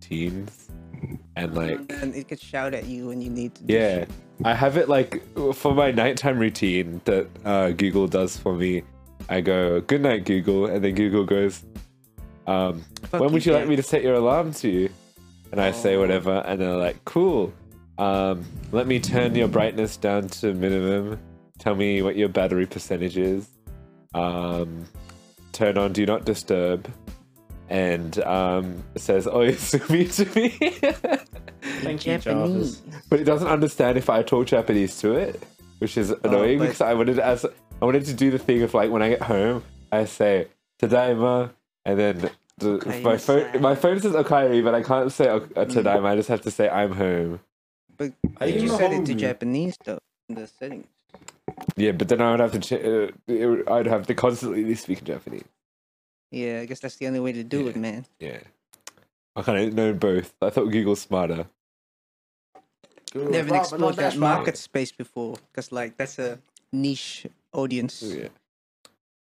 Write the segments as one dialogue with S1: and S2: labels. S1: teens, and like
S2: and it could shout at you when you need to. do
S1: yeah,
S2: shit.
S1: I have it like for my nighttime routine that uh, Google does for me. I go good night Google, and then Google goes, um,
S2: Fuck
S1: when would you like
S2: Jack. Oh.
S1: me to set your alarm to? And I say whatever, and they're like, cool. Um, let me turn your brightness down to minimum. Tell me what your battery percentage is. Um, turn on do not disturb. And um, says Oyasumi to me.
S3: Thank you,
S2: Japanese.
S3: Jarvis.
S1: but it doesn't understand if I talk Japanese to it, which is annoying
S2: but-
S1: because I wanted to ask, I wanted to do the thing of like when I get home, I say "tadaima" and then the,
S2: Okay,
S1: my
S2: you say- Mm.
S1: phone my phone says "okairi," but I can't say "Ok- uh, "tadaima." I just have to say "I'm home."
S2: But
S3: Are
S2: did you
S3: you
S2: set it to
S3: hungry?
S2: Japanese though in the settings.
S1: Yeah, but then I would have to ch- uh, it would- I'd have to constantly speak Japanese.
S2: Yeah, I guess that's the only way to do it, man.
S1: Yeah, I kind of know both. I thought Google's smarter.
S3: Good.
S2: Never
S3: Bravo,
S2: explored
S3: that's
S2: that
S3: right.
S2: market space before, because like that's a niche audience.
S1: Oh, Yeah,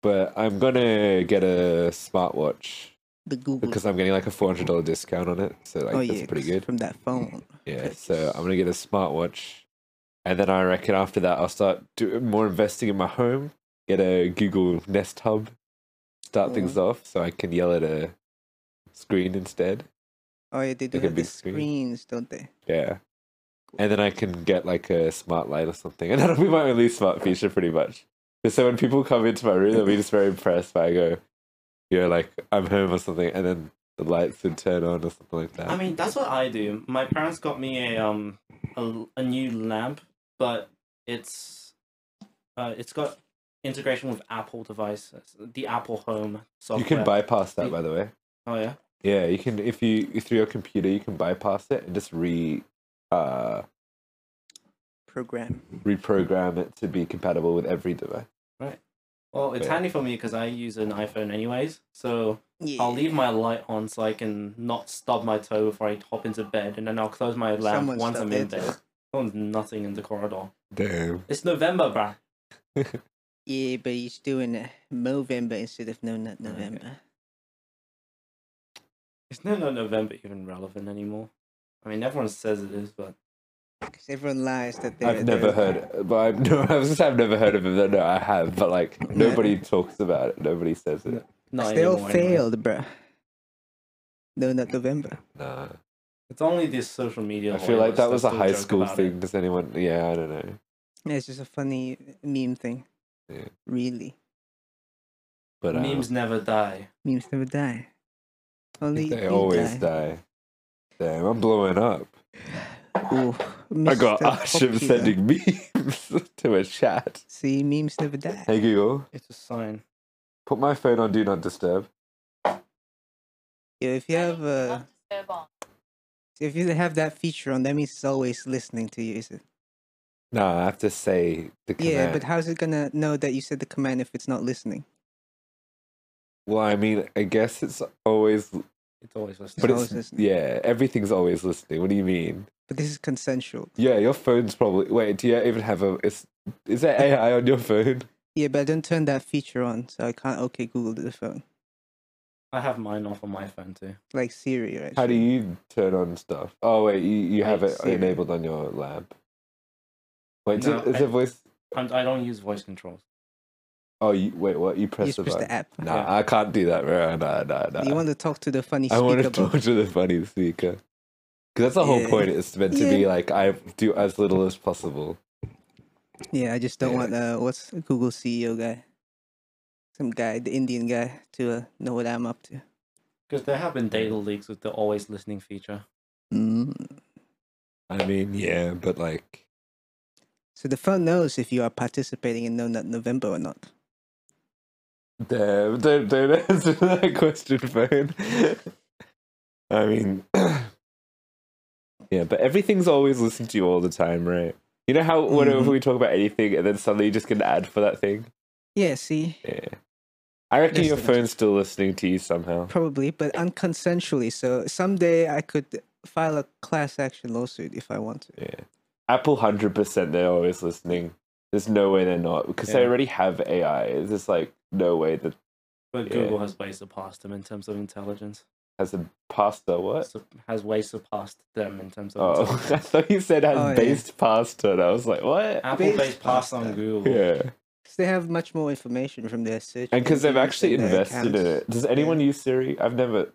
S1: but I'm gonna get a smartwatch
S2: The Google.
S1: because I'm getting like a four hundred dollar discount on it. So like
S2: Mm. oh
S1: that's
S2: yeah,
S1: pretty
S2: 'cause
S1: good.
S2: from that phone.
S1: Yeah, so I'm gonna get a smartwatch, and then I reckon after that I'll start doing more investing in my home. Get a Google Nest Hub,
S2: Mm.
S1: start things off so I can yell at a screen instead.
S2: Oh yeah, they do
S1: Like a
S2: have the
S1: big screen.
S2: screens, don't they?
S1: Yeah, and then I can get like a smart light or something, and that'll be my only smart feature pretty much. Just So when people come into my room, they'll be just very impressed. But I go, you know, like I'm home or something, and then the lights would turn on or something like that.
S3: I mean, that's what I do. My parents got me a um a, a new lamp, but it's uh it's got integration with Apple devices, the Apple Home software.
S1: you can bypass that, by the way.
S3: Oh yeah.
S1: Yeah, you can if you through your computer you can bypass it and just re uh
S2: Program.
S1: reprogram it to be compatible with every device.
S3: Well, it's
S1: Yeah.
S3: handy for me because I use an iPhone anyways, so
S2: Yeah.
S3: I'll leave my light on so I can not stub my toe before I hop into bed, and then I'll close my lamp
S2: Someone
S3: once
S2: stubbed
S3: I'm in
S2: their toe.
S3: bed. Someone's nothing in the corridor.
S1: Damn.
S3: It's November, bruh.
S2: Yeah, but he's doing uh, Movember instead of no, not November.
S3: Is no no November even relevant anymore? I mean, everyone says it is, but
S2: Because everyone lies that they're.
S1: I've never
S2: they're-
S1: heard but I've no I was just I've never heard of it. No, I have, but like nobody talks about it. Nobody says it.
S3: not
S2: They all
S3: anymore anyway.
S2: failed, bruh. No, not November.
S1: Nah.
S3: It's only this social media.
S1: I feel
S3: lawyers
S1: like that was a
S3: still
S1: high
S3: joke
S1: school
S3: about
S1: thing. Does anyone yeah, I don't know.
S2: Yeah, it's just a funny meme thing.
S1: Yeah.
S2: Really.
S3: It.
S1: But um,
S3: Memes never die.
S2: Memes never die. Only
S1: they
S2: you
S1: always die. Damn, I'm blowing up.
S2: Ooh,
S1: I got
S2: Mr.
S1: Ashim
S2: Popular.
S1: sending memes to a chat.
S2: See, memes never die.
S1: Hey Google,
S3: It's a sign.
S1: put my phone on do not disturb.
S2: Yeah, if you have uh, if you have that feature on, that means it's always listening to you, is it?
S1: No, I have to say the command.
S2: Yeah, but how's it gonna know that you said the command if it's not listening?
S1: well, I mean, I guess it's always,
S3: It's always listening.
S1: but
S2: always
S1: it's
S2: listening.
S1: yeah, everything's always listening. What do you mean?
S2: But this is consensual.
S1: Yeah, your phone's probably. Wait, do you even have a? Is is there AI on your phone?
S2: Yeah, but I don't turn that feature on, so I can't. Okay, Google to the phone,
S3: I have mine off on my phone too.
S2: like Siri, right?
S1: How do you turn on stuff? Oh wait, you, you have
S2: I
S1: it
S2: see.
S1: enabled on your lab. Wait,
S3: No,
S1: is, it, is
S3: I-
S1: there voice?
S3: I'm, I don't use voice controls.
S1: Oh, you, wait, what? You press
S2: you
S1: the
S2: push
S1: button.
S2: the app.
S1: Nah,
S3: Yeah.
S1: I can't do that, bro. Nah, nah, nah.
S2: You want to talk to the funny
S1: I
S2: speaker.
S1: want to
S2: but-
S1: talk to the funny speaker. Because that's the whole
S2: Yeah.
S1: point. It's meant to be
S2: Yeah.
S1: like, I do as little as possible.
S2: Yeah, I just don't
S1: Yeah.
S2: want uh, what's Google CEO guy, some guy, the Indian guy, to uh, know what I'm up to.
S3: Because there have been data
S1: Mm.
S3: leaks with the always listening feature.
S2: Mm.
S1: I mean, yeah, but like,
S2: So the phone knows if you are participating in No Nut November or not.
S1: damn, don't, don't answer that question, phone. I mean, yeah, but everything's always listened to you all the time, right? You know how whenever
S2: Mhm.
S1: we talk about anything and then suddenly you just get an ad for that thing?
S2: Yeah, see,
S1: Yeah. I reckon your
S2: Listening.
S1: phone's still listening to you somehow.
S2: probably, but unconsensually. So someday I could file a class action lawsuit if I want to.
S1: Yeah. Apple 100%, they're always listening. There's no way they're not because they
S3: Yeah.
S1: already have AI. There's just like no way that
S3: But
S1: Yeah.
S3: Google has ways to pass them in terms of intelligence.
S1: Has a pasta what?
S3: su- has way surpassed them in terms of
S1: Oh, I
S3: intelligence.
S1: thought you said has
S2: Oh, yeah.
S1: based pasta, and I was like, what?
S3: Apple-based
S2: Based
S3: pasta on
S2: pasta.
S3: Google.
S1: Yeah,
S2: 'Cause they have much more information from their search.
S1: and because they've
S2: engines
S1: actually
S2: and their
S1: invested in
S2: accounts.
S1: it. Does anyone use Siri? I've never.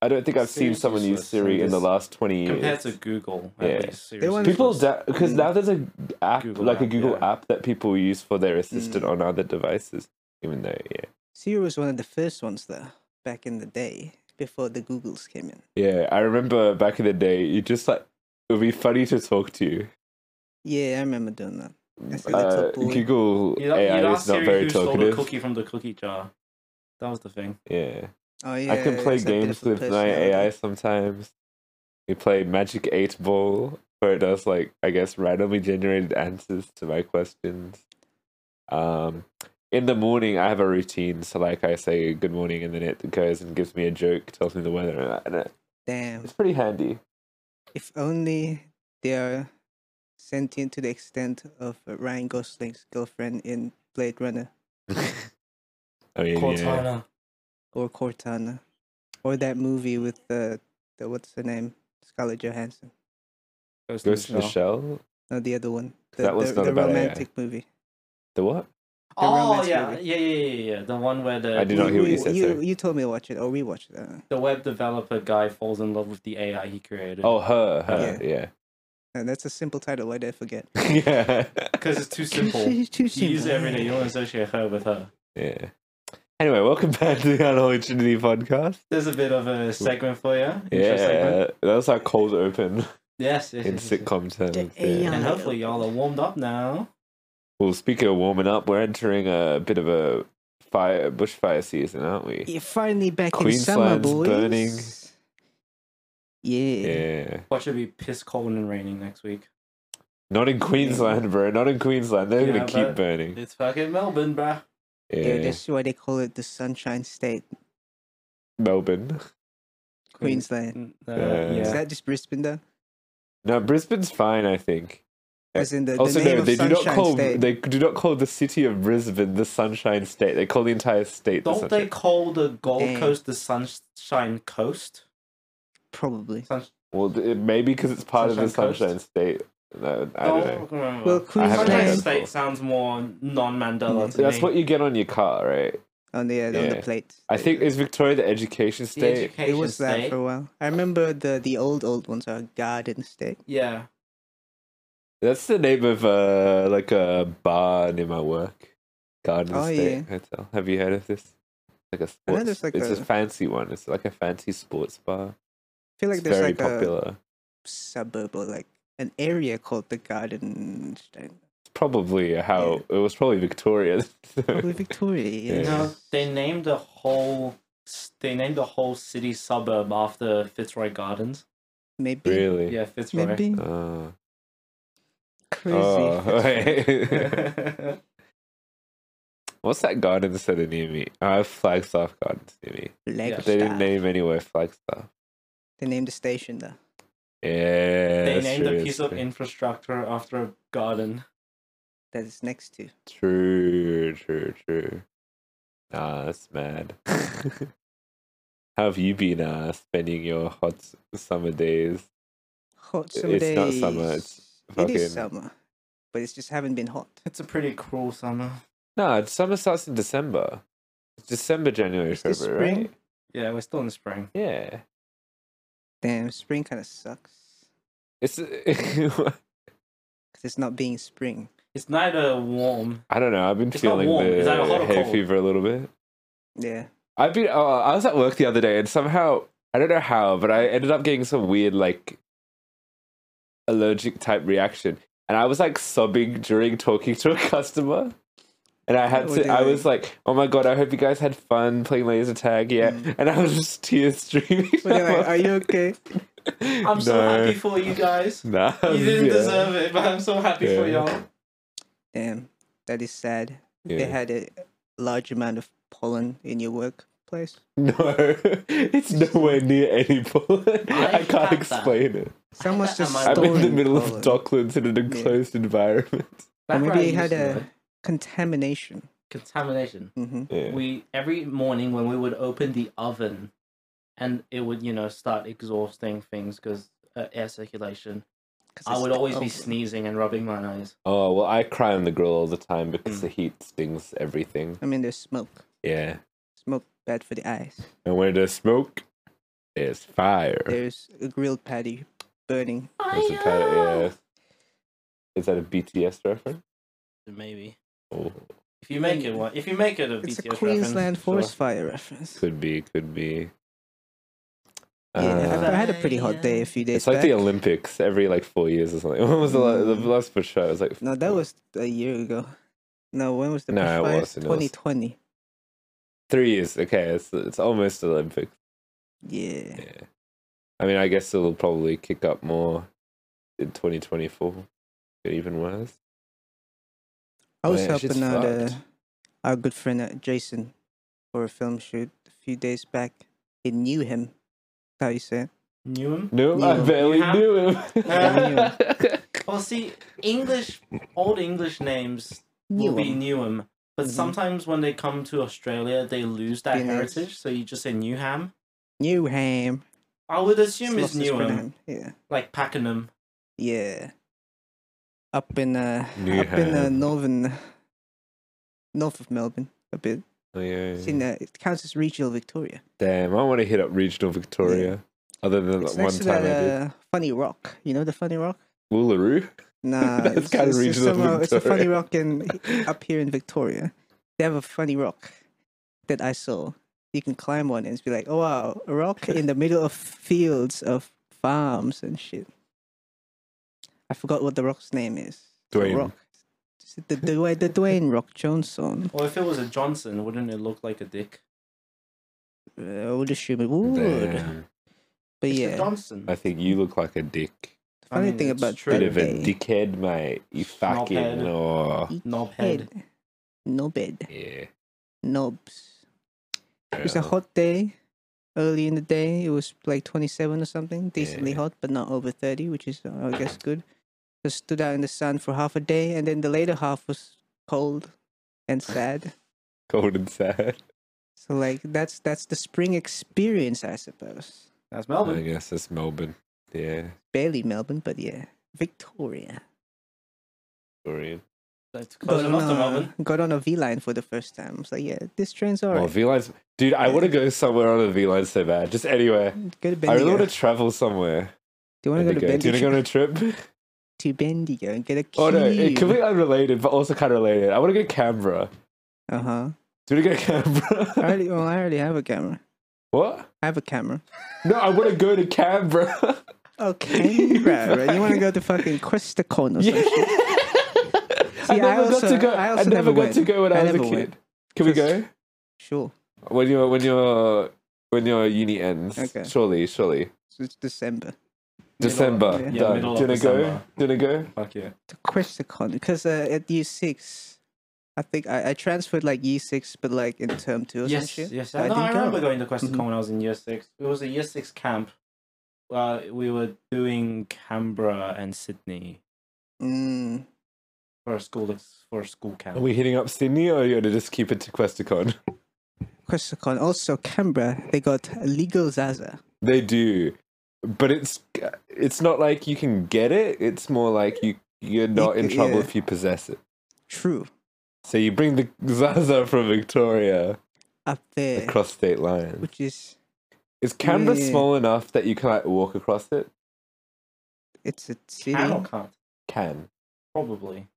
S1: I don't think I've seen
S3: Siri's
S1: someone use
S3: useless, so
S1: Siri in the
S3: just-
S1: last twenty years.
S3: Compared to Google,
S1: Yeah.
S3: at least.
S2: They
S3: seriously.
S2: wanna-
S1: people
S2: Useless.
S1: because
S2: Mm.
S1: now there's a app
S3: Google
S1: like a
S3: app,
S1: Google
S3: yeah.
S1: app that people use for their assistant
S2: Mm.
S1: on other devices. Even though, yeah,
S2: Siri E was one of the first ones though, back in the day, before the Googles came in.
S1: yeah, I remember back in the day, you just like it would be funny to talk to you.
S2: Yeah, I remember doing that. As a
S1: Uh,
S2: little boy.
S1: Google
S3: You'd,
S1: AI
S3: you'd
S1: is
S3: ask
S1: not
S3: Siri
S1: very
S3: who stole the
S1: talkative.
S3: cookie from the cookie jar. That was the thing.
S1: Yeah,
S2: Oh yeah,
S1: I can play
S2: it's that bit
S1: games
S2: of a
S1: with my
S2: personality.
S1: AI sometimes. We play Magic Eight Ball, where it does like I guess randomly generated answers to my questions. Um, in the morning, I have a routine. So like I say good morning, and then it goes and gives me a joke, tells me the weather, and, I- and I-
S2: Damn.
S1: it's pretty handy.
S2: If only they are sentient to the extent of uh, Ryan Gosling's girlfriend in Blade Runner
S1: I mean, Oh, yeah.
S3: Cortana.
S2: or Cortana, or that movie with the, the what's her name, Scarlett Johansson.
S3: Ghost in
S1: Ghost
S3: the
S1: in the
S3: Shell.
S1: Shell.
S2: No, the other one. The,
S1: That one's
S2: the,
S1: not
S2: the
S1: about AI.
S2: romantic movie.
S1: The what?
S2: The
S3: Oh
S2: romance
S3: yeah,
S2: movie.
S3: yeah, yeah, yeah, yeah. The one where the
S1: I did not
S2: We-
S1: hear what you
S2: we-
S1: said,
S2: You,
S1: sorry.
S2: you told me to watch it or rewatch it. I don't know.
S3: the web developer guy falls in love with the AI he created.
S1: Oh, her, her, yeah,
S2: And that's a simple title. Why did I forget?
S1: yeah,
S3: because it's too simple.
S2: She's too
S3: you use it
S2: simple.
S3: every day. You want to associate her with her.
S1: yeah. Anyway, welcome back to the Unholy Trinity podcast.
S3: There's a bit of a segment for you.
S1: Yeah, that was our cold open
S3: Yes. yes,
S1: in
S3: yes, yes, yes.
S1: sitcom terms.
S2: AI.
S1: Yeah.
S3: And hopefully y'all are warmed up now.
S1: Well, speaking of warming up, we're entering a bit of a fire bushfire season, aren't we?
S2: You're finally back in summer,
S1: Queensland's
S2: boys.
S1: burning.
S2: Yeah.
S1: Yeah.
S3: What should be piss cold and raining next week?
S1: Not in Queensland, bro. Not in Queensland. They're
S3: Yeah,
S1: gonna keep
S3: but-
S1: burning.
S3: It's fucking Melbourne, bruh.
S2: yeah,
S1: Yeah.
S2: that's why they call it the Sunshine State,
S1: Melbourne.
S2: Queensland.
S3: Mm, uh,
S1: Yeah.
S3: yeah.
S2: Is that just Brisbane though?
S1: No, Brisbane's fine, I think.
S2: As in the, the
S1: also,
S2: name
S1: no,
S2: of
S1: they do
S2: Sunshine
S1: not call
S2: State.
S1: they do not call the city of Brisbane the Sunshine State. They call the entire state the
S3: Don't
S1: Sunshine.
S3: they call the Gold
S2: Dang.
S3: Coast the Sunshine Coast?
S2: Probably.
S3: Sunsh-
S1: Well, th- it- maybe because it's part of the
S3: Sunshine Coast?
S1: Sunshine State. No, I don't know.
S3: remember.
S2: Well,
S1: I haven't heard.
S3: Sunshine
S2: Queensland Mm.
S3: State sounds more non-Mandela to
S1: That's
S3: me.
S1: what you get on your car, right?
S2: on the on
S1: Yeah.
S2: the plate.
S1: I think is Victoria the education
S3: The
S1: state.
S2: it
S3: education
S2: was that
S3: state.
S2: for a while. I remember the the old old ones are Garden State.
S3: Yeah.
S1: That's the name of uh like a bar near my work, Garden
S2: Oh,
S1: State
S2: yeah.
S1: Hotel. Have you heard of this? Like a
S2: I know there's
S1: sports.
S2: like
S1: it's a...
S2: a-
S1: fancy one. It's like a fancy sports bar.
S2: I feel like
S1: it's
S2: there's
S1: very
S2: like a
S1: popular.
S2: suburb or like an area called the Garden State.
S1: It's probably how it was probably Victoria.
S2: Probably Oh, Victoria. Yeah.
S1: Yeah.
S3: No, they named the whole. s- They named the whole city suburb after Fitzroy Gardens.
S2: Maybe.
S1: really?
S3: Yeah, Fitzroy.
S2: Maybe.
S1: Uh,
S2: Crazy.
S1: oh, wait.
S3: Flagstaff
S1: What's that garden that are near me? I have Flagstaff Gardens near me.
S2: Leg
S1: But they didn't
S2: Star.
S1: name anywhere Flagstaff.
S2: They named the station though.
S1: Yeah,
S3: they
S1: that's
S3: named
S1: true,
S3: a piece
S1: that's
S3: of infrastructure after a garden.
S2: That it's next to.
S1: True, true, true. Nah, that's mad. How have you been uh, spending your hot s- summer days?
S2: Hot
S1: I-
S2: summer
S1: it's not summer, it's
S2: days. It is
S1: fucking-
S2: summer, but it's just haven't been hot.
S3: It's a pretty cruel summer.
S1: Nah, summer starts in December. It's December, January,
S2: Is this
S1: February,
S2: spring?
S1: right?
S3: Yeah, we're still in spring.
S1: Yeah.
S2: Damn, spring kind of sucks
S1: It's
S2: because it's not being spring.
S3: It's neither warm.
S1: I don't know. I've been
S3: It's not
S1: feeling
S3: warm. Is that hot
S1: the
S3: or
S1: hay
S3: cold?
S1: fever a little bit.
S2: Yeah,
S1: I've been. Oh, I was at work the other day, and somehow I don't know how, but I ended up getting some weird like allergic type reaction, and I was like sobbing during talking to a customer. And I had
S2: What
S1: to.
S2: do you
S1: I
S2: think?
S1: was like, "Oh my god! I hope you guys had fun playing laser tag, yeah."
S2: Mm.
S1: And I was just tears streaming.
S2: but they're like, are you okay?
S3: I'm so happy for you guys.
S1: Nah,
S3: You didn't
S1: yeah.
S3: deserve it, but I'm so happy for
S1: Yeah.
S3: y'all.
S2: Damn, that is sad.
S1: Yeah.
S2: They had a large amount of pollen in your workplace.
S1: No, it's nowhere near any pollen. I,
S3: I
S1: can't
S3: had that.
S1: explain it.
S2: Someone's just
S3: I'm
S1: I'm
S2: storing
S1: in the middle of
S2: pollen.
S1: Docklands in an
S2: Yeah.
S1: enclosed environment.
S2: Or
S3: Back where
S2: maybe
S3: I
S2: it had
S3: used to
S2: a
S3: live,
S2: contamination.
S3: contamination.
S2: hmm
S1: Yeah.
S3: We every morning when we would open the oven and it would you know start exhausting things because uh, air circulation.
S2: 'Cause
S3: I
S2: it's
S3: would
S2: the
S3: always be
S2: oven.
S3: sneezing and rubbing my nose.
S1: Oh well, I cry on the grill all the time because
S3: Mm.
S1: the heat stings everything.
S2: I mean, there's smoke.
S1: Yeah,
S2: Smoke bad for the eyes.
S1: and when there's smoke, there's fire.
S2: There's a grilled patty burning.
S1: There's a pat- yeah. Is that a BTS reference?
S3: Maybe
S1: Oh,
S3: if you make it one, if you make it a
S2: It's
S3: BTS
S2: a Queensland
S3: reference,
S2: forest
S3: sure.
S2: fire reference.
S1: could be, could be.
S2: Yeah,
S1: Uh,
S2: I- I had a pretty hot day a few days
S1: It's like
S2: back.
S1: the Olympics every like four years or something. When was the, la- the
S2: Mm.
S1: last bush fire? It was like
S2: No, that was a year ago. No, when was the
S1: No, it
S2: bushfires?
S1: wasn't, it was-
S2: 2020.
S1: three years. Okay, it's it's almost Olympics.
S2: Yeah.
S1: Yeah, I mean, I guess it'll probably kick up more in 2024. Get even worse.
S2: I was
S1: Man, shit's
S2: helping out uh,
S1: fucked.
S2: our good friend uh, Jason for a film shoot a few days back. He knew him. That's how you say it.
S3: Newham.
S1: No, I
S2: Yeah.
S1: barely
S3: Yeah.
S1: knew him.
S2: Yeah.
S3: Well, see, English old English names will be Newham. But
S2: Mhm.
S3: sometimes when they come to Australia, they lose that
S2: Be nice.
S3: heritage, so you just say Newham.
S2: Knew him.
S3: I would assume
S2: Lost
S3: it's
S2: his
S3: Newham,
S2: pronoun. Yeah.
S3: like Pakenham.
S2: Yeah. Up in uh, up in uh,
S1: Newham.
S2: northern, north of Melbourne a bit.
S1: Oh, yeah,
S2: It's
S1: yeah.
S2: in uh, it counts as regional Victoria.
S1: Damn, I want to hit up regional Victoria. Other than
S2: It's
S1: that one
S2: next to
S1: time
S2: that
S1: I did.
S2: uh, funny rock. You know the funny rock?
S1: Uluru.
S2: Nah,
S1: That's
S2: it's,
S1: kinda
S2: it's, it's
S1: regional
S2: somehow- it's a funny
S1: Victoria.
S2: rock in up here in Victoria. They have a funny rock that I saw. You can climb on it and be like, oh wow, a rock in the middle of fields of farms and shit. I forgot what the rock's name is. The
S1: Dwayne.
S2: Rock. Is it The, the, Dwayne- the Dwayne Rock Johnson.
S3: Or if it was a Johnson, wouldn't it look like a dick?
S2: Uh, I would assume it would.
S1: Damn.
S2: But
S3: It's a
S2: yeah, the
S3: Johnson.
S1: I think you look like a dick.
S3: I
S2: funny
S3: mean,
S2: thing
S3: it's
S2: about
S3: true.
S1: Bit
S2: that
S1: of a
S2: day,
S1: dickhead, mate. You fucking
S3: Knobhead.
S1: oh
S3: Knobhead.
S2: head, no bed,
S1: yeah.
S2: knobs. It was a
S1: Yeah.
S2: hot day early in the day. It was like 27 or something, decently
S1: Yeah.
S2: hot, but not over 30, which is, uh, I guess, good. Just stood out in the sun for half a day, and then the later half was cold and sad.
S1: Cold and sad.
S2: so, like, that's that's the spring experience, I suppose.
S3: That's
S1: I
S3: Melbourne.
S1: guess it's Melbourne. Yeah.
S2: Barely Melbourne, but yeah, Victoria.
S1: Victorian.
S3: That's close enough to Melbourne.
S2: got on a V line for the first time. I was like, yeah, this train's
S1: Oh,
S2: alright.
S1: V lines. Dude, I
S2: Yeah.
S1: want to go somewhere on a V line so bad. Just anywhere.
S2: go to Bendigo.
S1: I really want to travel somewhere.
S2: Do you want to go to
S1: Bendigo. Do you
S2: Bendigo?
S1: want to go on a trip?
S2: to Bendigo and get a cube.
S1: Oh no, it could be unrelated, but also kind of related. I want to go Canberra.
S2: Uh huh.
S1: Do you want to go Canberra?
S2: I already, well, I already have a camera.
S1: What?
S2: I have a camera.
S1: No, I want to go to Canberra.
S2: Okay, right, right. You want to go to fucking Costa Con or
S1: yeah.
S2: something?
S1: I
S2: I
S1: never
S2: also-
S1: got to go.
S2: I
S1: I,
S2: also
S1: never,
S2: never
S1: got
S2: went.
S1: to go when I,
S2: I
S1: was a
S2: never
S1: kid.
S2: went.
S1: Can we
S2: Just-
S1: go
S2: Sure.
S1: when you're when you're when your uni ends?
S2: Okay.
S1: Surely, surely.
S2: So it's December
S1: December.
S2: yeah.
S1: Done.
S2: Yeah,
S1: Do you
S3: middle of
S1: wanna go?
S3: December.
S1: Do you wanna go?
S3: Fuck yeah.
S2: to Questacon because uh, at year six, I think I, I transferred like year six, but like in term two or some
S3: Yes,
S2: shit.
S3: yes.
S2: But
S3: I, uh, Mm-hmm. no, I
S2: didn't go.
S3: remember going to Questacon
S2: Mhm.
S3: when I was in year six. It was a year six camp. Uh, we were doing Canberra and Sydney
S2: Mm,
S3: for a school ex- for a school camp.
S1: Are we hitting up Sydney or are you gonna just keep it to Questacon?
S2: Questacon. Also, Canberra, they got legal Zaza.
S1: They do, but it's it's not like you can get it. It's more like you you're not in
S2: c-
S1: trouble
S2: yeah.
S1: if you possess it.
S2: True.
S1: So you bring the Zaza from Victoria
S2: Up there,
S1: across state lines.
S2: which is,
S1: Is Canberra
S2: Yeah.
S1: small enough that you can like walk across it?
S2: it's a city.
S3: Can or can't?
S1: Can.
S3: Probably.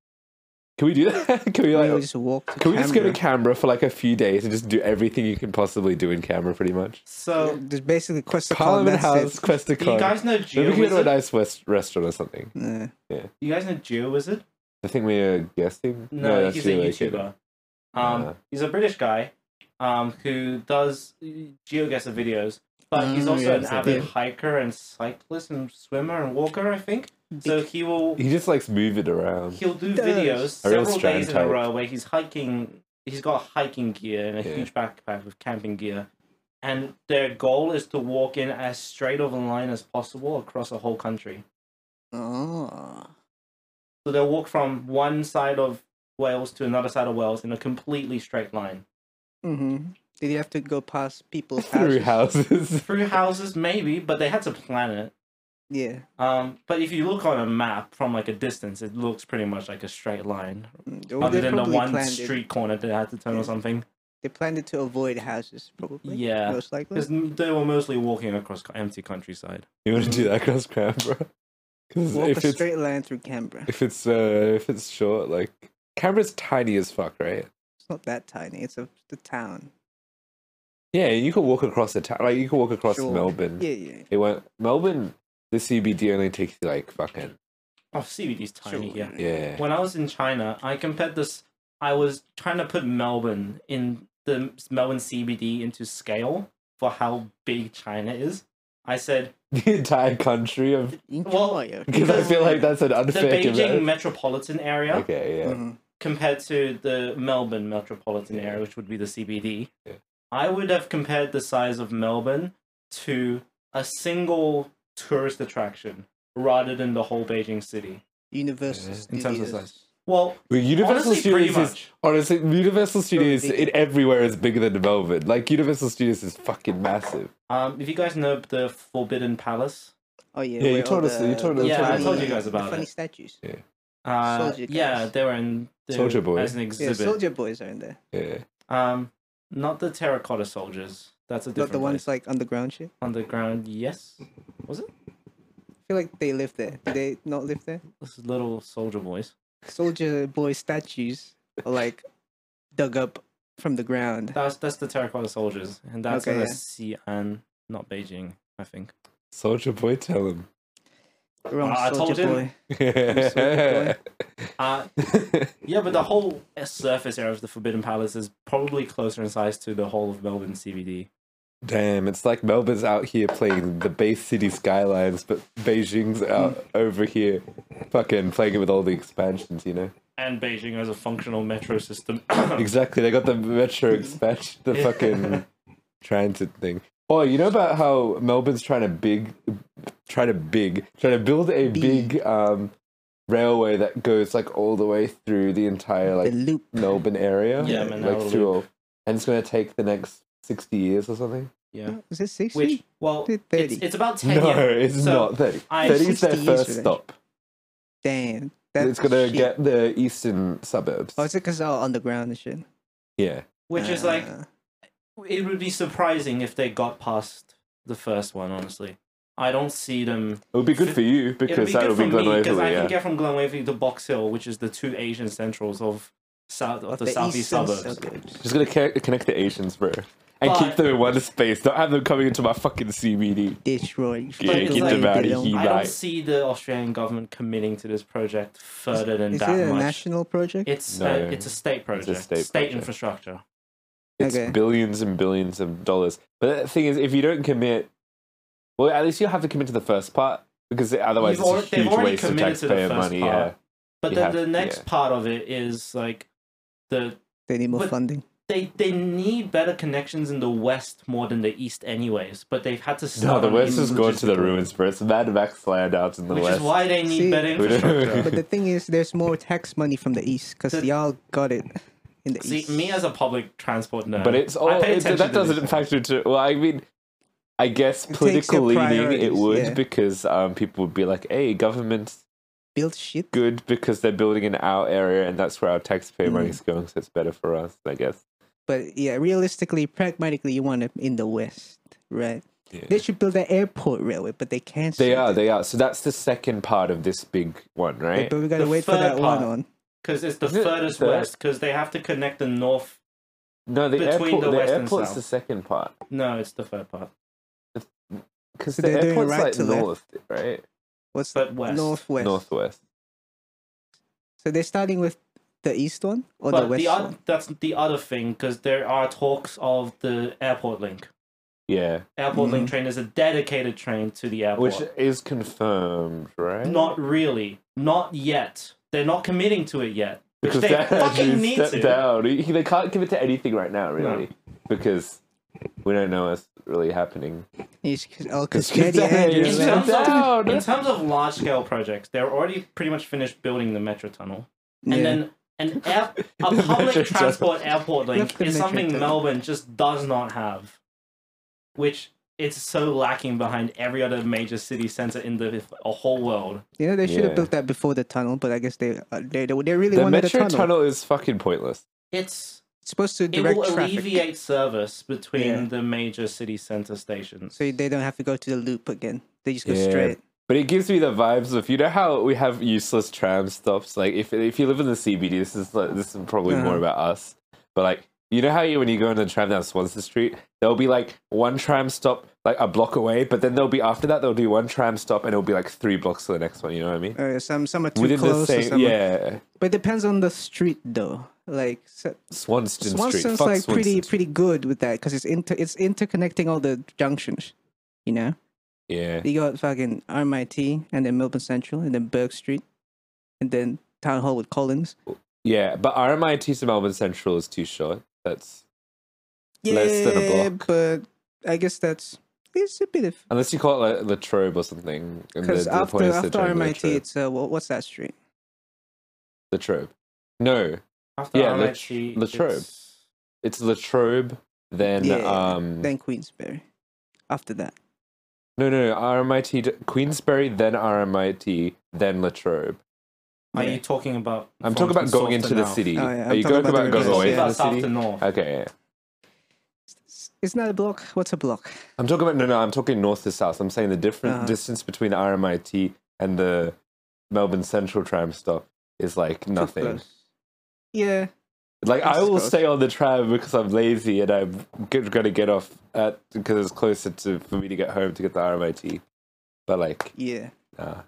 S1: Can we do that? can we
S2: We
S1: like?
S2: would just walk to
S1: can we just go to
S2: Canberra.
S1: Canberra for like a few days and just do everything you can possibly do in Canberra, pretty much?
S3: So,
S2: There's basically Questacon.
S1: Parliament
S2: that's
S1: House,
S2: it.
S3: do you
S1: Questacon.
S3: guys know
S1: Maybe we can go to a
S3: GeoWizard?
S1: nice west restaurant or something.
S2: Yeah.
S3: You guys know GeoWizard?
S1: I think we are guessing.
S3: No,
S1: that's
S3: he's a
S1: really good.
S3: YouTuber. Um,
S1: Yeah.
S3: he's a British guy, um, who does geoguesser videos, but he's
S1: Mm,
S2: Oh,
S3: also
S2: yeah,
S3: an
S2: so-
S3: avid
S2: yeah.
S3: hiker and cyclist and swimmer and walker, I think. So he will
S1: He just likes move it around.
S3: he'll do
S2: does.
S3: videos
S1: A real
S3: several days in
S1: strand
S3: a row where he's hiking. He's got hiking gear and a
S1: Yeah.
S3: huge backpack with camping gear, and their goal is to walk in as straight of a line as possible across a whole country.
S2: Oh.
S3: So they'll walk from one side of Wales to another side of Wales in a completely straight line.
S2: Mm-hmm. Did you have to go past people's
S1: through
S2: houses?
S1: houses.
S3: through houses maybe, but they had to plan it.
S2: Yeah.
S3: Um, but if you look on a map from like a distance, it looks pretty much like a straight line,
S2: Mm, oh, they
S3: other than the
S2: probably
S3: one
S2: planned It.
S3: street corner they had to turn
S2: Yeah.
S3: or something.
S2: They planned it to avoid houses, probably.
S3: Yeah.
S2: Most likely.
S3: 'Cause they were mostly walking across co- empty countryside.
S1: You want to do that across Canberra? Because
S2: Walk
S1: if
S2: a
S1: it's
S2: straight line through Canberra.
S1: if it's uh, if it's short, like Canberra's tiny as fuck, right?
S2: It's not that tiny. It's a the town.
S1: Yeah, you could walk across the town. Like you could walk across
S2: Sure.
S1: Melbourne.
S2: Yeah, yeah.
S1: It went Melbourne. The CBD only takes you like fucking
S3: Oh, CBD's tiny
S2: Sure.
S3: here.
S1: yeah.
S3: When I was in China, I compared this. I was trying to put Melbourne in the Melbourne CBD into scale for how big China is. I said
S1: The entire country of
S3: Well,
S2: Enjoy.
S1: because I feel like that's an
S3: the
S1: unfair
S3: Beijing Mm.
S1: comparison.
S3: metropolitan area
S1: Okay, yeah.
S2: Mhm.
S3: compared to the Melbourne metropolitan area, which would be the CBD.
S1: Yeah.
S3: I would have compared the size of Melbourne to a single tourist attraction rather than the whole Beijing city.
S2: Universal
S1: Yeah,
S3: in
S2: Studios.
S3: terms of size. Well,
S1: Well, Universal
S3: honestly, pretty
S1: Studios is
S3: much.
S1: honestly Universal Studios
S2: big.
S1: in everywhere is bigger than Melbourne. Like Universal Studios is fucking massive.
S3: Um, if you guys know the Forbidden Palace,
S2: Oh yeah.
S1: Yeah, you
S2: where all
S1: told us- you
S2: the-
S1: told
S2: the
S1: us
S3: Yeah, I
S2: funny-
S3: told you guys about
S2: the funny
S3: it.
S2: statues.
S3: uh,
S2: Soldier
S3: yeah,
S2: guys.
S3: they were in the,
S1: Soldier Boy.
S3: as an
S2: Yeah,
S3: exhibit.
S2: soldier boys are in there.
S1: Yeah.
S3: um, not the terracotta soldiers. That's a
S2: Not
S3: different
S2: the ones
S3: place.
S2: like underground shit.
S3: on the ground. Yes,
S1: Mm-hmm.
S3: was it?
S2: I feel like they live there. Do they not live there?
S3: This is little soldier boys.
S2: Soldier boy statues are like dug up from the ground.
S3: That's that's the terracotta soldiers, and that's
S2: Okay,
S3: in the
S2: yeah.
S3: Xi'an, not Beijing. I think.
S1: Soldier Boy, tell him.
S2: Wrong
S3: Ah, I told
S2: soldier
S3: him.
S2: boy.
S1: yeah.
S2: Soldier
S3: Uh, yeah, but the whole surface area of the Forbidden Palace is probably closer in size to the whole of Melbourne CBD.
S1: Damn, it's like Melbourne's out here playing the Bay City skylines, but Beijing's out over here fucking playing it with all the expansions, you know?
S3: And Beijing has a functional metro system.
S1: Exactly, they got the metro expansion, the fucking transit thing. Oh, you know about how Melbourne's trying to big, trying to big, trying to build a big um, railway that goes like all the way through the entire
S2: The
S1: like
S2: loop.
S1: Melbourne area,
S3: Yeah,
S1: like,
S3: Manila
S1: like through all, and it's going to take the next sixty years or something.
S3: yeah.
S2: Is it sixty?
S3: Which, well,
S2: Did
S3: it's,
S2: 30.
S3: it's about 10
S1: no,
S3: years.
S1: it's
S3: So,
S1: not thirty.
S3: I-
S1: Thirty's their
S2: 60 years
S1: first
S2: for that.
S1: stop.
S2: Damn. That's
S1: it's gonna
S2: shit.
S1: get the eastern suburbs.
S2: Oh, is it because all underground and shit?
S1: yeah,
S3: Which is like,
S2: Ah.
S3: it would be surprising if they got past the first one, honestly. I don't see them.
S1: it would be good for you
S3: It'd
S1: because
S3: be
S1: that
S3: good
S1: would be
S3: for
S1: Glen
S3: me because
S1: Waverley.
S3: I
S1: Yeah.
S3: can get from Glen Waverley to Box Hill, which is the two Asian centrals of south of,
S2: Of
S3: the,
S2: the
S3: southeast
S2: eastern
S3: suburbs.
S2: suburbs.
S1: Just gonna connect, connect the Asians, bro, and keep
S3: But-
S1: them in one space. Don't have them coming into my fucking CBD.
S2: Destroy.
S1: Yeah,
S2: fucking
S3: get
S2: leave
S3: them
S2: it
S1: outta
S2: alone.
S1: here.
S3: I don't
S1: Right.
S3: see the Australian government committing to this project further than
S2: Is
S3: that
S2: it a
S3: much.
S2: national project?
S3: It's
S1: No.
S3: a, it's a state project,
S1: state
S3: state,
S1: project.
S3: infrastructure.
S1: It's
S2: Okay.
S1: billions and billions of dollars. But the thing is, if you don't commit, well, at least you'll have to commit to the first part because otherwise
S3: You've
S1: it's
S3: already-
S1: a
S3: they've
S1: huge
S3: already
S1: waste of
S3: committed to the
S1: taxpayer
S3: first
S1: money. Yeah.
S3: part. But
S1: You
S3: then
S1: have-
S3: the next
S1: yeah.
S3: part of it is like the
S2: They need more
S3: But-
S2: funding.
S3: they they need better connections in the west more than the east, anyways. But they've had to
S1: No,
S3: start.
S1: the
S3: on
S1: West has
S3: east,
S1: gone
S3: which
S1: to the ruins, bro. It's Mad Max land out in the
S3: which
S1: West.
S3: is why they need
S2: See-
S3: better
S1: We don't-
S2: But
S3: infrastructure.
S2: the thing is, there's more tax money from the east because
S3: The-
S2: y'all got it in the
S3: See,
S2: east.
S3: me as a public transport nerd,
S1: But it's all
S3: Uh, I pay
S1: it,
S3: attention
S1: that
S3: to this.
S1: doesn't factor into. Well, I mean, I guess
S2: takes
S1: political
S2: your
S1: leaning it
S2: priorities,
S1: would
S2: yeah.
S1: because um, people would be like, "Hey, government's
S2: build shit.
S1: good because they're building in our area, and that's where our taxpayer
S2: Mm.
S1: money's going, so it's better for us." I guess.
S2: But yeah, realistically, pragmatically, you want it in the west, right?
S1: Yeah.
S2: They should build that airport railway, but they can't.
S1: They are, they are. So that's the second part of this big one, right?
S2: But we gotta
S3: The
S2: wait for
S3: third
S2: that
S3: part.
S2: one on.
S3: because it's the
S1: Is it
S3: furthest
S1: the-
S3: west because they have to connect the north.
S1: No, the
S3: Between
S1: airport.
S3: the
S1: The,
S3: west and
S1: airport's
S3: south.
S1: the second part
S3: No, it's the third part,
S1: because
S2: So
S1: the
S2: they're doing
S1: airport's
S2: right
S1: like
S2: to left.
S1: north, right?
S2: What's the
S3: but west.
S2: northwest?
S1: Northwest.
S2: So they're starting with the east one or
S3: but
S2: the west
S3: oth-
S2: one.
S3: that's the other thing because there are talks of the airport link.
S1: Yeah,
S3: Airport link train is a dedicated train to the airport.
S1: Mm. which is confirmed, right?
S3: Not really. Not yet. They're not committing to it yet. Which
S1: because
S3: they
S1: that
S3: fucking need
S1: stepped
S3: to.
S1: down. He- They can't commit to anything right now, really, because we don't know what's really happening.
S2: It's 'cause- oh, 'cause
S1: 'Cause it's
S2: Daddy Andrew
S1: Daddy
S3: In
S1: Andrew.
S2: left.
S3: terms, of,
S1: Down.
S3: in terms of large scale projects, they're already pretty much finished building the metro tunnel.
S2: Yeah.
S3: And then an air, a
S1: The metro
S3: public transport
S1: doesn't-
S3: airport link
S2: Look, the
S3: is
S2: metro
S3: something
S2: doesn't.
S3: Melbourne just does not have, which it's so lacking behind every other major city center in the a whole world.
S2: You know, they should
S1: Yeah.
S2: have built that before the tunnel, but I guess they uh, they, they, they really
S1: The
S2: wanted
S1: metro
S2: the tunnel.
S1: tunnel is fucking pointless.
S3: It's
S2: It's supposed to
S3: it
S2: direct
S3: will
S2: traffic,
S3: alleviate service between
S2: Yeah.
S3: the major city center stations.
S2: so they don't have to go to the loop again. They just go
S1: Yeah.
S2: straight.
S1: But it gives me the vibes of you know how we have useless tram stops. Like if if you live in the CBD, this is like, this is probably more
S2: Uh-huh.
S1: about us. But like you know how you when you go on the tram down Swansea Street, there'll be like one tram stop like a block away, but then there'll be after that there'll do one tram stop and it'll be like three blocks to the next one. You know what I mean?
S2: Uh, some some are too
S1: Within the
S2: close. or
S1: same,
S2: some are-
S1: yeah.
S2: but it depends on the street though. Like so,
S1: Swanston Street.
S2: Swanson's
S1: Fuck
S2: like
S1: Swanston
S2: pretty
S1: Street.
S2: pretty good with that because it's inter it's interconnecting all the junctions. You know,
S1: Yeah.
S2: you got fucking RMIT and then Melbourne Central and then Burke Street and then Town Hall with Collins.
S1: Yeah, but RMIT to Melbourne Central is too short. That's Less than a
S2: Yeah,
S1: block.
S2: but I guess that's it's a bit of
S1: unless you call it like Latrobe or something. and the-
S2: because
S1: the
S2: after
S1: point is to
S2: after
S1: triangle
S2: RMIT,
S1: Latrobe.
S2: it's uh, wha- what's that street?
S1: Latrobe. No,
S3: After
S1: Yeah,
S3: RMIT,
S1: Lat- Latrobe.
S3: it's-
S1: it's Latrobe. Then
S2: Yeah,
S1: um
S2: Then Queensberry. After that,
S1: no no no RMIT d- Queensbury then RMIT then Latrobe.
S3: Are
S2: Yeah.
S3: you talking about?
S1: I'm
S3: from
S1: talking about going
S3: south
S1: into
S3: to
S1: the
S3: north?
S1: city.
S2: Oh, yeah,
S1: Are
S2: I'm
S1: you
S2: talking
S1: going
S2: about
S1: about
S2: the
S1: going
S2: reverse,
S1: away
S2: yeah.
S1: from
S3: about
S1: the
S3: south
S1: city?
S3: to north.
S1: Okay, yeah.
S2: it's, it's not a block. What's a block?
S1: I'm talking about no no I'm talking north to south. I'm saying the different
S2: Uh-huh.
S1: distance between the RMIT and the Melbourne Central tram stop is like
S2: Too
S1: nothing.
S2: close. Yeah,
S1: Like I
S2: That's
S1: will
S2: gross.
S1: stay on the tram because I'm lazy and I'm going to get off at because it's closer to for me to get home to get the RMIT. But like,
S2: yeah.
S1: nah.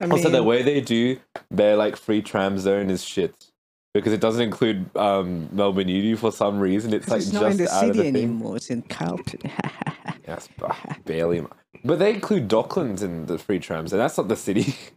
S2: I mean,
S1: also the way they do their like free tram zone is shit because it doesn't include um, Melbourne Uni for some reason. It's
S2: 'cause
S1: like
S2: it's
S1: just
S2: not in the
S1: out of
S2: city
S1: the thing.
S2: anymore. It's in Carlton.
S1: Yes, bah, barely. But they include Docklands in the free trams, and that's not the city.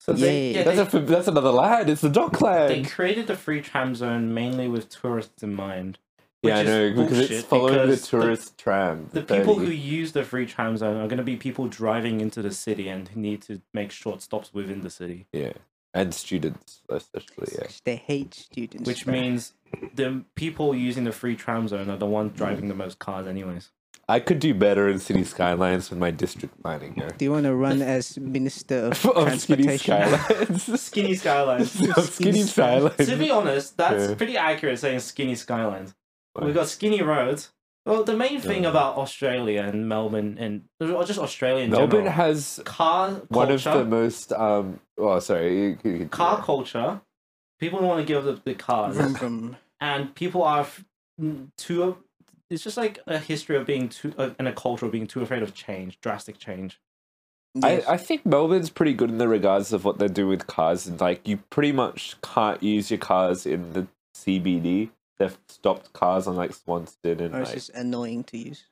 S3: So
S2: Yay.
S3: they, yeah,
S1: that's
S3: they,
S1: a, that's another land. It's the
S3: they
S1: Dockland.
S3: created the free tram zone mainly with tourists in mind. which
S1: Yeah, I
S3: is
S1: know because it's
S3: bullshit,
S1: following
S3: because
S1: the tourist tram.
S3: The people
S1: 30.
S3: who use the free tram zone are going to be people driving into the city and who need to make short stops within the city,
S1: Yeah. And students, especially. Yeah.
S2: They hate students.
S3: which
S2: bro.
S3: means the people using the free tram zone are the ones driving the most cars, anyways.
S1: I could do better in city skylines with my district planning here.
S2: Do you want to run as minister of
S1: Of skinny
S2: transportation?
S1: skylines.
S3: Skinny skylines.
S1: Of skinny
S2: skylines.
S1: skylines.
S3: to be honest, that's
S1: Yeah.
S3: pretty accurate saying skinny skylines. We've
S1: Right.
S3: got skinny roads. Well, the main thing
S1: Yeah.
S3: about Australia and Melbourne and or just Australia in
S1: Melbourne
S3: general,
S1: has
S3: car culture,
S1: one of the most. Um, oh, sorry. you- you- you-
S3: car culture. People don't want to give up the cars,
S2: Vroom, vroom.
S3: and people are f- too. It's just like a history of being too uh, and a culture of being too afraid of change, drastic change.
S1: I,
S2: Yes.
S1: I think Melbourne's pretty good in the regards of what they do with cars. And like, you pretty much can't use your cars in the CBD. They've stopped cars on like Swanston and
S2: Or Oh, it's
S1: like,
S2: just annoying to use.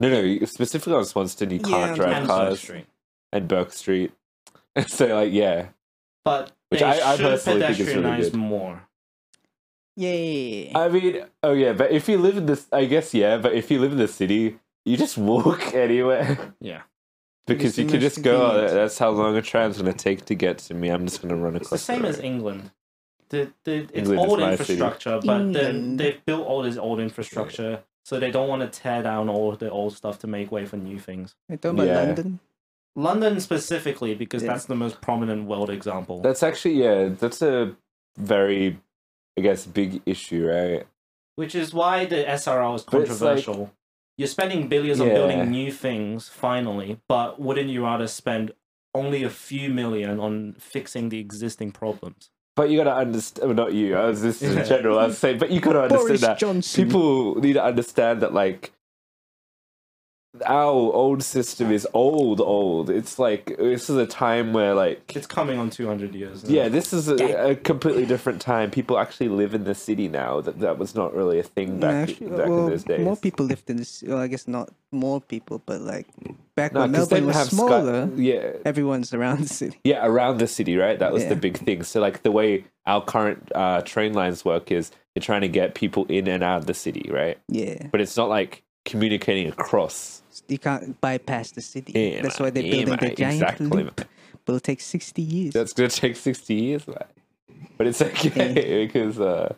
S1: no, no, specifically on Swanston, you
S2: Yeah,
S1: can't
S2: on
S1: drive
S2: Swanston
S3: And
S1: cars.
S3: Street.
S1: and Burke Street. so like yeah,
S3: But
S1: Which
S3: they
S1: I- I
S3: should
S1: personally think is really
S3: pedestrianize
S1: good.
S3: more.
S2: Yay!
S1: I mean oh yeah, but if you live in this, I guess yeah, but if you live in the city, you just walk anywhere
S3: Yeah,
S1: because
S2: It's the
S1: you can
S2: most
S1: just go. Oh,
S2: convenient.
S1: that's how long a tram's gonna take to get to me. I'm just gonna run
S3: it's the
S1: across.
S3: same as
S1: road."
S3: England. The, the, it's
S1: England is
S3: old
S1: my
S3: infrastructure, but then
S2: England.
S3: they've built all this old infrastructure, so they don't want to tear down all the old stuff to make way for new things.
S2: I talking about
S1: Yeah.
S2: London.
S3: London specifically, because
S2: Yeah.
S3: that's the most prominent world example.
S1: that's actually yeah, that's a very I guess big issue, right?
S3: which is why the SRL is
S1: But it's like-
S3: controversial. You're spending billions on
S1: Yeah.
S3: building new things finally, but wouldn't you rather spend only a few million on fixing the existing problems?
S1: But you gotta understand. Well, not you. I was just in
S3: Yeah.
S1: general. I was saying, but you gotta understand
S2: Boris
S1: that
S2: Johnson.
S1: people need to understand that like our old system is old old it's like this is a time where like
S3: It's coming on 200 years.
S1: yeah this is a, a completely different time people actually live in the city now that that was not really a thing
S2: No,
S1: back,
S2: actually,
S1: back
S2: well,
S1: in those days
S2: More people lived in this. Well, I guess not more people, but like back
S1: no
S2: when
S1: because they didn't
S2: Melbourne was
S1: have sky-
S2: smaller,
S1: yeah
S2: everyone's around the city.
S1: Yeah, around the city, right? That was the
S2: Yeah.
S1: big thing. So, like, the way our current uh, train lines work is you're trying to get people in and out of the city, right?
S2: Yeah,
S1: But it's not like communicating across. Eh,
S2: you can't bypass the city.
S1: Yeah,
S2: That's
S1: mate.
S2: why they're
S1: Yeah,
S2: building the
S1: mate.
S2: giant
S1: Exactly,
S2: loop. But it'll take sixty years.
S1: That's going to take 60 years, right? but it's okay because uh,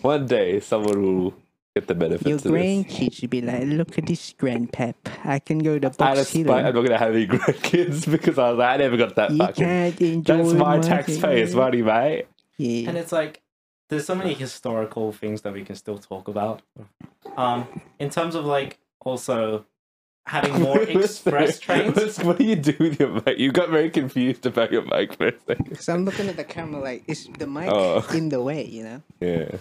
S1: one day someone will get the
S2: Your
S1: benefits of this.
S2: grandkids should be like, look at this grandpap. I can go to
S1: Out of
S2: Box
S1: spite, I'm
S2: Hill.
S1: not gonna have any grandkids because I was like, I never got that
S2: You
S1: fucking.
S2: can't enjoy
S1: That's my taxpayers'
S2: money.
S1: money, mate.
S2: Yeah.
S3: And it's like there's so many historical things that we can still talk about. Um, in terms of like also having more express trains.
S1: What do you do with your mic? You got very confused about your mic for a second.
S2: Because I'm looking at the camera like, is the mic
S1: Oh.
S2: in the way, you know?
S1: Yeah,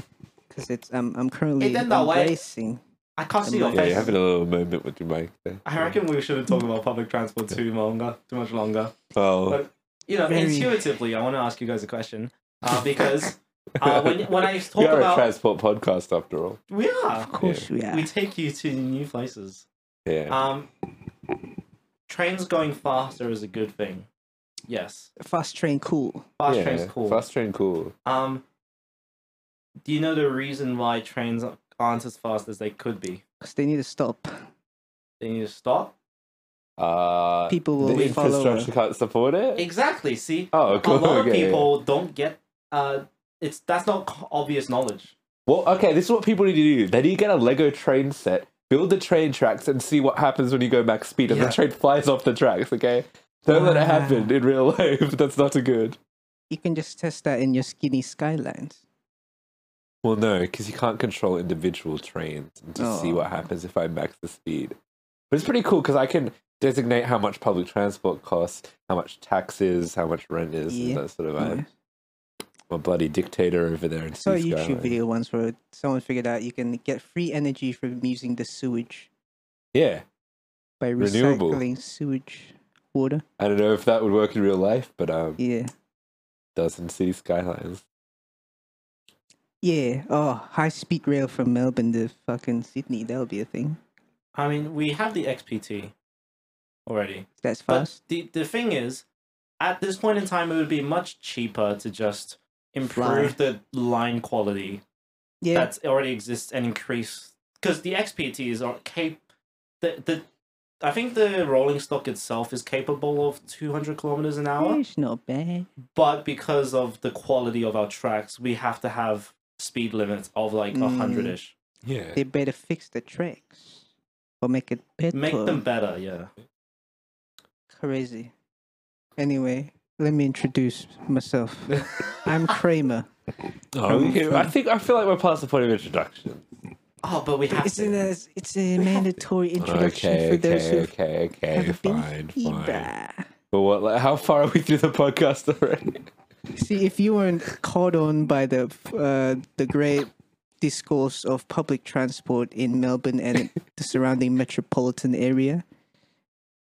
S2: Because it's I'm I'm currently
S3: It's in the way.
S2: embracing.
S3: I can't see your
S1: yeah,
S3: face.
S1: you're having a little moment with your mic there.
S3: I reckon we shouldn't talk about public transport too longer, too much longer.
S1: Well,
S3: But you know,
S2: Very-
S3: intuitively, I want to ask you guys a question uh, because uh, when when I talk
S1: we are
S3: about
S1: a transport podcast after all.
S3: we are
S2: Of course we are.
S3: we take you to new places.
S1: Yeah,
S3: Um, trains going faster is a good thing. Yes,
S2: Fast train cool.
S3: Ah, fast
S1: yeah.
S3: trains cool.
S1: Fast train, cool.
S3: Um, do you know the reason why trains aren't as fast as they could be?
S2: Because they need to stop.
S3: They need to stop.
S1: Uh,
S2: People
S1: the
S2: will follow.
S1: infrastructure can't support it.
S3: Exactly. See,
S1: oh,
S3: a
S1: cool.
S3: lot of
S1: okay, yeah.
S3: people don't get. Uh, it's that's not c- obvious knowledge.
S1: Well, okay, this is what people need to do. They need to get a Lego train set, build the train tracks, and see what happens when you go max speed and
S3: Yeah.
S1: the train flies off the tracks, okay? Don't let it happen in real life. That's not a good.
S2: You can just test that in your skinny skylines.
S1: Well, no, because you can't control individual trains and to see
S2: Oh.
S1: what happens if I max the speed. But it's pretty cool because I can designate how much public transport costs, how much taxes, how much rent is,
S2: Yeah.
S1: and that sort of
S2: Yeah.
S1: vibe. I'm a bloody dictator over there in
S2: I saw a
S1: Sea
S2: YouTube
S1: Skyline.
S2: video once where someone figured out you can get free energy from using the sewage
S1: Yeah.
S2: by
S1: Renewable.
S2: recycling sewage water.
S1: I don't know if that would work in real life, but um, it
S2: Yeah.
S1: does in City Skylines.
S2: Yeah. Oh, high speed rail from Melbourne to fucking Sydney. That'll be a thing.
S3: I mean, we have the XPT already.
S2: That's
S3: But
S2: fast.
S3: the, the thing is, at this point in time, it would be much cheaper to just improve the line quality
S2: yeah.
S3: that already exists and increase because the XPTs are cap. The, the I think the rolling stock itself is capable of 200 kilometers an hour,
S2: Yeah, It's not bad.
S3: but because of the quality of our tracks, we have to have speed limits of like a
S2: Mm.
S3: 100 ish.
S1: Yeah.
S2: They better fix the tracks or make it better.
S3: Make them better, yeah.
S2: crazy. Anyway, let me introduce myself. I'm Kramer.
S1: Oh,
S2: Um,
S1: okay. I think I feel like we're past the point of introduction.
S3: Oh, but we have
S2: It's
S3: to.
S2: a it's a mandatory introduction
S1: Okay,
S2: for those
S1: okay,
S2: who
S1: okay, okay.
S2: haven't
S1: Fine,
S2: been
S1: fine.
S2: here.
S1: But what? Like, how far are we through the podcast already?
S2: See, if you weren't caught on by the uh, the great discourse of public transport in Melbourne and the surrounding metropolitan area,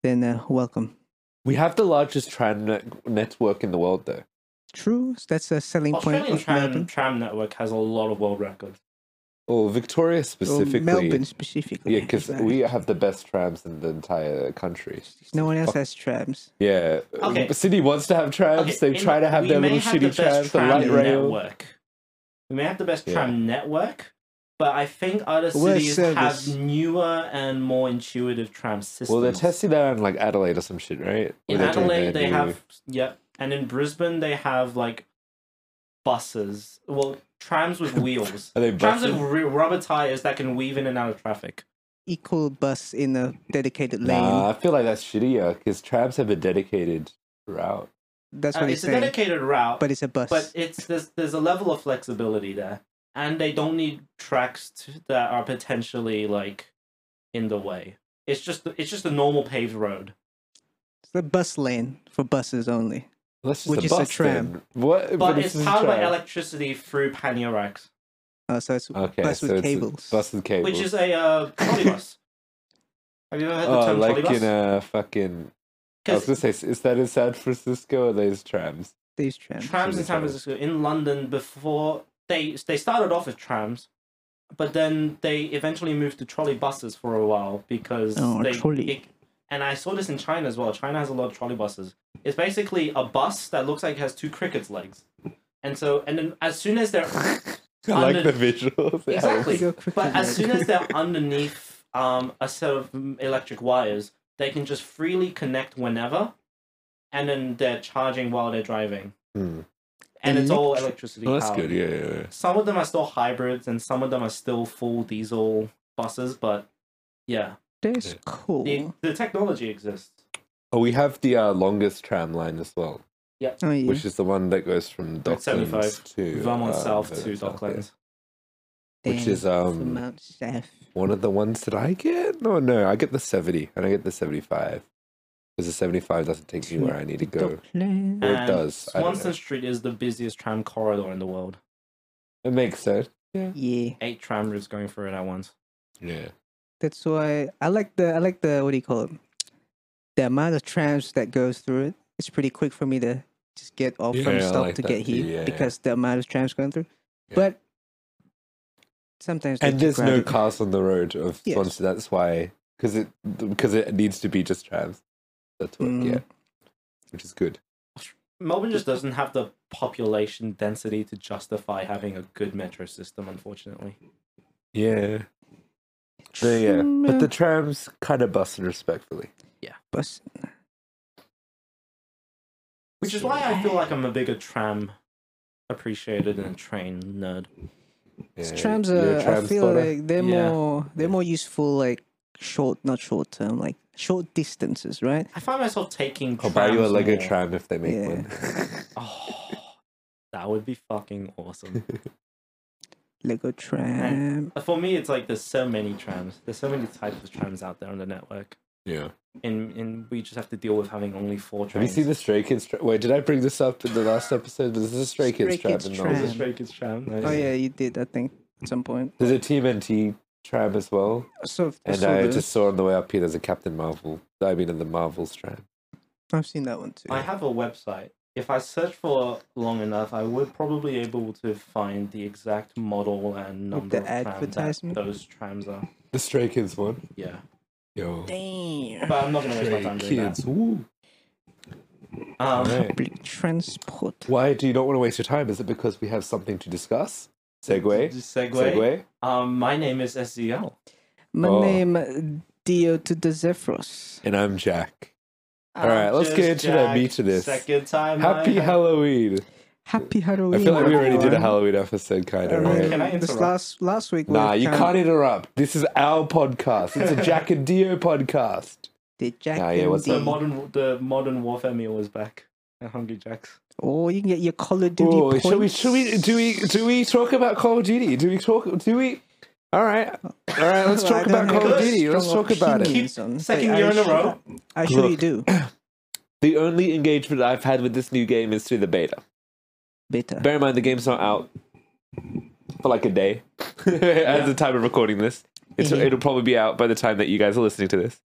S2: then uh, welcome.
S1: We have the largest tram net- network in the world, though.
S2: True, that's a selling point
S3: Australian
S2: of Melbourne.
S3: tram, tram network has a lot of world records.
S1: Or Victoria
S2: Or
S1: specifically.
S2: Oh, Melbourne specifically.
S1: Yeah, because
S2: exactly.
S1: we have the best trams in the entire country.
S2: no one else has trams.
S1: Yeah.
S3: Okay.
S1: City wants to have trams.
S3: Okay,
S1: They
S3: in-
S1: try to have
S3: we
S1: their
S3: may
S1: little
S3: have
S1: shitty
S3: the
S1: trams,
S3: best
S1: the light rail.
S3: Network. We may have the best
S1: Yeah.
S3: tram network, but I think other
S2: Worst
S3: cities
S2: service.
S3: have newer and more intuitive tram systems.
S1: Well, they're testing that in like Adelaide or some shit, right?
S3: In
S1: Where they're doing
S3: Adelaide,
S1: their
S3: they
S1: new-
S3: have yep, and in Brisbane they have like buses. Well, trams with wheels.
S1: Are they
S3: Trams
S1: buses?
S3: with re- rubber tires that can weave in and out of traffic.
S2: Equal bus in a dedicated lane.
S1: Nah, I feel like that's shittier because trams have a dedicated route.
S2: That's
S3: Uh,
S2: what he's
S3: it's a
S2: saying.
S3: dedicated route,
S2: but it's a bus.
S3: but it's there's there's a level of flexibility there, and they don't need tracks to, that are potentially like in the way. It's just it's just a normal paved road.
S2: it's a bus lane for buses only.
S1: That's just
S2: Which
S1: a
S2: is a
S1: bus
S2: tram.
S1: then. What?
S3: But
S1: this
S3: it's
S1: is a
S3: powered by
S1: tram.
S3: electricity through pannier racks,
S2: Oh, so it's
S1: Okay,
S2: bus
S1: so
S2: with
S1: it's a
S2: cables.
S1: Bus with cables.
S3: which is a uh, trolley bus. Have you ever heard the
S1: oh,
S3: term
S1: like
S3: trolley
S1: in
S3: bus?
S1: a fucking. I was
S3: 'Cause
S1: gonna say, is that in San Francisco or those trams?
S2: These trams.
S3: trams in San Francisco, in London, before they they started off as trams, but then they eventually moved to trolley buses for a while because
S2: Oh,
S3: they
S2: trolley.
S3: it- and I saw this in China as well. China has a lot of trolley buses. It's basically a bus that looks like it has two cricket's legs, and so and then as soon as they're
S1: I like
S3: Under-
S1: the visuals. it
S3: exactly,
S1: helps.
S2: Go quickly,
S3: but
S2: Mark.
S3: as soon as they're underneath um, a set of mm, electric wires, they can just freely connect whenever, and then they're charging while they're driving
S1: Hmm.
S3: and it's all electricity
S1: Oh, that's
S3: powered.
S1: good. Yeah, yeah, yeah.
S3: Some of them are still hybrids, and some of them are still full diesel buses. But yeah,
S2: That's cool.
S3: the, the technology exists.
S1: Oh, we have the uh, longest tram line as well,
S2: oh, yeah.
S1: which is the one that goes from Docklands
S3: 75,
S1: to uh,
S3: Vermont South to
S1: Vermont South, yeah.
S3: Docklands.
S1: which is,
S2: Damn,
S1: um,
S2: from Mount Seth.
S1: One of the ones that I get? No, no, I get the seventy, and I get the seventy-five because the seventy-five doesn't take me where I need to go.
S2: Docklands.
S1: Or it
S3: And
S1: does, I don't know.
S3: Swanston Street is the busiest tram corridor in the world.
S1: It makes sense. Yeah,
S2: Yeah,
S3: Eight tram routes going through it at once.
S1: yeah.
S2: that's why I like the I like the what do you call it? The amount of trams that goes through it. It's pretty quick for me to just get off
S1: Yeah, I
S2: from stop
S1: like
S2: to
S1: that
S2: get
S1: too,
S2: here
S1: yeah, yeah.
S2: because the amount of trams going through.
S1: Yeah.
S2: But sometimes they're
S1: and
S2: too
S1: there's no
S2: crowded.
S1: cars on the road of
S2: Yes.
S1: Swansea. That's why, because it because it needs to be just trams. That's what,
S2: Mm.
S1: yeah, which is good.
S3: Melbourne just doesn't have the population density to justify having a good metro system, unfortunately.
S1: Yeah, the, yeah. But the
S2: Tram-
S1: trams kind of busted respectfully.
S2: bus.
S3: Which is why I feel like I'm a bigger tram appreciated than a train nerd.
S1: Yeah.
S2: trams
S1: You're a
S2: are.
S1: tram
S2: I feel
S1: spotter?
S2: like they're
S3: Yeah.
S2: more they're more useful like short not short term like short distances right
S3: I find myself taking.
S1: I'll buy Oh, you a
S3: trams
S1: Lego
S3: more.
S1: tram if they make
S2: Yeah.
S1: one.
S3: Oh, that would be fucking awesome.
S2: Lego tram.
S3: For me, it's like there's so many trams. There's so many types of trams out there on the network,
S1: yeah.
S3: and and we just have to deal with having only four
S1: Have you
S3: trains.
S1: seen the Stray Kids? Tra- Wait, did I bring this up in the last episode? This is a Stray Kids
S2: Stray
S1: trap
S2: Kids
S1: in
S2: tram.
S1: Melbourne.
S3: It's a straight kids tram. Nice.
S2: Oh yeah, you did. I think at some point.
S1: There's a Team NT tram as well,
S2: So I
S1: and
S2: saw
S1: I
S2: those.
S1: just saw on the way up here. There's a Captain Marvel. I mean, in the Marvels tram.
S2: I've seen that one too.
S3: I have a website. If I search for long enough, I would probably able to find the exact model and
S2: With
S3: number
S2: the
S3: of
S2: advertisement?
S3: Tram that those trams are.
S1: The Stray Kids one.
S3: Yeah,
S1: Yo.
S2: Damn.
S3: but I'm not gonna waste my time doing
S1: Kids. Ooh.
S3: that. Um,
S1: Alright.
S2: Public transport.
S1: Why do you not want to waste your time? Is it because we have something to discuss? Segway.
S3: just segue.
S1: Segway.
S3: Um, my name is SEL.
S2: My
S1: Oh.
S2: name uh, Dio to the Zephyros.
S1: And I'm Jack. All right, let's get into the meat of this.
S3: Second time.
S1: Happy
S3: I-
S1: Halloween.
S2: Happy Halloween.
S1: I feel like we already did a
S2: everyone.
S1: Halloween episode, kind of, right?
S3: Can I
S2: Um, This
S3: interrupt?
S2: last last week. we
S1: Nah, you
S2: kinda
S1: can't interrupt. This is our podcast. It's a Jack and Dio podcast.
S2: did Jack
S1: Nah, yeah,
S2: and
S1: what's
S2: Dee.
S3: the modern the modern warfare meal is back. At Hungry Jacks.
S2: Oh, you can get your Call of Duty
S1: Oh,
S2: points.
S1: should we? Should we? Do we? Do we talk about Call of Duty? Do we talk? Do we? All right, all right. Let's
S2: Well, I
S1: talk
S2: don't
S1: about Call
S2: have
S1: of Duty.
S2: strong
S1: Let's talk about it.
S2: opinions on-
S3: Second
S2: but I
S3: year in a
S2: should-
S3: row.
S2: I sure you
S1: Look.
S2: do.
S1: The only engagement I've had with this new game is through the beta.
S2: Better.
S1: Bear in mind, the game's not out for like a day at the time of recording this. It's,
S3: Mm-hmm.
S2: Mhm.
S1: It'll probably be out by the time that you guys are listening to this.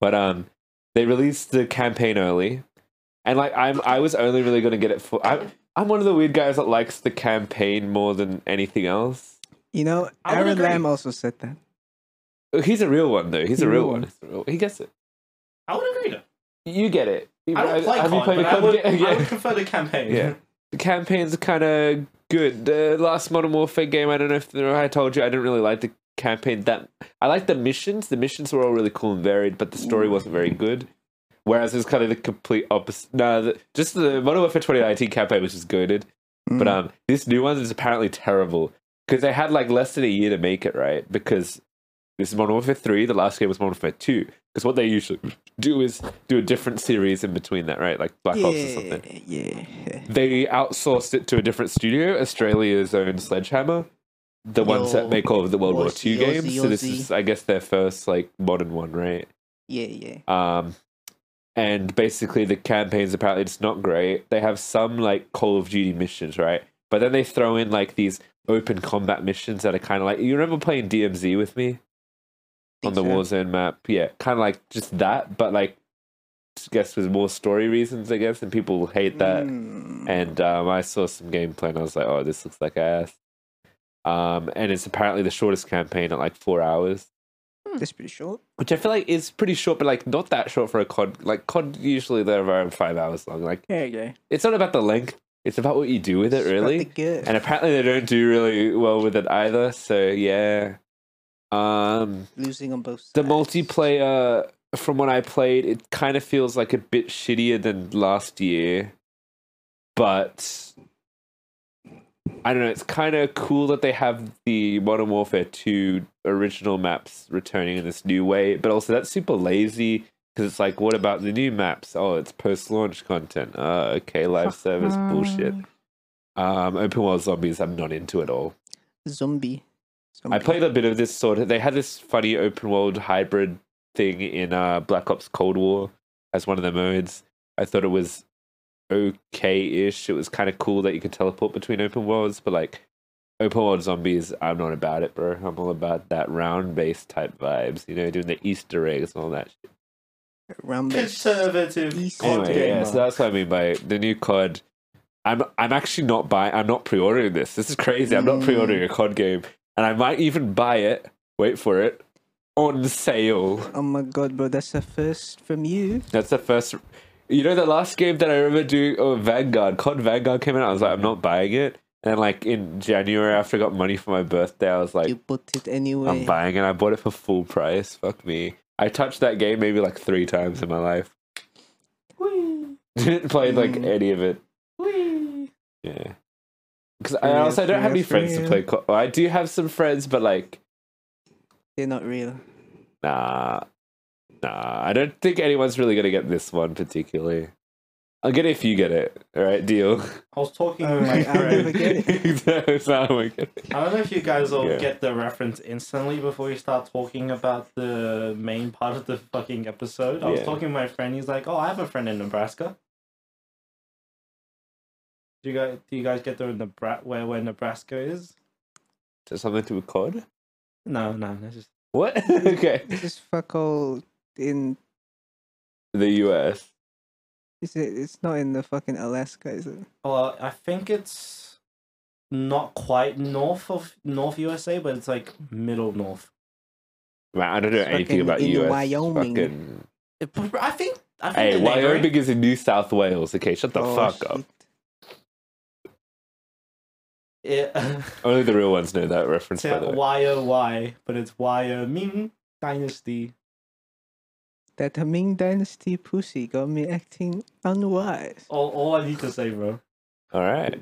S1: But um, they released the campaign early, and like I'm, I was only really going to get it for. I'm, I'm one of the weird guys that likes the campaign more than anything else.
S2: You know,
S3: I would
S2: Aaron
S3: agree.
S2: Lamb also said that.
S1: Oh, He's a real one though. He's a
S2: He's a
S1: real
S3: Mm.
S2: real
S1: one. He's a real- He gets it.
S3: I would agree. Though.
S1: You get it.
S3: I don't play
S1: Have you
S3: COD,
S1: played
S3: but
S1: the
S3: I
S1: COD
S3: would,
S1: yet?
S3: I would
S1: Yeah.
S3: prefer the campaign.
S1: Yeah. the campaign's kind of good. The last Modern Warfare game, I don't know if I told you, I didn't really like the campaign that. I liked the missions. The missions were all really cool and varied, but the story wasn't very good. Whereas it's kind of the complete opposite. No, the, just the Modern Warfare 2019 campaign was just goaded. But um, this new one is apparently terrible because they had like less than a year to make it, right? Because this is Modern Warfare 3, the last game was Modern Warfare 2. Because what they usually do is do a different series in between that, right? Like Black
S2: yeah,
S1: Ops or something
S2: yeah.
S1: they outsourced it to a different studio, Australia's own Sledgehammer, the ones that
S2: Yo,
S1: make all of the World War
S2: Aussie,
S1: II games.
S2: Aussie,
S1: so this
S2: Aussie.
S1: is, I guess, their first like modern one, right?
S2: Yeah, yeah.
S1: Um, and basically, the campaign's apparently just not great. They have some like Call of Duty missions, right? But then they throw in like these open combat missions that are kind of like you remember playing DMZ with me on
S2: Think
S1: the
S2: so.
S1: Warzone map, yeah, kind of like just that, but like I guess with more story reasons, I guess, and people hate that.
S2: Mm.
S1: And um, I saw some gameplay and I was like, oh, this looks like ass. Um, and it's apparently the shortest campaign at like four hours,
S2: That's pretty short.
S1: which I feel like is pretty short, but like not that short for a COD. Like COD usually they're around five hours long. Like
S2: There you go.
S1: it's not about the length; it's about what you do with it, really.
S2: Good.
S1: And apparently they don't do really well with it either. So yeah, um,
S2: Losing on both sides.
S1: the multiplayer, from what I played, it kind of feels like a bit shittier than last year, but I don't know. It's kind of cool that they have the Modern Warfare 2 original maps returning in this new way, but also that's super lazy because it's like, what about the new maps? Oh, it's post launch content. Uh, okay, live service bullshit. Um, open world zombies, I'm not into at all.
S2: Zombie.
S1: I played a bit of this sort of. They had this funny open world hybrid thing in uh, Black Ops Cold War as one of the modes. I thought it was okay ish. It was kind of cool that you could teleport between open worlds, but like open world zombies, I'm not about it, bro. I'm all about that round based type vibes, you know, doing the Easter eggs and all that shit.
S2: Rambo.
S3: Conservative.
S2: Easy.
S3: COD
S1: Anyway,
S3: gamer.
S1: yeah, so that's what I mean by the new COD. I'm I'm actually not buying. I'm not pre-ordering this. This is crazy. I'm not
S2: Mm.
S1: pre-ordering a COD game, and I might even buy it. Wait for it on sale.
S2: Oh my god, bro, that's a first from you.
S1: That's the first. You know, the last game that I remember doing, oh, Vanguard, COD Vanguard came out. I was like, I'm not buying it. And like in January, after I got money for my birthday, I was
S2: You
S1: like,
S2: bought it anyway.
S1: I'm buying it. I bought it for full price. Fuck me. I touched that game maybe like three times in my life.
S3: Wee,
S1: Didn't play like
S2: Mm.
S1: any of it.
S3: wee.
S1: Yeah. Because I
S2: Fair,
S1: also I don't have
S2: fair,
S1: any friends to
S2: fair.
S1: play. COD. Well, I do have some friends, but like,
S2: They're not real.
S1: nah, nah. I don't think anyone's really gonna get this one particularly. I'll get it if you get it. All right, deal.
S3: I was talking
S2: Oh,
S3: with my
S2: right, I never
S3: friend.
S2: get
S1: That's how we get it.
S3: I don't know if you guys will
S1: Yeah.
S3: get the reference instantly before you start talking about the main part of the fucking episode. I was
S1: Yeah.
S3: talking to my friend. He's like, "Oh, I have a friend in Nebraska." Do you guys do you guys get the Nebra- where where Nebraska is?
S1: Does something to record?
S3: No, no, that's just
S1: What? okay.
S2: This fuck all in.
S1: The US.
S2: Is it? It's not in the fucking Alaska, is it?
S3: Well, I think it's not quite north of North USA, but it's like middle north.
S1: Man, I don't know
S2: It's
S1: anything
S2: fucking
S1: about
S2: in
S1: US.
S2: Wyoming.
S1: Fucking...
S3: It- I think. I think
S1: Hey,
S3: the neighboring-
S1: Wyoming is in New South Wales. Okay, shut the
S2: Oh,
S1: fuck up.
S2: shit.
S3: Yeah.
S1: Only the real ones know that reference,
S3: It's
S1: by the way.
S3: Y O Y, but it's Wyoming Dynasty.
S2: That Ming Dynasty pussy got me acting unwise.
S3: All, all I need to say, bro.
S1: All right.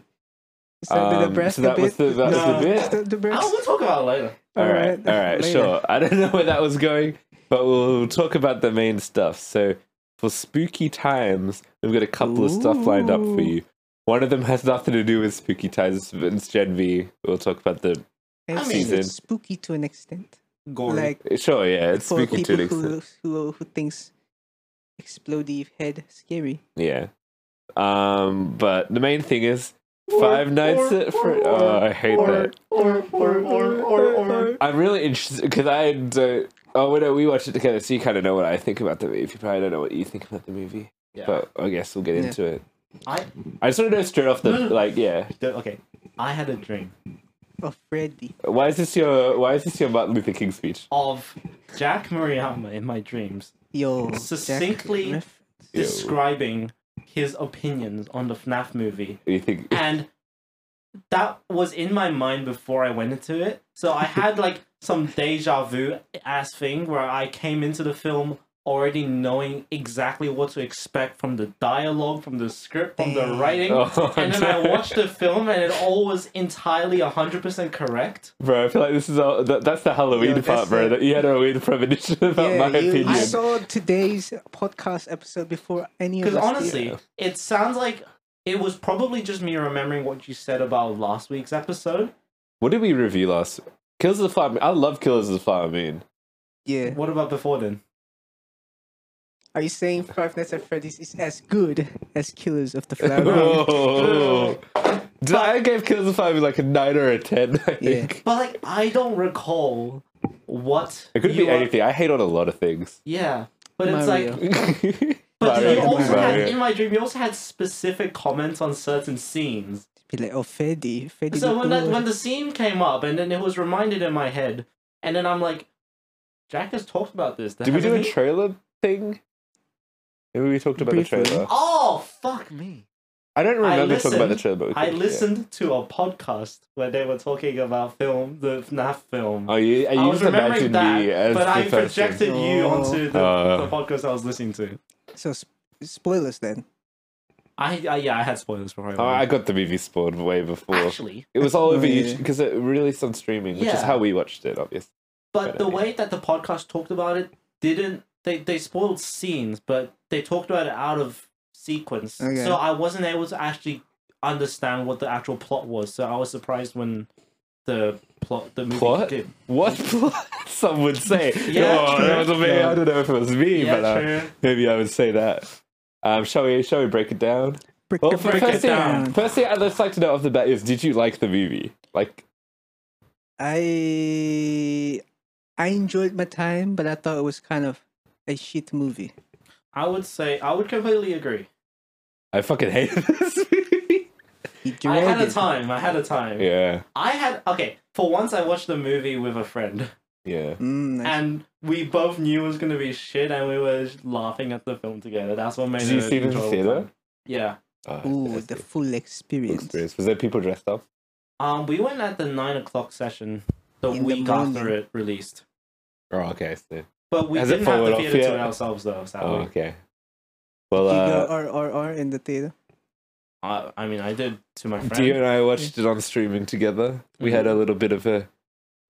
S2: Is that the
S1: Um, so
S2: Nebraska
S1: that
S2: bit?
S1: was the, that was
S3: No.
S1: the bit.
S2: Is that the
S3: I
S2: Nebraska?
S3: will talk about it later.
S1: All right, all right,
S2: later.
S1: sure. I don't know where that was going, but we'll talk about the main stuff. So, for spooky times, we've got a couple of stuff lined up for
S2: Ooh.
S1: you. One of them has nothing to do with spooky times, but it's Gen V. We'll talk about the.
S2: I
S3: I
S2: mean,
S1: mean-
S2: it's spooky to an extent.
S3: Gory.
S2: Like
S1: Sure, yeah, it's
S2: for
S1: spooky to
S2: people
S1: an extent.
S2: who, who who thinks explodey head scary.
S1: Yeah. Um, but the main thing is Five Nights at Fre- Oh, I hate that.
S3: Or, or, or, or, or.
S1: I'm really interested because I don't. Oh, we, know, we watched it together, so you kind of know what I think about the movie. You probably don't know what you think about the movie,
S3: Yeah.
S1: but I guess we'll get
S2: Yeah.
S1: into it.
S3: I,
S1: I just want to know straight off the
S3: No, no.
S1: like, yeah.
S3: okay, I had a dream
S2: Of Freddy.
S1: Why is this your Why is this your Martin Luther King speech?
S3: of Jack Murayama in my dreams
S2: Yo. Jack
S3: Succinctly-
S2: Ref-
S1: Ew.
S3: describing his opinions on the FNAF movie.
S1: You think?
S3: and that was in my mind before I went into it. So I had like some deja vu ass thing where I came into the film already knowing exactly what to expect from the dialogue, from the script, from the
S2: Damn.
S3: writing.
S1: Oh,
S3: And then I
S1: no.
S3: watched the film and it all was entirely 100% correct.
S1: bro. I feel like this is all, that, that's the Halloween
S2: Yeah,
S1: part,
S2: that's
S1: bro.
S2: it.
S1: That you had a weird premonition about my
S2: you,
S1: opinion.
S2: I saw today's podcast episode before any of
S3: Because
S2: us did.
S3: honestly, it sounds like it was probably just me remembering what you said about last week's episode.
S1: What did we review last? Killers of the Flower Moon. I love Killers of the Flower Moon.
S2: yeah.
S3: What about before then?
S2: Are you saying Five Nights at Freddy's is as good as Killers of the Flower Moon?
S1: Whoa. Did I I gave Killers of the Flower Moon like a nine or a ten. I
S2: Yeah.
S1: think
S3: But like, I don't recall what
S1: it could
S3: you
S1: be
S3: are-
S1: anything. I hate on a lot of things.
S3: Yeah, but it's
S2: Mario.
S3: like, but
S1: but
S3: you
S2: Mario,
S3: also had
S2: Mario.
S3: in my dream. You also had specific comments on certain scenes.
S2: Be like, oh, Freddy. Freddy.
S3: So
S2: look
S3: when that
S2: good.
S3: when the scene came up, and then it was reminded in my head, and then I'm like, Jack has talked about this.
S1: Did we do a
S3: hasn't he?
S1: trailer thing? Maybe we talked about
S2: Briefly.
S1: the trailer.
S3: Oh fuck me!
S1: I don't remember talking about the
S3: listened-
S1: trailer, but we
S3: I
S1: could, yeah.
S3: listened to a podcast where they were talking about film, the FNAF film.
S1: Oh, you, you
S3: I was
S1: just
S3: remembering
S1: imagined
S3: that,
S1: me as
S3: but
S1: the
S3: I
S1: person.
S3: projected you
S2: Oh.
S3: onto the,
S1: Uh.
S3: the podcast I was listening to.
S2: So, sp- spoilers then.
S3: I, I yeah, I had spoilers before.
S1: Oh, I
S3: went.
S1: got the movie spoiled way before.
S3: Actually,
S1: it was all over
S2: Yeah.
S1: YouTube because it released on streaming, which is
S3: Yeah.
S1: how we watched it, obviously.
S3: but the
S1: Better.
S3: way that the podcast talked about it didn't they they spoiled scenes, but they talked about it out of sequence.
S2: Okay.
S3: So I wasn't able to actually understand what the actual plot was. So I was surprised when the plot the movie
S1: Plot?
S3: did.
S1: What some would say?
S3: Yeah,
S1: oh,
S3: true.
S1: that was amazing.
S3: Yeah.
S1: I don't know if it was me,
S3: Yeah,
S1: but uh,
S3: true.
S1: maybe I would say that. Um, shall we? Shall we break it down?
S2: Break,
S1: Well,
S2: the-
S1: for-
S3: break
S1: first,
S3: it
S1: thing,
S3: down.
S1: first thing I'd just like to know off the bat is, did you like the movie? Like,
S2: I I enjoyed my time, but I thought it was kind of a shit movie.
S3: I would say I would completely agree.
S1: I fucking hate this movie.
S2: He
S3: I had a
S2: dreaded-
S3: time. I had a time.
S1: Yeah,
S3: I had okay. For once, I watched a movie with a friend,
S1: yeah.
S2: Mm, I-
S3: and we both knew it was gonna be shit, and we were just laughing at the film together. That's what made
S1: Did
S3: it.
S1: you see it in the
S3: enjoyable
S1: theater?
S3: time. Yeah.
S1: Oh,
S2: Ooh,
S1: that's
S2: the
S1: the
S2: full experience.
S1: experience. Was there people dressed up?
S3: Um, we went at the nine o'clock session the
S2: In the
S3: week
S2: morning.
S3: after it released,
S1: Oh, okay. I see.
S3: but we
S1: Has it
S3: didn't have
S1: followed
S3: the
S1: up
S3: theater
S1: yet?
S3: to ourselves though.
S1: Oh,
S3: Sadly,
S1: okay. Well,
S2: Did you
S1: uh,
S2: go R R R in the theater?
S3: I, I mean, I did to my friend. Mm-hmm.
S1: Dio and I watched it on streaming together. We had a little bit of a.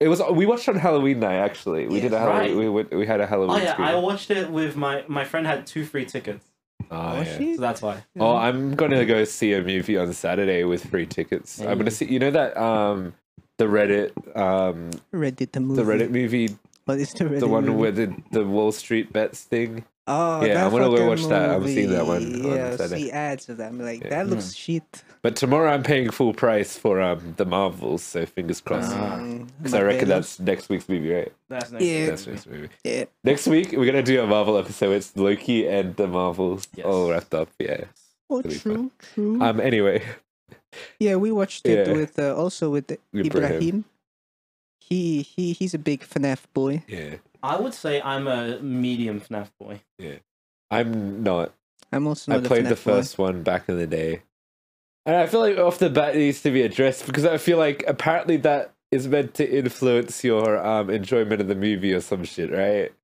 S1: It was we watched on Halloween night actually. We did a
S2: Yes.
S1: Halloween.
S3: Right.
S1: We, went, we had a Halloween.
S3: Oh yeah, I
S1: screening.
S3: watched it with my my friend had two free tickets,
S1: Oh, yeah.
S2: shit.
S3: so that's why.
S1: Oh, I'm gonna go see a movie on Saturday with free tickets. I'm gonna see. You know that um, the Reddit um,
S2: Reddit the movie.
S1: the Reddit movie,
S2: What is the Reddit?
S1: the one
S2: movie?
S1: where the the Wall Street bets thing.
S2: Oh,
S1: Yeah,
S2: that
S1: I'm gonna go
S2: fucking
S1: watch that. I haven't seen that one
S2: movie.
S1: on
S2: Yeah,
S1: Saturday.
S2: see ads of them. Like
S1: Yeah.
S2: that looks
S3: Hmm.
S2: shit.
S1: But tomorrow I'm paying full price for um, the Marvels, so fingers crossed.
S3: Ah.
S2: Mm,
S1: Because I reckon that's next week's movie, right?
S3: That's nice.
S2: Yeah.
S1: That's next movie.
S2: yeah.
S1: Next week we're gonna do a Marvel episode. It's Loki and the Marvels
S3: Yes.
S1: all wrapped up. Yeah.
S2: Oh,
S1: Really
S2: true, true.
S1: Um. Anyway,
S2: yeah, we watched it
S1: yeah.
S2: with uh, also with
S1: Ibrahim.
S2: Ibrahim. He he he's a big FNAF boy.
S1: yeah,
S3: I would say I'm a medium FNAF boy.
S1: I'm not.
S2: I'm also
S1: I
S2: not a
S1: played
S2: FNAF
S1: the first one back in the day, and I feel like off the bat it needs to be addressed because I feel like apparently that is meant to influence your um enjoyment of the movie or some shit, right?
S2: Boy.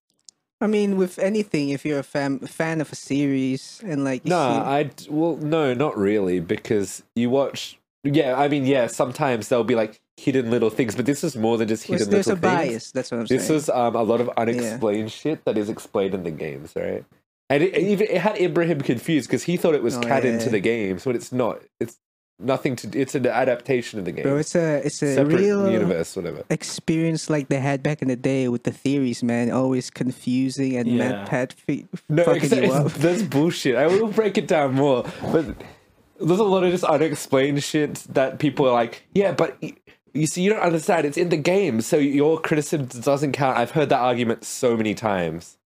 S2: I mean, with anything, if you're a fan fan of a series and like you
S1: No,
S2: see-
S1: I d- well, no, not really, because you watch. Yeah, I mean, yeah, sometimes there'll be like hidden little things, but this is more than just
S2: Well,
S1: hidden
S2: there's
S1: little
S2: a
S1: things.
S2: bias. That's what I'm
S1: This
S2: saying.
S1: was um, a lot of unexplained shit that is explained in the games, right? And it, it even it had Ibrahim confused because he thought it was
S2: Oh,
S1: canon
S2: yeah.
S1: to the games, but it's not. It's nothing to. It's an adaptation of the game.
S2: Bro, it's a it's a
S1: separate
S2: real
S1: universe, whatever.
S2: experience like they had back in the day with the theories, man. Always confusing and
S3: Yeah.
S2: Matt Pat fe-
S1: No,
S2: fucking
S1: except
S2: you
S1: it's,
S2: up.
S1: that's bullshit. I will break it down more, but there's a lot of just unexplained shit that people are like, yeah, but y- you see, you don't understand. It's in the game, so your criticism doesn't count. I've heard that argument so many times.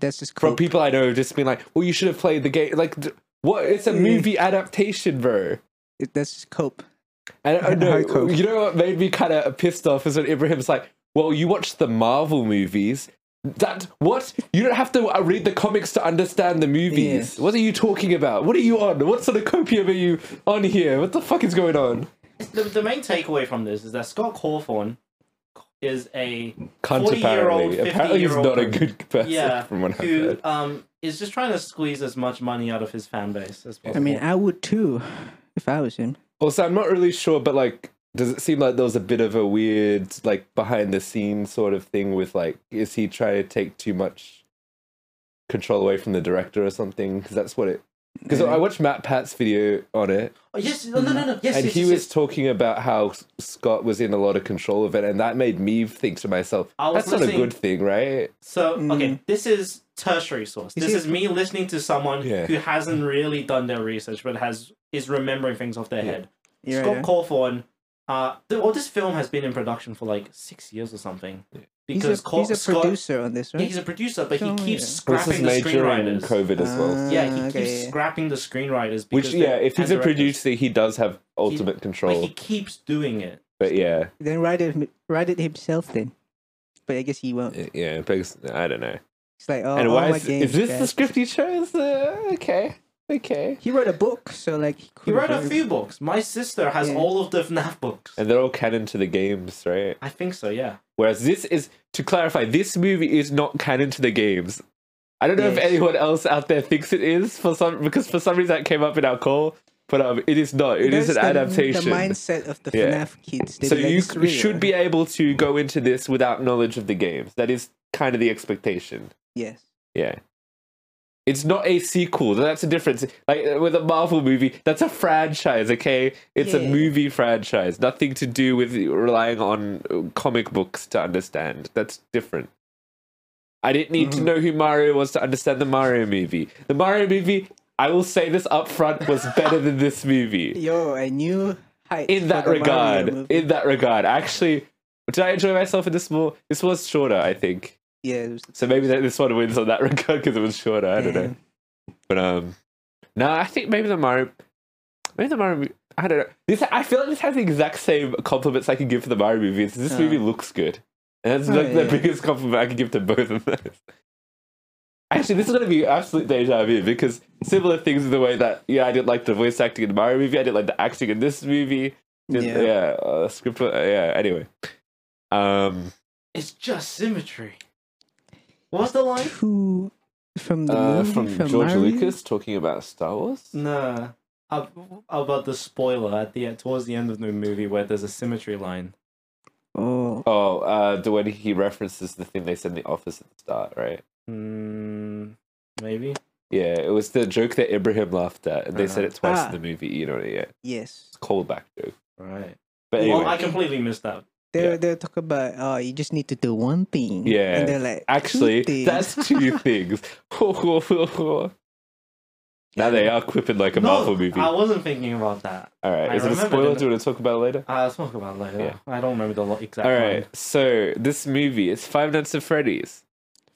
S2: That's just
S1: from
S2: cool.
S1: people I know who've just been like, "Well, you should have played the game." Like, d- what? It's a movie adaptation, bro.
S2: It- That's just cope.
S1: And I know,
S2: How cool.
S1: you know what made me kind of pissed off is when Ibrahim's like, "Well, you watched the Marvel movies." That what? You don't have to uh, read the comics to understand the movies.
S2: Yeah.
S1: What are you talking about? What are you on? What sort of copium are you on here? What the fuck is going on?
S3: The, the main takeaway from this is that Scott Cawthorn is a
S1: Cunt
S3: 40 year old,
S1: apparently.
S3: 50
S1: Apparently he's
S3: year old
S1: not a good person
S3: yeah
S1: from what I've
S3: who
S1: heard.
S3: um is just trying to squeeze as much money out of his fan base as
S2: I
S3: possible.
S2: mean, I would too if I was him.
S1: Also, I'm not really sure, but like, does it seem like there was a bit of a weird, like, behind the scenes sort of thing with like, is he trying to take too much control away from the director or something? Because that's what it. Because I watched Matt Pat's video on it,
S3: oh, yes, no, no, no, no. yes,
S1: and
S3: yes,
S1: he
S3: yes,
S1: was
S3: yes.
S1: talking about how S- Scott was in a lot of control of it, and that made me think to myself,
S3: I was
S1: that's not a
S3: listening-
S1: good thing, right?
S3: So
S2: Mm.
S3: okay, this is tertiary source.
S2: You
S3: This
S2: see-
S3: is me listening to someone
S1: Yeah.
S3: who hasn't really done their research but has is remembering things off their head.
S2: You're
S3: Scott
S2: right,
S3: Cawthorn, uh, th- well, this film has been in production for like six years or something.
S2: He's
S3: Because
S2: a,
S3: Caw-
S2: he's a
S3: Scott,
S2: producer on this,
S3: yeah,
S2: right?
S3: he's a producer, but
S2: Oh,
S3: he keeps
S2: yeah.
S1: This is
S3: scrapping the
S1: made during
S3: screenwriters.
S1: COVID as well.
S2: Ah,
S3: Yeah, he
S2: okay.
S3: keeps scrapping the screenwriters.
S1: Which,
S3: because
S1: yeah,
S3: they-
S1: if he's
S3: and
S1: a
S3: directors.
S1: producer, he does have ultimate
S3: but
S1: control.
S3: he keeps doing it.
S1: but yeah.
S2: Then write it, write it himself then. But I guess he won't.
S1: Y- Yeah, because I don't know.
S2: It's like, oh,
S1: and
S2: all
S1: why
S2: my
S1: is,
S2: games
S1: is this
S2: bad.
S1: the script he chose? Uh, okay, okay.
S2: He wrote a book, so like he,
S3: He
S2: could
S3: wrote a
S2: have-
S3: few books. My sister has
S2: Yeah.
S3: all of the FNAF books.
S1: And they're all canon to the games, right?
S3: I think so, yeah.
S1: Whereas this is to clarify, this movie is not canon to the games. I don't know if
S3: Yes.
S1: anyone else out there thinks it is for some because for some reason that came up in our call, but um, it is not. it is an
S2: That's the-
S1: adaptation.
S2: The mindset of the
S1: Yeah.
S2: FNAF kids. They
S1: so
S2: be like,
S1: you
S2: "It's
S1: c-
S2: real."
S1: should be able to go into this without knowledge of the games. That is kind of the expectation.
S2: Yes.
S1: Yeah. It's not a sequel. That's the difference. Like uh, with a Marvel movie, that's a franchise, okay? It's a
S2: Yeah.
S1: movie franchise. Nothing to do with relying on uh, comic books to understand. That's different. I didn't need
S2: Mm-hmm.
S1: to know who Mario was to understand the Mario movie. The Mario movie, I will say this up front, was better than this movie.
S2: Yo, I knew height
S1: In that
S2: for the Mario
S1: regard.
S2: movie.
S1: In that regard. Actually, did I enjoy myself in this more? This was shorter, I think.
S2: yeah, it was the
S1: So maybe that this one wins on that regard because it was shorter. I don't know.
S2: Damn.
S1: But um, no, I think maybe the Mario, maybe the Mario. mo- I don't know. This I feel like this has the exact same compliments I can give for the Mario movies. This
S2: Uh.
S1: movie looks good, and that's
S2: Oh,
S1: like the
S2: yeah.
S1: biggest compliment I can give to both of those. Actually, this is going to be absolute deja vu because similar things in the way that yeah, I didn't like the voice acting in the Mario movie. I didn't like the acting in this movie. Didn't-
S2: Yeah.
S1: yeah, uh, script. Uh, yeah. Anyway, um,
S3: It's just symmetry. What's the line?
S2: Who from the
S1: uh,
S2: movie
S1: from George
S2: Mario?
S1: Lucas talking about Star Wars.
S3: Nah. How how about the spoiler at the towards the end of the movie where there's a symmetry line?
S2: Oh,
S1: Oh, uh, the when he references the thing they said in the office at the start, right?
S3: Hmm. Maybe.
S1: Yeah, it was the joke that Ibrahim laughed at, and they
S3: Uh-huh.
S1: said it twice
S2: Ah.
S1: in the movie. You know, yeah,
S2: yes.
S1: callback joke.
S3: Right.
S1: But anyway,
S3: Well, I completely missed that.
S2: They're
S1: Yeah.
S2: they're talking about oh, you just need to do one thing.
S1: Yeah.
S2: and they're like,
S1: actually,
S2: two
S1: that's
S2: things.
S1: two things. now they are quipping like a Marvel movie.
S3: I wasn't thinking about that.
S1: All right,
S3: I
S1: is it a
S3: remember
S1: spoiler?
S3: the-
S1: Do you want to talk about it later?
S3: I'll talk about it later.
S1: Yeah.
S3: I don't remember the lo- exact
S1: All
S3: line.
S1: right, so this movie is Five Nights at Freddy's.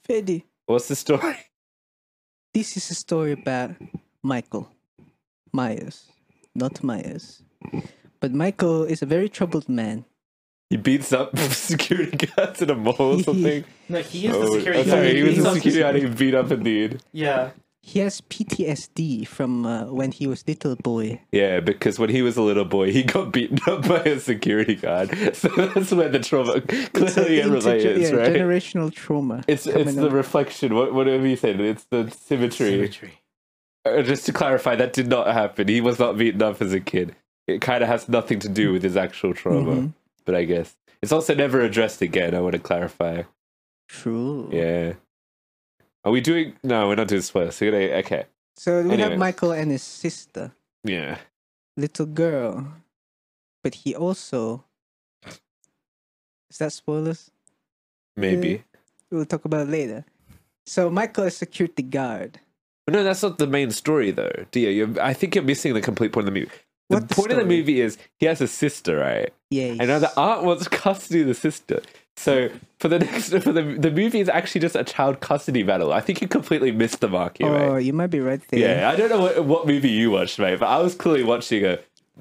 S2: Freddy,
S1: What's the story?
S2: this is a story about Michael Myers, not Myers, but Michael is a very troubled man.
S1: He beats up security guards in a mall or something.
S3: No, he is the
S1: oh, oh,
S3: security
S1: sorry,
S3: guard.
S1: he was
S3: He's
S1: a
S3: up-
S1: security guard. He beat up a dude.
S3: Yeah.
S2: He has PTSD from uh, when he was little boy.
S1: Yeah, because when he was a little boy, he got beaten up by a security guard. So that's where the trauma
S2: It's an
S1: clearly it relates,
S2: interge- yeah,
S1: right?
S2: Generational trauma.
S1: It's it's
S2: coming
S1: the
S2: up.
S1: reflection. What whatever you said, it's the symmetry.
S3: Symmetry.
S1: Uh, Just to clarify, that did not happen. He was not beaten up as a kid. It kind of has nothing to do with his actual trauma.
S2: Mhm.
S1: But I guess it's also never addressed again. I want to clarify.
S2: True.
S1: Yeah. Are we doing? No, we're not doing spoilers. So we're gonna- okay.
S2: So we
S1: Anyway.
S2: have Michael and his sister,
S1: Yeah.
S2: little girl, but he also. Is that spoilers?
S1: Maybe.
S2: We'll talk about it later. So Michael is security guard.
S1: But No, that's not the main story, though, Dia. You're, I think you're missing the complete point of the movie. The
S2: What the
S1: point of the
S2: story?
S1: movie is he has a sister, right?
S2: Yes.
S1: And now the aunt wants custody of the sister. So for the next, for the the movie is actually just a child custody battle. I think you completely missed the mark here,
S2: Oh,
S1: mate.
S2: you might be right there.
S1: Yeah, I don't know what, what movie you watched, mate, but I was clearly watching a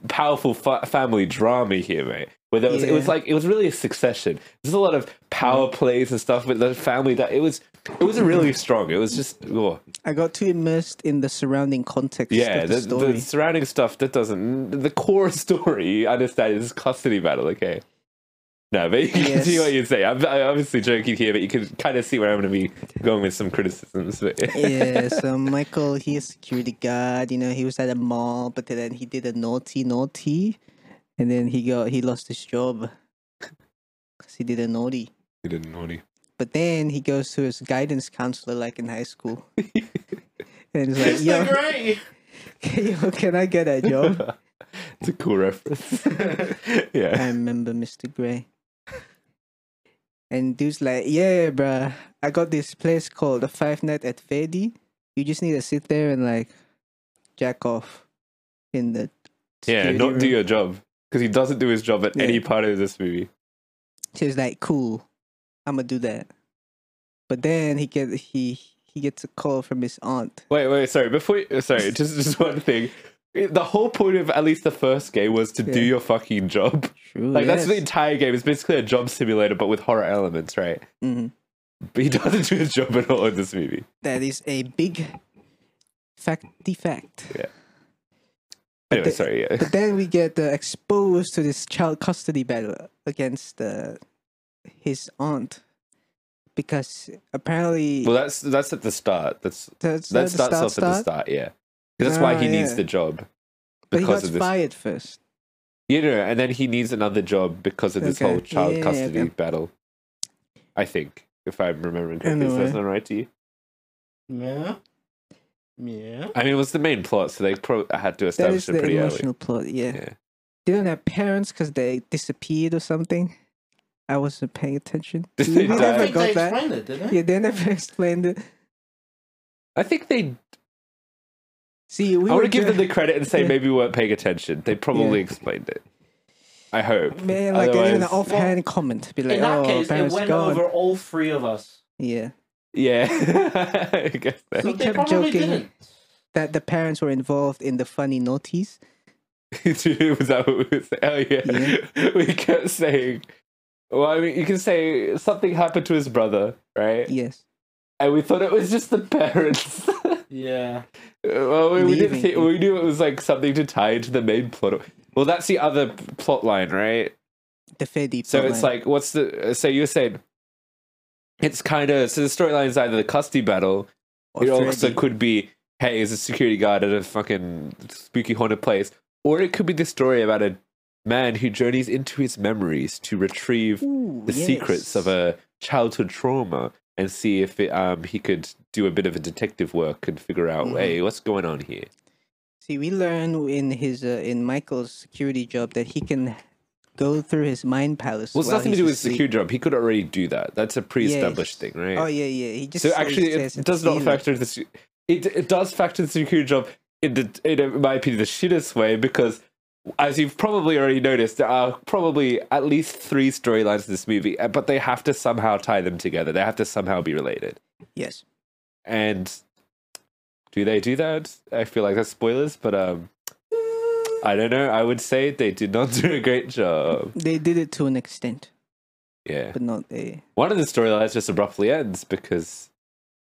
S1: powerful fa- family drama here, mate. Where there was, it was
S2: Yeah. Mm.
S1: like it was really a succession. There's a lot of power plays and stuff with the family. That it was, it was really strong. It was just. Oh.
S2: I got too immersed in the surrounding context
S1: Yeah,
S2: of the,
S1: the,
S2: story.
S1: the surrounding stuff that doesn't. The core story, you understand, is custody battle. Okay. No, but you can
S2: Yes.
S1: see what you say. I'm, I'm obviously joking here, but you can kind of see where I'm going to be going with some criticisms. But
S2: yeah, so Michael, he is security guard. You know, he was at a mall, but then he did a naughty, naughty, and then he got he lost his job because he did a naughty.
S1: you didn't naughty.
S2: But then he goes to his guidance counselor, like in high school, and he's like,
S3: It's
S2: "Yo,
S3: the gray.
S2: yo, can I get a job?"
S1: It's a cool reference.
S2: I
S1: yeah.
S2: remember Mr. Gray. And dude's like, yeah, bruh, I got this place called the Five Night at Freddy. You just need to sit there and like jack off in the
S1: Yeah,
S2: security
S1: not do
S2: room."
S1: your job. Because he doesn't do his job at
S2: Yeah.
S1: any part of this movie.
S2: So he's like, cool, I'm gonna do that. But then he get he he gets a call from his aunt.
S1: Wait, wait, sorry. Before, you, sorry, just just one thing. The whole point of at least the first game was to do
S2: Yeah.
S1: your fucking job.
S2: True.
S1: Like that's the entire game. It's basically a job simulator, but with horror elements, right?
S2: Mhm.
S1: But he doesn't do his job at all in this movie.
S2: That is a big fact defect.
S1: Anyway,
S2: the-
S1: sorry. Yeah.
S2: but then we get uh, exposed to this child custody battle against uh, his aunt because apparently
S1: Well, that's that's at the start. That's
S2: that's
S1: that
S2: not
S1: starts
S2: the
S1: off at the start. Yeah, 'Cause that's why
S2: Ah,
S1: he needs
S2: yeah.
S1: the job
S2: But he
S1: because
S2: got
S1: of this.
S2: fired first.
S1: You know, and then he needs another job because of this
S2: Okay.
S1: whole child
S2: Yeah, yeah,
S1: custody
S2: okay.
S1: battle. I think, if I'm remembering correctly, so that's
S2: Anyway.
S1: not right to you.
S3: Yeah. Yeah.
S1: I mean, it was the main plot, so they pro- had to
S2: That
S1: establish
S2: is
S1: it
S2: the
S1: pretty early.
S2: emotional plot. Yeah.
S1: Yeah.
S2: they don't have parents because they disappeared or something. I wasn't paying attention.
S1: Did they
S2: Maybe
S1: die?
S2: they
S3: I
S2: never
S3: think they
S2: got that.
S3: explained it, didn't they?
S2: Yeah, they never explained it.
S1: I think they.
S2: See, we
S1: I want
S2: were
S1: to give
S2: ju-
S1: them the credit and say
S2: Yeah.
S1: maybe we weren't paying attention. They probably
S2: Yeah.
S1: explained it. I hope.
S2: man like they an
S1: Otherwise-
S2: offhand comment, be like,
S3: In that
S2: "Oh,
S3: case, it
S2: parents
S3: went
S2: gone."
S3: over all three of us.
S2: Yeah,
S1: Yeah. I guess that.
S3: So
S2: We
S3: they
S2: kept
S3: probably
S2: joking.
S3: didn't.
S2: that the parents were involved in the funny naughties.
S1: Dude, was that what we were saying? Oh yeah. we kept saying. Well, I mean, you can say something happened to his brother, right?
S2: Yes,
S1: And we thought it was just the parents.
S3: Yeah.
S1: well, we, we didn't.
S2: Leaving.
S1: Think, we knew it was like something to tie into the main plot. Well, that's the other p- plot line, right?
S2: the fair deep.
S1: So it's like, what's the? So you're saying it's kind of so the storyline is either the custody battle. it also could be, hey, is a security guard at a fucking spooky haunted place, or it could be the story about a man who journeys into his memories to retrieve the secrets of a childhood trauma and see if it, um, he could do a bit of a detective work and figure out,
S2: Mhm.
S1: hey, what's going on here?
S2: See, we learn in his uh, in Michael's security job that he can go through his mind palace.
S1: Well, it's
S2: while
S1: nothing to
S2: he's
S1: do with
S2: asleep.
S1: secure job. He could already do that. That's a pre-established
S2: Yes.
S1: thing, right?
S2: Oh yeah, yeah. He just
S1: so
S2: says-
S1: actually,
S2: says
S1: it
S2: it's
S1: does not
S2: feeling.
S1: factor the. se- It it does factor the secure job in the in my opinion the shittest way because. As you've probably already noticed, there are probably at least three storylines in this movie, uh, but they have to somehow tie them together. They have to somehow be related.
S2: Yes.
S1: And do they do that? I feel like that's spoilers, but um, I don't know. I would say they did not do a great job.
S2: They did it to an extent,
S1: Yeah.
S2: but not a.
S1: One of the storylines just abruptly ends because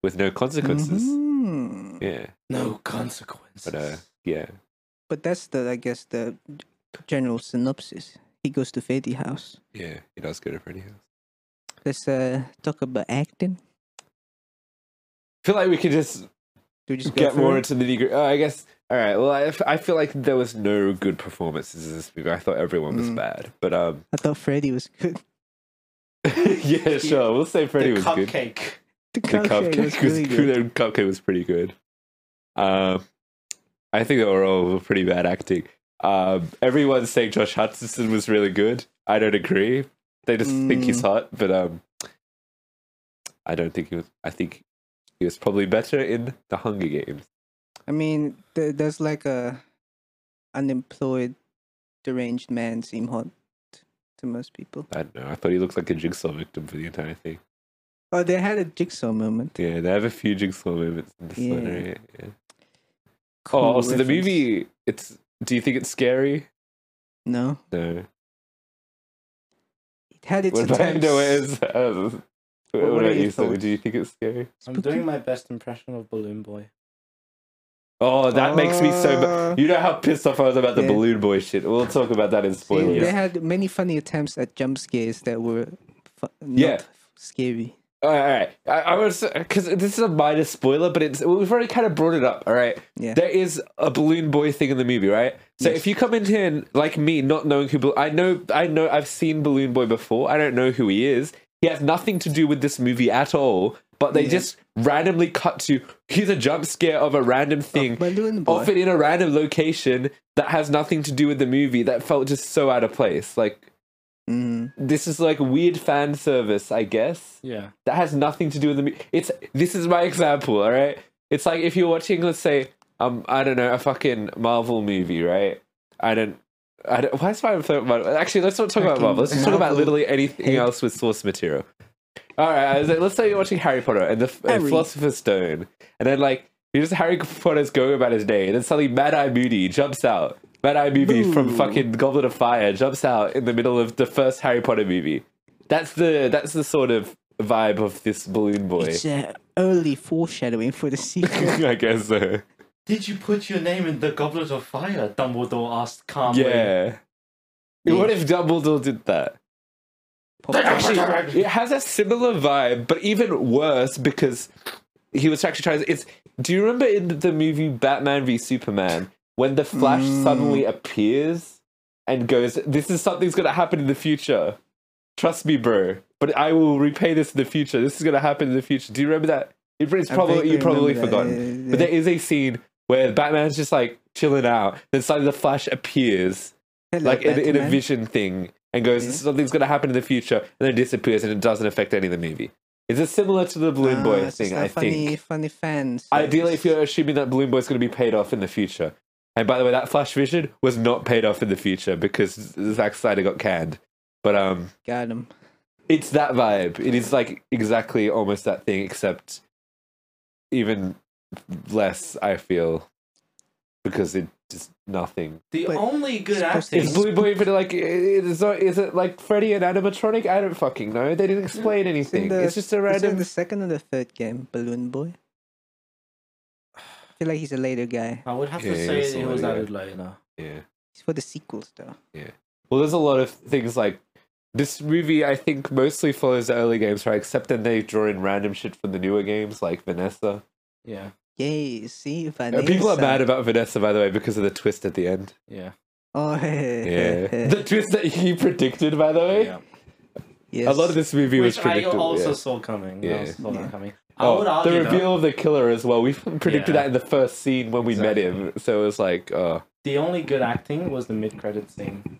S1: with no consequences.
S2: Mhm.
S1: Yeah.
S3: No consequences.
S1: But uh, yeah.
S2: But that's the, I guess, the general synopsis. He goes to Fetty House.
S1: Yeah, it does go to Freddy House.
S2: Let's uh, talk about acting.
S1: I feel like we could just
S2: Do we just go
S1: get
S2: through
S1: more
S2: it?
S1: into the nitty Oh, I guess. All right. Well, I, f- I feel like there was no good performances in this movie. I thought everyone was
S2: Mm.
S1: bad, but um,
S2: I thought Freddy was good.
S1: yeah, sure. We'll say Freddy
S3: the
S1: was good.
S3: cupcake.
S2: The
S1: The
S2: cupcake,
S1: cupcake was
S2: really good.
S1: good. The cupcake was pretty good. Um, I think overall were pretty bad acting. Um, everyone's saying Josh Hutcherson was really good. I don't agree. They just think he's
S2: Mm.
S1: hot, but um, I don't think he was. I think he was probably better in the Hunger Games.
S2: I mean, th- there's like a unemployed, deranged man seem hot to most people.
S1: I don't know. I thought he looked like a jigsaw victim for the entire thing.
S2: Oh, they had a jigsaw moment.
S1: Yeah, they have a few jigsaw moments in this one.
S2: Yeah.
S1: Right? Yeah.
S2: Cool
S1: Oh, so the
S2: reference.
S1: movie. It's. Do you think it's scary?
S2: No,
S1: No.
S2: it had its
S1: What about,
S2: attempts.
S1: no, it is. um, what,
S2: what are
S1: about
S2: your
S1: you, Simon?
S2: thoughts?
S1: Do you think it's scary?
S3: I'm doing my best impression of Balloon Boy.
S1: Oh, that makes me so. bu-
S2: Uh,
S1: You know how pissed off I was about the
S2: Yeah.
S1: balloon boy shit. We'll talk about that in
S2: See,
S1: spoilers.
S2: They had many funny attempts at jump scares that were fu- not
S1: Yeah.
S2: scary.
S1: All right, all right. I, I was because this is a minor spoiler, but it's we've already kind of brought it up. All right,
S2: Yeah.
S1: there is a balloon boy thing in the movie, right? So if you come in here and, like me, not knowing who Bal- I know, I know, I've seen Balloon Boy before. I don't know who he is. He has nothing to do with this movie at all. But they
S2: Yeah.
S1: just randomly cut to here's a jump scare of a random thing,
S2: Balloon boy.
S1: often in a random location that has nothing to do with the movie. That felt just so out of place. Like
S2: Mm.
S1: this is like weird fan service, I guess
S3: Yeah.
S1: that has nothing to do with the mu- it's this is my example all right it's like if you're watching let's say um i don't know a fucking marvel movie right i don't I don't, why is my thought about actually let's not talk about
S2: Fucking
S1: Marvel. Let's just talk about
S2: Marvel
S1: literally anything
S2: hate.
S1: else with source material. All right, I was like, let's say you're watching Harry Potter and the f- and
S2: Harry.
S1: Philosopher's Stone, and then like you just Harry Potter's going about his day, and then suddenly Mad Eye Moody jumps out. Mad Eye Moody from
S2: Boo.
S1: fucking Goblet of Fire jumps out in the middle of the first Harry Potter movie. That's the that's the sort of vibe of this balloon boy.
S2: It's uh, early foreshadowing for the sequel.
S1: I guess uh, so.
S3: Did you put your name in the Goblet of Fire? Dumbledore asked calmly.
S1: Yeah. What if Dumbledore did that?
S2: Pop-
S1: actually, it has a similar vibe, but even worse because he was actually trying. To, it's. Do you remember in the movie Batman v Superman when the Flash
S2: Mm.
S1: suddenly appears and goes, "This is something's going to happen in the future. Trust me, bro. But I will repay this in the future. This is going to happen in the future." Do you remember that? It- It's
S2: I
S1: probably
S2: vaguely
S1: you probably
S2: remember that,
S1: forgotten.
S2: yeah, yeah,
S1: But there
S2: yeah.
S1: is a scene where Batman's just like chilling out, then suddenly the Flash appears
S2: Hello,
S1: like in, in a
S2: Batman.
S1: vision thing and goes,
S2: Yeah.
S1: something's going to happen in the future, and then it disappears and it doesn't affect any of the movie. Is it similar to the Balloon
S2: Ah,
S1: Boy
S2: it's just
S1: thing?
S2: like
S1: I
S2: funny,
S1: think.
S2: funny fans.
S1: Ideally, if you're assuming that Balloon Boy's going to be paid off in the future. And by the way, that Flash Vision was not paid off in the future because Zack Snyder got canned. But um,
S2: got him.
S1: it's that vibe. It is like exactly almost that thing, except even less. I feel because it just nothing.
S3: The
S2: But
S3: only good
S2: supposed to
S3: acting.
S1: Is Blue Boy even like? Is not? Is it like Freddy and animatronic? I don't fucking know. They didn't explain
S2: It's in
S1: anything.
S2: the-
S1: it's just a
S2: it's in
S1: random.
S2: the second or the third game, Balloon Boy. I feel like he's a later guy.
S3: I would have
S1: Yeah,
S3: to
S1: yeah,
S3: say
S1: it's
S3: it was
S1: already-
S3: added later.
S1: yeah.
S2: He's for the sequels though.
S1: Well, there's a lot of things like this movie. I think mostly follows the early games, right? Except then they draw in random shit from the newer games, like Vanessa.
S3: Yeah,
S2: Yay, see
S1: Uh,
S2: Vanessa.
S1: People are mad about Vanessa, by the way, because of the twist at the end.
S3: yeah,
S2: Oh,
S1: Yeah. the twist that he predicted, by the way.
S3: yeah.
S1: A lot of this movie
S3: Which
S1: was
S3: I
S1: predictable.
S3: also
S1: yeah.
S3: saw coming.
S1: Yeah.
S3: I saw
S2: Yeah.
S3: that coming. I would
S1: Oh,
S3: argue
S1: the
S3: though,
S1: reveal of the killer as well. We predicted
S3: Yeah.
S1: that in the first scene when we met him. So it was like, oh.
S3: the only good acting was the mid-credit scene.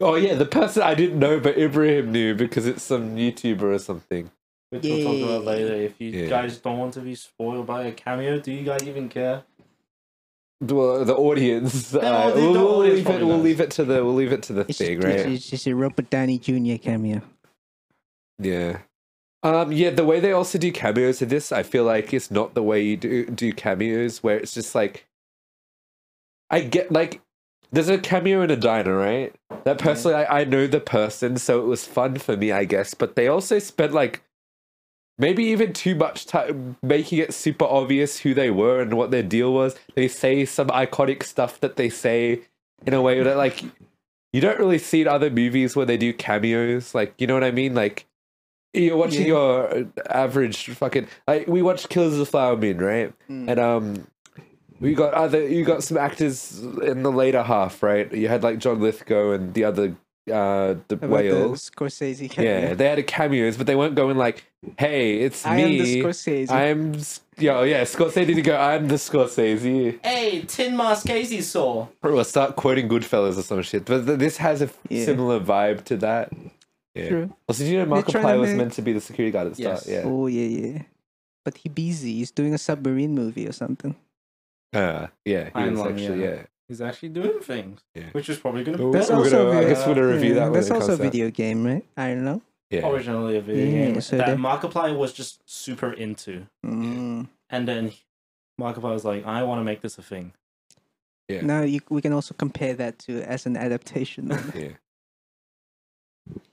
S1: oh yeah, the person I didn't know but Ibrahim knew because it's some YouTuber or something.
S3: Which we'll talk about
S2: Yay.
S3: later. If you
S1: Yeah.
S3: guys don't want to be spoiled by a cameo, do you guys even care?
S1: Well, the audience. uh,
S3: the- the
S1: we'll, we'll
S3: audience
S1: leave it.
S3: probably
S1: We'll
S3: knows.
S1: leave it to the. We'll leave it to the
S2: It's
S1: thing,
S2: just,
S1: right?
S2: it's, it's just a Robert Downey Jr. cameo.
S1: Yeah. Um, yeah, the way they also do cameos in this, I feel like it's not the way you do do cameos where it's just like I get like there's a cameo in a diner, right? That personally I, I know the person, so it was fun for me, I guess, but they also spent like maybe even too much time making it super obvious who they were and what their deal was. They say some iconic stuff that they say in a way that like you don't really see in other movies where they do cameos. Like, you know what I mean? Like, you're watching
S2: Yeah.
S1: your average fucking. Like, we watched Killers of the Flower Moon, right?
S2: Hmm.
S1: And um, we got other. You got some actors in the later half, right? You had like John Lithgow and the other uh the
S2: How about the
S1: whales.
S2: Scorsese cameo.
S1: Yeah, they had a cameos, but they weren't going like, "Hey, it's
S2: I am the
S1: me."
S2: Scorsese.
S1: I'm S- yo yeah. Scorsese didn't go. I'm the Scorsese.
S3: Hey, Tin Marskese saw.
S1: Or we'll start quoting Goodfellas or some shit. But th- this has a f-
S2: Yeah.
S1: similar vibe to that. Yeah.
S2: True.
S1: Also, did you know
S2: They're trying to
S1: Markiplier was
S2: make-
S1: meant to be the security guard at the
S3: Yes.
S1: start? Yeah.
S2: Oh yeah, yeah. But he busy. He's doing a submarine movie or something.
S1: Uh, yeah, he
S3: Iron
S1: was
S3: Lung,
S1: actually,
S3: yeah.
S1: yeah.
S3: He's actually doing things,
S1: Yeah.
S3: which is probably going to
S1: Ooh.
S3: be
S1: That's We're also gonna- I guess we're gonna review that when
S2: That's
S1: it comes
S2: also a
S1: out.
S2: video game, right? I don't know.
S1: Yeah.
S3: originally a video
S2: Yeah,
S3: game
S2: so
S3: that
S2: they-
S3: Markiplier was just super into,
S2: Mm.
S3: and then Markiplier was like, "I want to make this a thing."
S1: Yeah.
S2: Now you, we can also compare that to as an adaptation,
S1: yeah.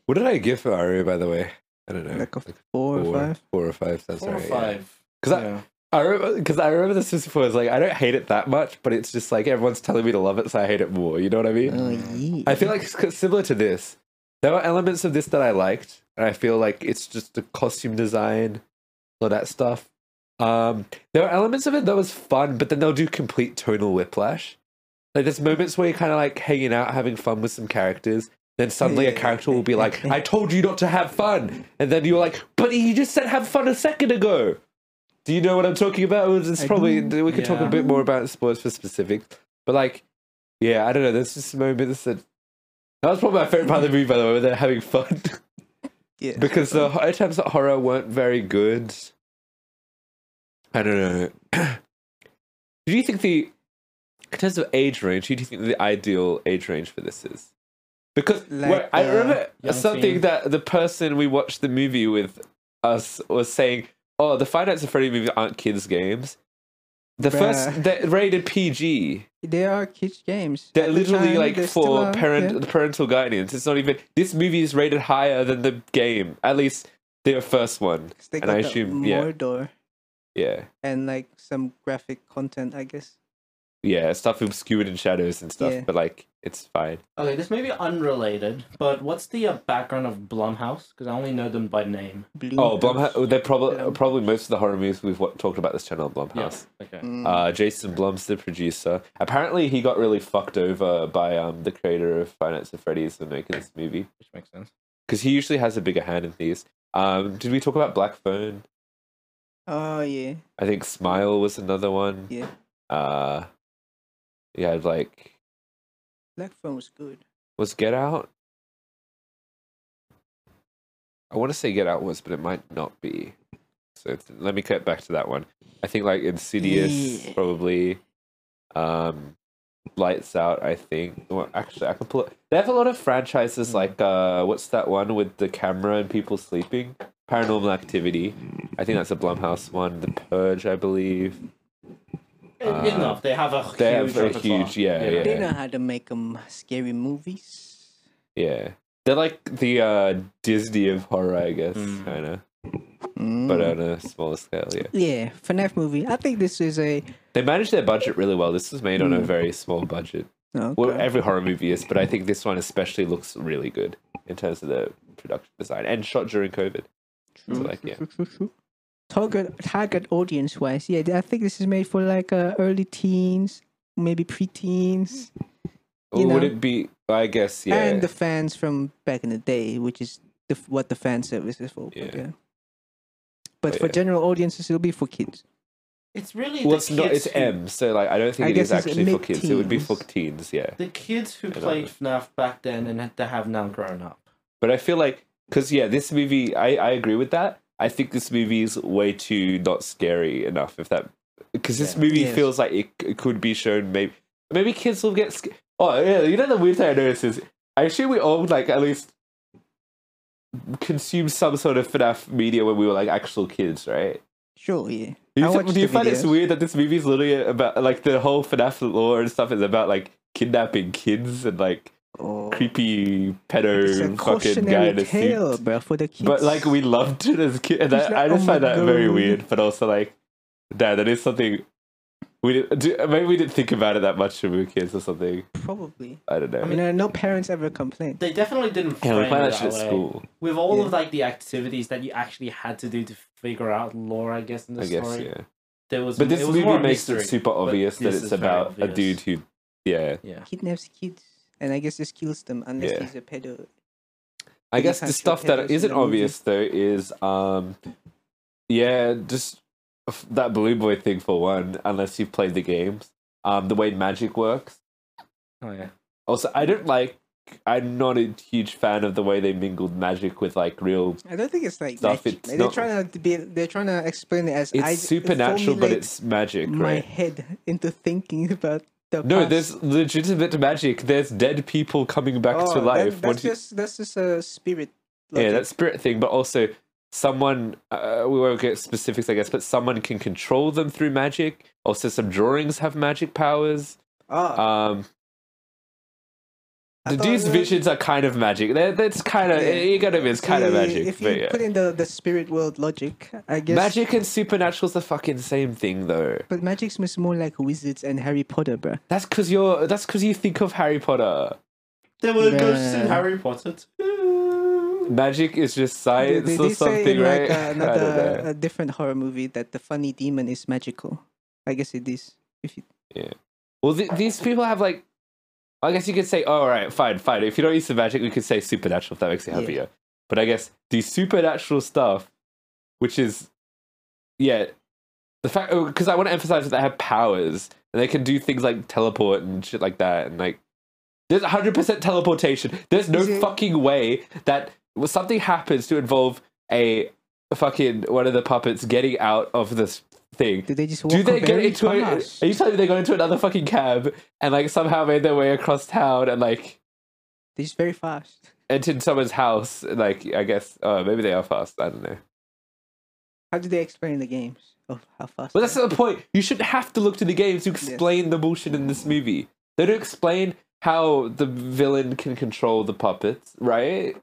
S1: What did I give for Aria, by the way? I don't know.
S2: like a four or five.
S1: Four or five. That's
S3: Four
S1: right.
S3: or
S1: yeah.
S3: five.
S1: 'Cause I- I remember because I remember this was before. It's like I don't hate it that much, but it's just like everyone's telling me to love it, so I hate it more. You know what I mean?
S2: Oh yeah.
S1: Mm. I feel like it's c- similar to this. There were elements of this that I liked, and I feel like it's just the costume design, all that stuff. Um, there were elements of it that was fun, but then they'll do complete tonal whiplash. Like there's moments where you're kind of like hanging out, having fun with some characters. Then suddenly a character will be like, "I told you not to have fun," and then you're like, "But you just said have fun a second ago." Do you know what I'm talking about? It's
S2: I
S1: probably
S2: do.
S1: we could talk a
S3: Yeah.
S1: bit more about sports for specific, but like, yeah, I don't know. There's just moments that that was probably my favorite part of the movie, by the way, when they're having fun
S2: yeah.
S1: because the ho- attempts at horror weren't very good. I don't know. do you think the in terms of age range? Who do you think the ideal age range for this is? Because
S2: Like,
S1: well, I
S2: uh,
S1: remember
S3: young
S1: something
S3: teen.
S1: that the person we watched the movie with us was saying. Oh, the Five Nights at Freddy movies aren't kids' games. The
S2: Bruh.
S1: first they're rated PG.
S2: they are kids games.
S1: They're
S2: At the
S1: literally
S2: time,
S1: like
S2: they still
S1: for
S2: are,
S1: parent
S2: yeah.
S1: parental guidance. It's not even this movie is rated higher than the game. At least the first one.
S2: 'Cause They
S1: and
S2: got
S1: I
S2: the
S1: assume- yeah.
S2: Mordor
S1: Yeah.
S2: and like some graphic content, I guess.
S1: Yeah. Stuff obscured in shadows and stuff.
S2: Yeah.
S1: But like It's fine.
S3: Okay, this may be unrelated, but what's the uh, background of Blumhouse? Because I only know them by name.
S2: Blue
S1: Oh,
S2: House.
S1: Blumhouse. They're probably
S2: Blum.
S1: probably most of the horror movies we've wa- talked about this channel. Blumhouse.
S3: Okay.
S2: Mm.
S1: Uh, Jason Blum's the producer. Apparently, he got really fucked over by um, the creator of Five Nights at Freddy's for making this movie
S3: Which makes sense.
S1: because he usually has a bigger hand in these. Um, did we talk about Black Phone?
S2: oh yeah,
S1: I think Smile was another one.
S2: yeah.
S1: Uh, yeah, like
S2: Black Phone was good.
S1: was Get Out. I want to say Get Out was, but it might not be. So it's- let me cut back to that one. I think like Insidious
S2: Yeah.
S1: probably. Um, Lights Out, I think. Well, actually, I can pull it. They have a lot of franchises like uh, what's that one with the camera and people sleeping? Paranormal Activity. I think that's a Blumhouse one. The Purge, I believe. Uh,
S3: Enough. They have a
S1: they have
S3: huge.
S1: a
S3: repertoire.
S1: huge- yeah, yeah.
S2: They know how to make 'em scary movies.
S1: Yeah, they're like the uh, Disney of horror, I guess,
S3: Mm.
S1: kind of,
S2: Mm.
S1: but on a smaller scale. Yeah.
S2: yeah, FNAF movie. I think this is a
S1: They managed their budget really well. This was made on
S2: Hmm.
S1: a very small budget.
S2: okay.
S1: Well, every horror movie is, but I think this one especially looks really good in terms of the production design and shot during COVID. So like, yeah.
S2: True, true, true. Mm-hmm. Target target audience wise, yeah, I think this is made for like uh, early teens, maybe pre-teens, You
S1: Or Would
S2: know.
S1: it be? I guess yeah.
S2: and the fans from back in the day, which is the, f- what the fan service is for.
S1: Yeah.
S2: But, but
S1: But
S2: for
S1: yeah.
S2: general audiences, it'll be for kids.
S3: It's really
S1: well,
S3: the
S1: it's not.
S3: kids
S1: It's
S3: who-
S1: M. So like, I don't think
S2: I
S1: it is
S2: guess it's
S1: actually for kids. It would be for
S2: mid-teens.
S1: teens. Yeah.
S3: The kids who
S1: don't
S3: played FNAF back then and that have now grown up.
S1: But I feel like, because yeah, this movie, I, I agree with that. I think this movie is way too not scary enough. If that, because this
S3: Yeah.
S1: movie
S2: Yes.
S1: feels like it, c- could be shown. Maybe maybe kids will get scared. Oh yeah, you know the weird thing I noticed is I assume we all like at least consumed some sort of FNAF media when we were like actual kids, right?
S2: Sure, yeah.
S1: Do
S2: I
S1: you,
S2: watched
S1: do you
S2: the
S1: find it's
S2: videos.
S1: weird that this movie is literally about like the whole FNAF lore and stuff is about like kidnapping kids and like
S2: Oh,
S1: creepy
S2: it's a
S1: pedo fucking guy in
S2: cautionary
S1: a suit?
S2: tale, bro, for the kids.
S1: But like we loved it as kids, and
S2: He's
S1: I,
S2: like,
S1: I just
S2: "Oh
S1: find
S2: my
S1: that very
S2: God."
S1: weird. But also like, nah, that is something we didn't, do, maybe we didn't think about it that much when we were kids or something.
S2: probably.
S1: I don't know.
S2: I mean, uh, no parents ever complained.
S3: They definitely didn't
S1: yeah,
S3: frame
S1: we find
S3: it
S1: that shit at
S3: way.
S1: school.
S3: With all
S2: Yeah.
S3: of like the activities that you actually had to do to figure out lore, I guess in the
S1: I guess
S3: story,
S1: yeah.
S3: there was.
S1: But this
S3: it was
S1: movie
S3: more a
S1: makes it
S3: mystery.
S1: super obvious that
S3: this
S1: it's
S3: is very
S1: about a
S3: obvious.
S1: dude who, yeah.
S3: Yeah.
S2: Kidnaps kids, and I guess this kills them unless
S1: Yeah.
S2: he's a pedo.
S1: I
S2: Pretty
S1: guess the
S2: factual
S1: stuff that
S2: pedos in
S1: isn't
S2: the movie.
S1: obvious though is um, yeah, just f- that blue boy thing for one. Unless you've played the games, um, the way magic works.
S3: Oh yeah.
S1: Also, I don't like. I'm not a huge fan of the way they mingled magic with like real.
S2: I don't think it's like
S1: Stuff,
S2: magic,
S1: it's
S2: man.
S1: not-
S2: They're trying to be. They're trying to explain it as
S1: It's
S2: I
S1: supernatural, but
S2: formulate
S1: it's magic,
S2: my
S1: right?
S2: head into thinking about the.
S1: No,
S2: past.
S1: there's legitimate magic. There's dead people coming back
S2: Oh,
S1: to
S2: that-
S1: life.
S2: that's
S1: Once you-
S2: just that's just a spirit.
S1: yeah,
S2: logic.
S1: that spirit thing, but also someone. Uh, we won't get specifics, I guess, but someone can control them through magic. Also, some drawings have magic powers.
S2: Ah,
S1: Um,
S2: I
S1: the
S2: thought
S1: dude's
S2: that-
S1: visions are kind of magic. They're, that's kind of
S2: Yeah.
S1: you gotta be. It's kind of
S2: See,
S1: magic.
S2: If you
S1: but yeah.
S2: put in the, the spirit world logic, I guess.
S1: Magic and supernatural's the fucking same thing, though.
S2: But magic's much more like wizards and Harry Potter, bro.
S1: That's because you're. That's because you think of Harry Potter.
S3: There were ghosts
S2: Yeah.
S3: in Harry Potter. too.
S1: Magic is just
S2: They,
S1: science
S2: they,
S1: or
S2: they say
S1: something,
S2: in
S1: right?
S2: like uh,
S1: I don't
S2: another
S1: know.
S2: a different horror movie that the funny demon is magical. I guess it is. If you
S1: Well, th- these people have like. I guess you could say, all right, fine, fine. If you don't use the magic, we could say supernatural if that makes you
S2: Yeah.
S1: happier. But I guess the supernatural stuff, which is, yeah, the fact because I want to emphasize that they have powers and they can do things like teleport and shit like that, and like there's 100 percent teleportation. There's no
S2: Is it-
S1: fucking way that well, something happens to involve a fucking one of the puppets getting out of this thing
S2: do they just walk
S1: do they
S2: away
S1: get into
S2: from
S1: it?
S2: us?
S1: Are you telling me they got into another fucking cab and like somehow made their way across town and like
S2: They're just very fast.
S1: entered someone's house? Like I guess uh, maybe they are fast. I don't know.
S2: How do they explain the games of how fast?
S1: But
S2: they
S1: that's not the point. You shouldn't have to look to the games to explain the bullshit in this movie. They don't explain how the villain can control the puppets, right?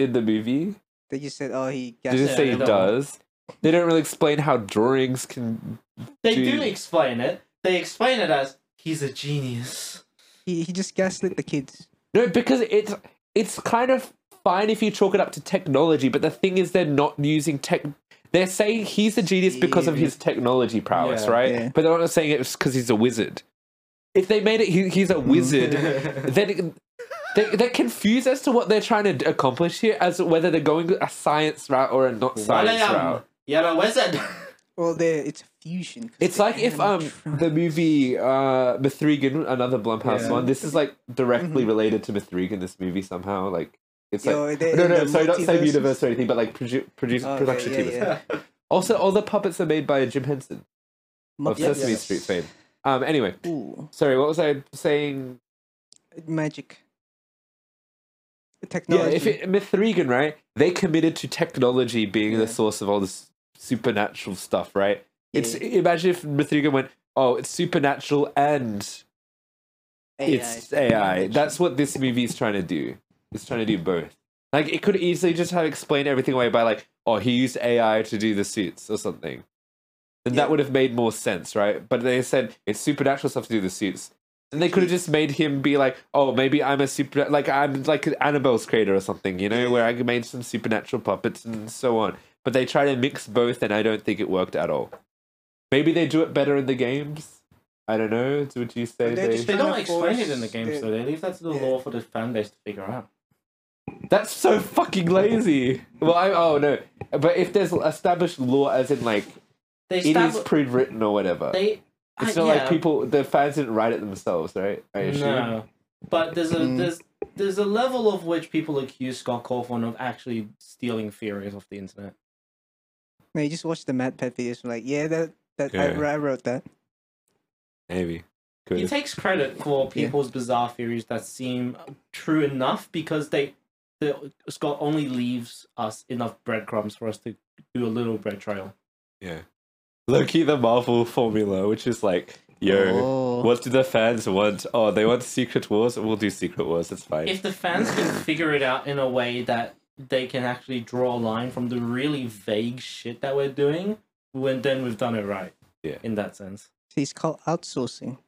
S1: In the movie,
S2: are? they just said, "Oh, he got."
S1: they just
S3: Yeah,
S1: say
S3: they
S1: it
S3: don't.
S1: does. They don't really explain how drawings can
S3: They
S1: Dude.
S3: do explain it. They explain it as he's a genius.
S2: He, he just gaslit the kids.
S1: No, because it's it's kind of fine if you chalk it up to technology, but the thing is they're not using tech they're saying he's a genius because of his technology prowess,
S3: Yeah.
S1: right?
S2: Yeah.
S1: But they're not saying it's because he's a wizard. If they made it he, he's a wizard, then it- they, they're confused as to what they're trying to d- accomplish here, as whether they're going a science route or a not
S3: Well, I
S1: science
S3: am.
S1: route.
S3: You're a wizard.
S2: Well, there it's a fusion. 'cause
S1: It's
S2: the
S1: like if um
S2: animatronic-
S1: the movie uh Mithrigan, another Blumhouse
S3: Yeah.
S1: one. This is like directly related to Mithrigan. This movie somehow like it's like
S2: Mm-hmm. Yo, they're
S1: no
S2: in
S1: no
S2: the
S1: sorry not same
S2: multiverses.
S1: universe or anything, but like produ- produce
S2: Oh, yeah,
S1: production
S2: yeah,
S1: team.
S2: yeah.
S1: Also, all the puppets are made by Jim Henson of
S2: Yes.
S1: Sesame Street fame. Um. Anyway,
S2: Ooh,
S1: sorry. What was I saying?
S2: magic.
S1: Yeah,
S2: Technology.
S1: if it, Mithrigan, right? They committed to technology being the
S2: Yeah.
S1: source of all this supernatural stuff, right? It's imagine if Mithrigan went, oh, it's supernatural and it's AI. That's what this movie is trying to do. It's trying to do both. Like it could easily just have explained everything away by like, oh, he used AI to do the suits or something. Then
S2: Yeah.
S1: that would have made more sense, right? But they said it's supernatural stuff to do the suits. And they could have just made him be like, oh, maybe I'm a super, like I'm like Annabelle's creator or something, you know, where I made some supernatural puppets and so on. But they try to mix both, and I don't think it worked at all. Maybe they do it better in the games. I don't know. Would you say
S2: But they're
S1: they?
S2: just
S3: they
S2: Trying
S3: don't
S2: to
S3: explain it in the
S2: force
S3: games,
S2: the-
S3: though. They leave that to the
S2: Yeah.
S3: law for the fan base to figure out.
S1: That's so fucking lazy. Well, I, oh no, but if there's established law, as in like
S3: They
S1: it is
S3: stab.
S1: pre-written or whatever,
S3: They.
S1: it's
S3: I-
S1: not
S3: yeah.
S1: like people the fans didn't write it themselves, right? I assume.
S3: No, but there's a
S2: Mm.
S3: there's there's a level of which people accuse Scott Cawthon of actually stealing theories off the internet.
S2: No, you just watch the Mad Pet videos. And like, yeah, that that
S1: Yeah.
S2: I, I wrote that.
S1: Maybe.
S3: He
S1: Good.
S3: takes credit for people's bizarre theories that seem true enough because they the, Scott only leaves us enough breadcrumbs for us to do a little bread trail.
S1: yeah. Loki, the Marvel formula, which is like, yo,
S2: Oh.
S1: what do the fans want? Oh, they want Secret Wars. We'll do Secret Wars. It's fine.
S3: If the fans can figure it out in a way that they can actually draw a line from the really vague shit that we're doing, when then we've done it right.
S1: Yeah.
S3: In that sense.
S2: See, It's called outsourcing.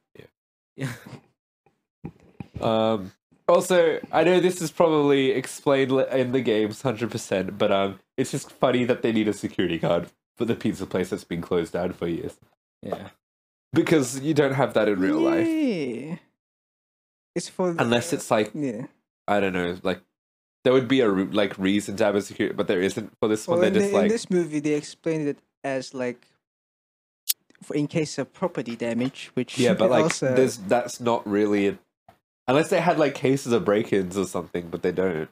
S1: Um, also, I know this is probably explained li- in the games 100%, but um, it's just funny that they need a security guard for the pizza place that's been closed down for years.
S3: Yeah.
S1: Because you don't have that in real life.
S2: Yeah. It's for the-
S1: Unless it's like,
S2: yeah.
S1: I don't know, like, there would be a re- like reason to have a security, but there isn't for this one.
S2: Well, in,
S1: They're
S2: the,
S1: just
S2: in
S1: like,
S2: this movie, they explained it as like, for in case of property damage, which
S1: yeah, but like,
S2: also,
S1: there's that's not really. A- Unless they had like cases of break-ins or something, but they don't.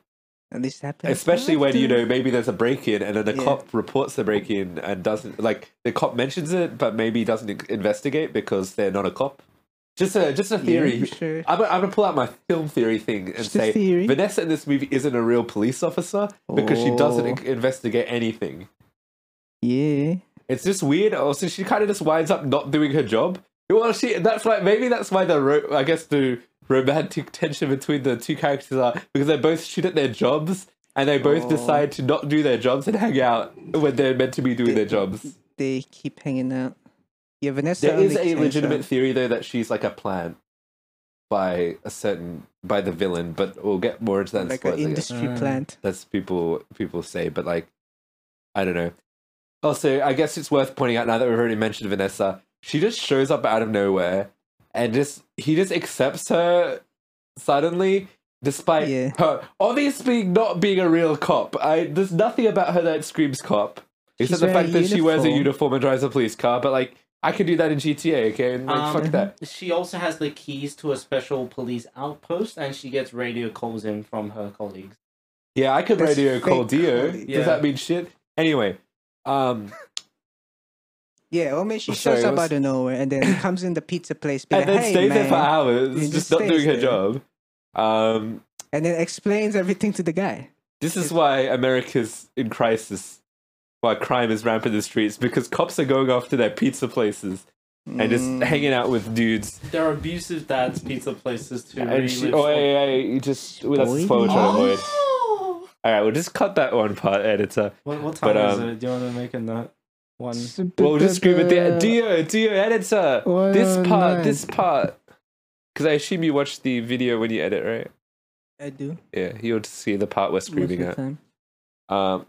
S2: and this happens.
S1: Especially when you
S2: often.
S1: know maybe there's a break in and then the
S2: Yeah.
S1: cop reports the break in and doesn't like the cop mentions it but maybe doesn't in- investigate because they're not a cop. Just a just a
S2: Yeah,
S1: theory.
S2: for sure.
S1: I'm, gonna- I'm gonna pull out my film theory thing and
S2: Just a
S1: say
S2: theory.
S1: Vanessa in this movie isn't a real police officer because she doesn't
S2: Oh.
S1: in- investigate anything.
S2: Yeah.
S1: It's just weird. Also, she kind of just winds up not doing her job. Well, she that's like maybe that's why the ro- I guess the romantic tension between the two characters are because they both shoot at their jobs and they both
S2: Oh.
S1: decide to not do their jobs and hang out when they're meant to be doing their jobs.
S2: They keep hanging out. Yeah, Vanessa.
S1: There is
S2: only uh,
S1: a
S2: hangs
S1: legitimate
S2: out.
S1: theory though that she's like a plant by a certain by the villain, but we'll get more into that in
S2: like an
S1: spoilers, I guess
S2: industry
S3: Mm.
S2: plant.
S1: that's people people say, but like I don't know. Also, I guess it's worth pointing out now that we've already mentioned Vanessa, she just shows up out of nowhere and just he just accepts her suddenly, despite
S2: Yeah.
S1: her obviously not being a real cop. I there's nothing about her that screams cop. Except
S2: She's
S1: the fact
S2: wearing
S1: that she wears a
S2: uniform.
S1: uniform and drives a police car, but like I could do that in GTA, okay? And like
S3: Um,
S1: fuck that.
S3: She also has the keys to a special police outpost, and she gets radio calls in from her colleagues.
S1: Yeah, I could
S2: That's
S1: radio
S2: fake
S1: call Dio.
S2: comedy.
S3: Yeah.
S1: Does that mean shit? Anyway, um
S2: Yeah, or maybe she
S1: I'm
S2: shows
S1: sorry,
S2: up
S1: what's-
S2: out of nowhere and then comes in the pizza place, be
S1: and
S2: like,
S1: then
S2: "Hey,
S1: stays there for
S2: man,"
S1: hours,
S2: He
S1: just,
S2: just
S1: not doing
S2: stays
S1: her
S2: there.
S1: job. Um,
S2: and then explains everything to the guy.
S1: this is why America's in crisis, why crime is rampant in the streets because cops are going off to their pizza places and just
S2: Mm.
S1: hanging out with dudes.
S3: There are abusive dads pizza places to
S1: And
S3: relive.
S1: she, oh, yeah, yeah, yeah, you just well, that's a
S2: Spoiler.
S1: spoiler trying to avoid.
S3: Oh!
S1: All right, we'll just cut that one part, editor.
S3: What, what time
S1: But,
S3: is
S1: um,
S3: it? Do you want to make a note? One.
S1: We'll just scream at the Dio, Dio, editor.
S2: Why
S1: This
S2: not
S1: part,
S2: nine?
S1: this part. Because I assume you watch the video when you edit, right?
S2: I do.
S1: Yeah, you'll see the part we're
S2: Most of
S1: screaming
S2: the
S1: at.
S2: time.
S1: Um.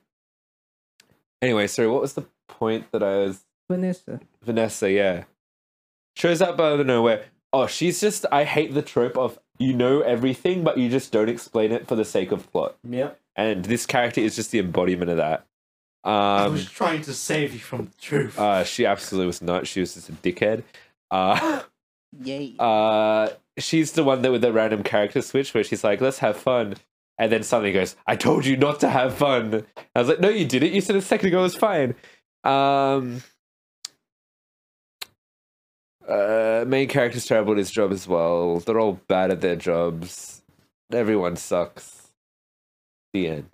S1: Anyway, sorry. What was the point that I was?
S2: Vanessa.
S1: Vanessa, yeah, shows up out of nowhere. Oh, she's just. I hate the trope of you know everything, but you just don't explain it for the sake of plot.
S3: Yep.
S1: And this character is just the embodiment of that.
S3: I
S1: Um,
S3: was trying to save you from the truth.
S1: uh, she absolutely was not. She was just a dickhead. Uh,
S2: Yay.
S1: uh, she's the one that with the random character switch where she's like, let's have fun. And then suddenly goes, I told you not to have fun. I was like, no, you didn't. You said a second ago it was fine. Um, uh, main character's terrible at his job as well. They're all bad at their jobs. Everyone sucks. The end.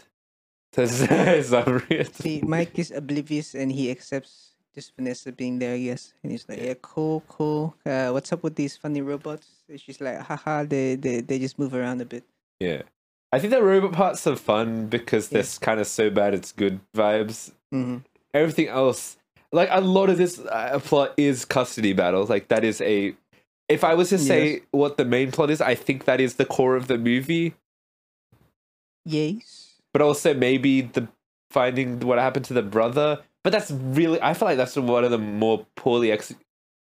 S1: That's, that's unreal.
S2: See, Mike is oblivious and he accepts just Vanessa being there, I guess. And he's like, yeah, cool, cool. Uh, what's up with these funny robots? And she's like, haha, they, they, they just move around a bit.
S1: Yeah. I think the robot parts are fun because they're kind of so bad it's good vibes.
S2: hmm
S1: Mm-hmm. Everything else, like a lot of this uh, plot is custody battles. Like that is a. If I was to say
S2: Yes.
S1: what the main plot is, I think that is the core of the movie.
S2: Yes.
S1: But also maybe the finding what happened to the brother. But that's really. I feel like that's one of the more poorly ex.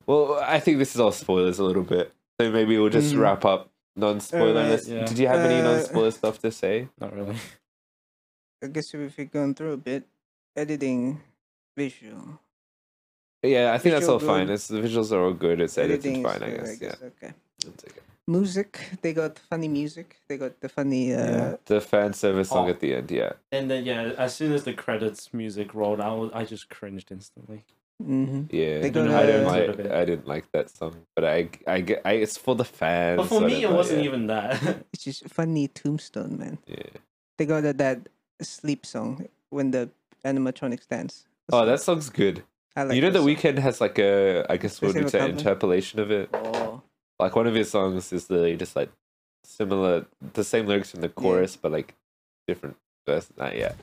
S1: Well, I think this is all spoilers a little bit. So maybe we'll just
S2: Mm.
S1: wrap up non-spoiler.
S2: Alright.
S1: list.
S3: Yeah.
S1: Did you have any
S2: Uh,
S1: non-spoiler stuff to say?
S3: Not really.
S2: I guess if we're going through a bit, editing, visual.
S1: Yeah, I think that's
S2: Visual
S1: all fine.
S2: good.
S1: It's the visuals are all good. It's edited
S2: Editing is
S1: fine, I
S2: good,
S1: guess. Yeah.
S2: Okay.
S1: I'll take it.
S2: Music, they got funny music. They got the funny. Uh,
S3: Yeah.
S1: The fan service song
S3: Oh.
S1: at the end. Yeah.
S3: And then yeah, as soon as the credits music rolled, I was, I just cringed instantly.
S2: mhm.
S1: Yeah.
S2: They
S1: I don't
S2: got a-
S1: like.
S3: Sort of it.
S1: I didn't like that song, but I, I, get- I it's for the fans.
S3: But for
S1: I
S3: me,
S1: don't
S3: it
S1: know,
S3: wasn't
S1: yeah.
S3: even that.
S2: It's just funny tombstone, man.
S1: Yeah.
S2: They got that, that sleep song when the animatronics dance.
S1: Oh, that song's good.
S2: I like
S1: you know,
S2: that
S1: the
S2: song.
S1: weekend has like a. I guess we'll
S2: Does it
S1: do
S2: have a
S1: an
S2: cover?
S1: interpolation of it.
S2: Oh.
S1: Like one of his songs is literally just like similar, the same lyrics from the chorus, but like different verse. Not yet.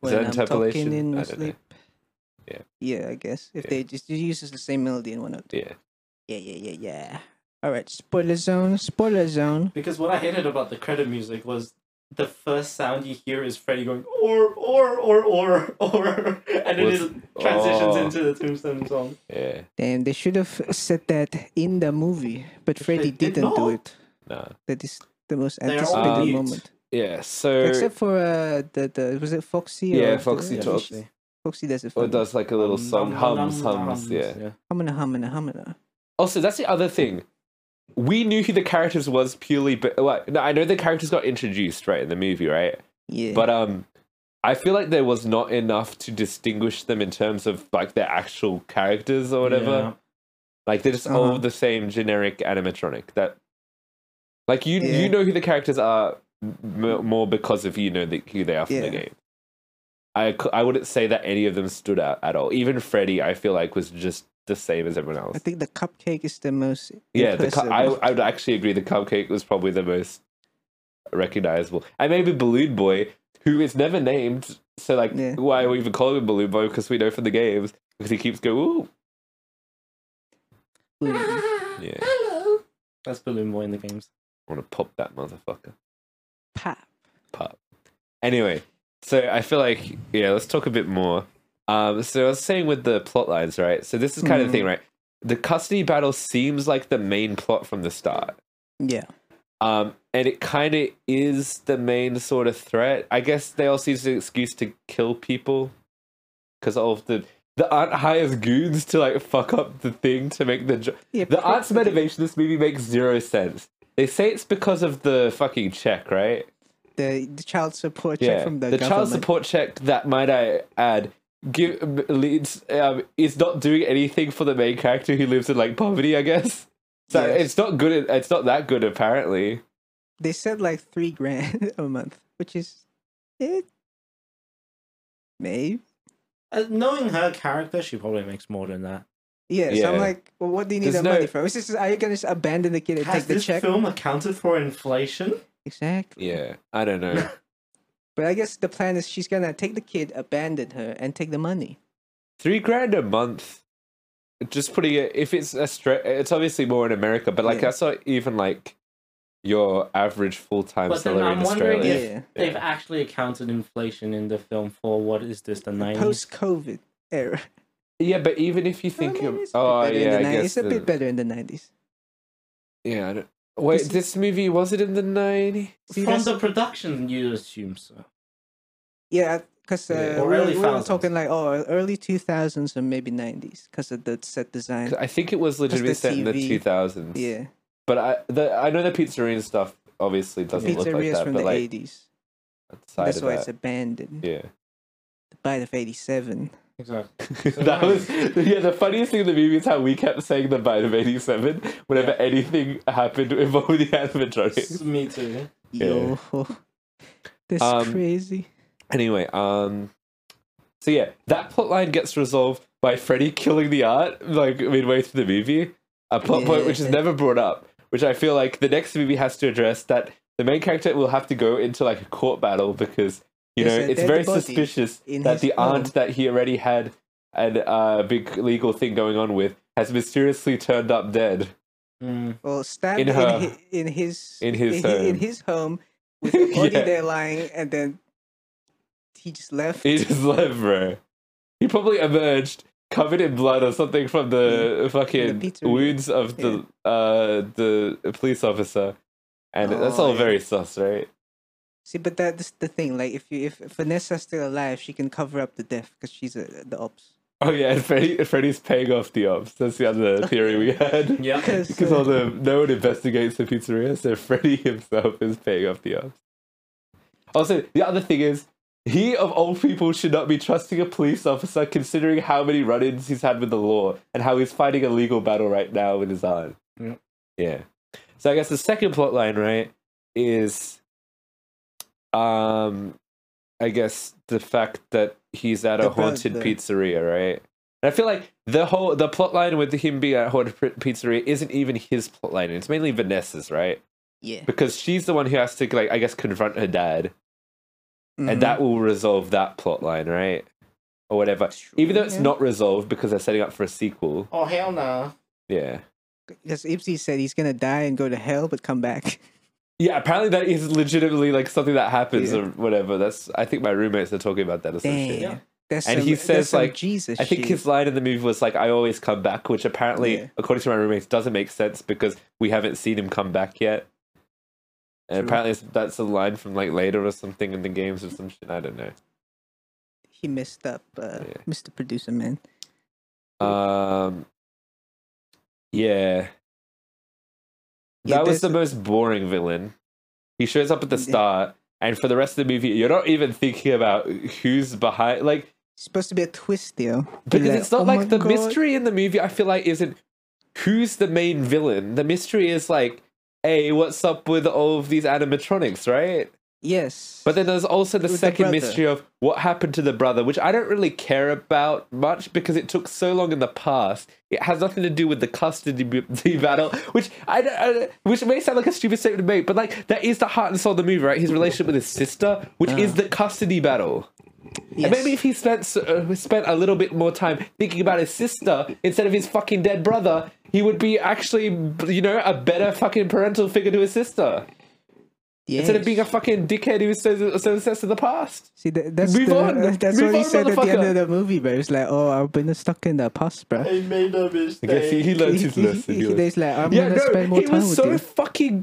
S2: when
S1: that
S2: I'm
S1: interpolation?
S2: talking in
S1: I
S2: my
S1: don't know.
S2: sleep.
S1: Yeah.
S2: Yeah, I guess if
S1: Yeah.
S2: they just use the same melody in one of them.
S1: Yeah.
S2: Yeah, yeah, yeah, yeah. All right, spoiler zone, spoiler zone.
S3: because what I hated about the credit music was the first sound you hear is Freddy going or or or or or, and then
S1: Was-
S3: it transitions
S1: Oh.
S3: into the Tombstone song.
S1: Yeah.
S2: Damn, they should have said that in the movie, but Freddy
S3: did
S2: didn't do
S3: not.
S2: it.
S1: Nah.
S2: That is the most
S3: They are all
S2: anticipated
S1: mute.
S2: moment.
S1: Yeah. So.
S2: Except for uh, the the was it Foxy?
S1: Yeah,
S2: or
S1: Foxy
S2: the,
S1: talks.
S2: Foxy does it.
S1: Or
S2: funny.
S1: it does like a little song, hums, hums, yeah.
S2: Humana, humana, humana.
S1: Also, that's the other thing. We knew who the characters was purely, but like, no, I know the characters got introduced right in the movie, right?
S2: Yeah.
S1: But um, I feel like there was not enough to distinguish them in terms of like their actual characters or whatever. Like they're just all
S2: Uh-huh.
S1: the same generic animatronic. That, like you,
S2: Yeah.
S1: you know who the characters are m- more because of you know the, who they are from the
S2: Yeah.
S1: game. I cou- I wouldn't say that any of them stood out at all. Even Freddy, I feel like was just the same as everyone else.
S2: I think the cupcake is the most.
S1: uh, Yeah, the cu-
S2: impressive.
S1: I, I would actually agree. The cupcake was probably the most recognizable, and maybe Balloon Boy, who is never named. So like,
S2: Yeah.
S1: why are we even calling him Balloon Boy? Because we know from the games because he keeps going. Ooh,
S2: Boom.
S1: yeah,
S3: That's Balloon Boy in the games.
S1: I want to pop that motherfucker.
S2: Pop.
S1: Pop. Anyway, so I feel like yeah, let's talk a bit more. Um, so I was saying with the plot lines, right? So this is kind of the thing,
S2: Mm-hmm.
S1: right? The custody battle seems like the main plot from the start.
S2: Yeah.
S1: Um, and it kind of is the main sort of threat. I guess they also use the excuse to kill people because all of the the aunt hires goons to like fuck up the thing to make the jo-
S2: Yeah,
S1: the aunt's
S2: probably.
S1: motivation. in This movie makes zero sense. They say it's because of the fucking check, right?
S2: the the child support check
S1: yeah,
S2: from
S1: the,
S2: the,
S1: child
S2: government.
S1: support check that might I add give leads um, is not doing anything for the main character who lives in like poverty. I guess so.
S2: Yes.
S1: It's not good. It's not that good apparently.
S2: They said like three grand a month, which is it. Maybe.
S3: Uh, knowing her character, she probably makes more than that.
S2: Yeah, So
S1: Yeah.
S2: I'm like, well, what do you need
S1: There's
S2: that money
S1: no-
S2: for? Is this, are you gonna just abandon the kid and
S3: Has
S2: take the
S3: this
S2: check?
S3: film accounted for inflation?
S2: Exactly.
S1: Yeah, I don't know.
S2: But I guess the plan is she's gonna take the kid, abandon her, and take the money.
S1: Three grand a month. just putting it if it's a stre- it's obviously more in America, but like
S2: Yeah.
S1: that's not even like your average full time
S3: But then
S1: salary
S3: I'm
S1: in
S3: wondering
S1: Australia.
S2: yeah.
S3: if-
S1: Yeah.
S3: They've actually accounted inflation in the film for what is this the nineties?
S2: Post COVID era.
S1: Yeah, but even if you think
S2: Well,
S1: you're,
S2: maybe it's a bit
S1: oh
S2: better in
S1: yeah,
S2: the
S1: I
S2: 90s.
S1: guess
S2: it's a
S1: the-
S2: bit better in the nineties.
S1: yeah. I don't, wait,
S2: This-
S1: this, movie was it in the nineties?
S3: From the production, you assume so.
S2: Yeah, because uh,
S1: Yeah.
S3: Or
S2: we,
S3: early
S2: we were
S3: 2000s.
S2: talking like oh early two thousands and maybe nineties because of the set design.
S1: I think it was legitimately
S2: the
S1: set in the
S2: TV.
S1: two thousands.
S2: Yeah,
S1: but I the, I know the pizzeria and stuff obviously doesn't look like
S2: pizzerias
S1: that,
S2: from
S1: but
S2: the
S1: like
S2: eighties.
S1: outside
S2: That's
S1: of
S2: why
S1: that,
S2: it's abandoned.
S1: yeah.
S2: The bite of eighty seven.
S3: Exactly.
S1: that was yeah. The funniest thing in the movie is how we kept saying the bite of eighty seven whenever anything happened involving the animatronics.
S3: Me too.
S1: Yeah.
S2: Yo, that's
S1: Um,
S2: crazy.
S1: Anyway, um, so yeah, that plot line gets resolved by Freddy killing the art like midway through the movie, a plot point which is
S2: Yeah.
S1: never brought up, which I feel like the next movie has to address that the main character will have to go into like a court battle because you
S2: There's
S1: know
S2: a
S1: it's
S2: dead
S1: very
S2: body
S1: suspicious
S2: in
S1: that
S2: his
S1: the aunt
S2: home.
S1: that he already had and uh, big legal thing going on with has mysteriously turned up dead.
S3: Mm.
S2: Well, stabbed
S1: in
S2: in,
S1: her-
S2: hi- in his
S1: in his
S2: in
S1: home.
S2: his home with a body
S1: Yeah.
S2: there lying, and then he just left.
S1: He just left, bro. He probably emerged covered in blood or something from the fucking
S2: Mm. The pizzeria.
S1: wounds of the uh the police officer, and that's
S2: Oh,
S1: all
S2: yeah.
S1: very sus, right?
S2: See, but that's the thing. Like, if you if Vanessa's still alive, she can cover up the death because she's a, the ops.
S1: Oh yeah, and Freddy, Freddy's paying off the ops. That's the other theory we had.
S3: Yeah.
S1: Because all the no one investigates the pizzeria, so Freddy himself is paying off the odds. Also, the other thing is, he of all people should not be trusting a police officer, considering how many run-ins he's had with the law and how he's fighting a legal battle right now with his aunt.
S3: Yeah.
S1: Yeah. So I guess the second plot line, right, is, um, I guess the fact that he's at a
S2: The
S1: haunted
S2: bird- the-
S1: pizzeria, right? And I feel like the whole the plot line with him being at Haunted P- Pizzeria isn't even his plot line. It's mainly Vanessa's, right?
S2: yeah,
S1: Because she's the one who has to like I guess confront her dad,
S2: Mm-hmm.
S1: and that will resolve that plot line, right? Or whatever. Even though it's
S2: Yeah.
S1: not resolved because they're setting up for a sequel.
S3: Oh hell no!
S1: Yeah.
S2: because Ipsy said he's gonna die and go to hell, but come back.
S1: Yeah, apparently that is legitimately like something that happens
S2: Yeah.
S1: or whatever. That's I think my roommates are talking about that or some
S2: Damn,
S1: shit.
S3: Yeah.
S2: that's
S1: And
S2: some,
S1: he
S2: that's
S1: says,
S2: some
S1: like,
S2: Jesus.
S1: I think
S2: shit.
S1: his line in the movie was like, "I always come back," which apparently,
S2: Yeah.
S1: according to my roommates, doesn't make sense because we haven't seen him come back yet. And
S2: True.
S1: apparently, it's- that's a line from like later or something in the games or some shit. I don't know.
S2: he messed up, uh,
S1: Yeah.
S2: Mr. Producer Man.
S1: Um, yeah,
S2: Yeah,
S1: that was
S2: there's-
S1: the most boring villain. He shows up at the
S2: Yeah.
S1: start, and for the rest of the movie, you're not even thinking about who's behind. Like,
S2: It's supposed to be a twist, though. Be
S1: because it's not
S2: "Oh my
S1: like the
S2: God."
S1: mystery in the movie i feel like isn't who's the main villain the mystery is like hey what's up with all of these animatronics right
S2: Yes,
S1: but then there's also the
S2: With the
S1: second
S2: brother.
S1: mystery of what happened to the brother which i don't really care about much because it took so long in the past it has nothing to do with the custody b- the battle which I, don't- I don't- which may sound like a stupid statement to make but like that is the heart and soul of the movie right his relationship with his sister which is the custody battle
S2: Uh. yes.
S1: and maybe if he spent uh, spent a little bit more time thinking about his sister instead of his fucking dead brother, he would be actually, you know, a better fucking parental figure to his sister
S2: yes.
S1: instead of being a fucking dickhead who was so so obsessed with the past.
S2: See, that, that's
S1: Move
S2: the,
S1: on.
S2: that's
S1: Move
S2: what he
S1: on,
S2: said at the end
S1: motherfucker.
S2: of the movie, bro. It's like, oh, I've been stuck in the past, bro.
S3: I made a mistake.
S1: learned
S2: He- he- he- he's like, I'm
S1: Yeah,
S2: gonna spend
S1: no,
S2: more
S1: he
S2: time
S1: was
S2: with
S1: so
S2: you.
S1: fucking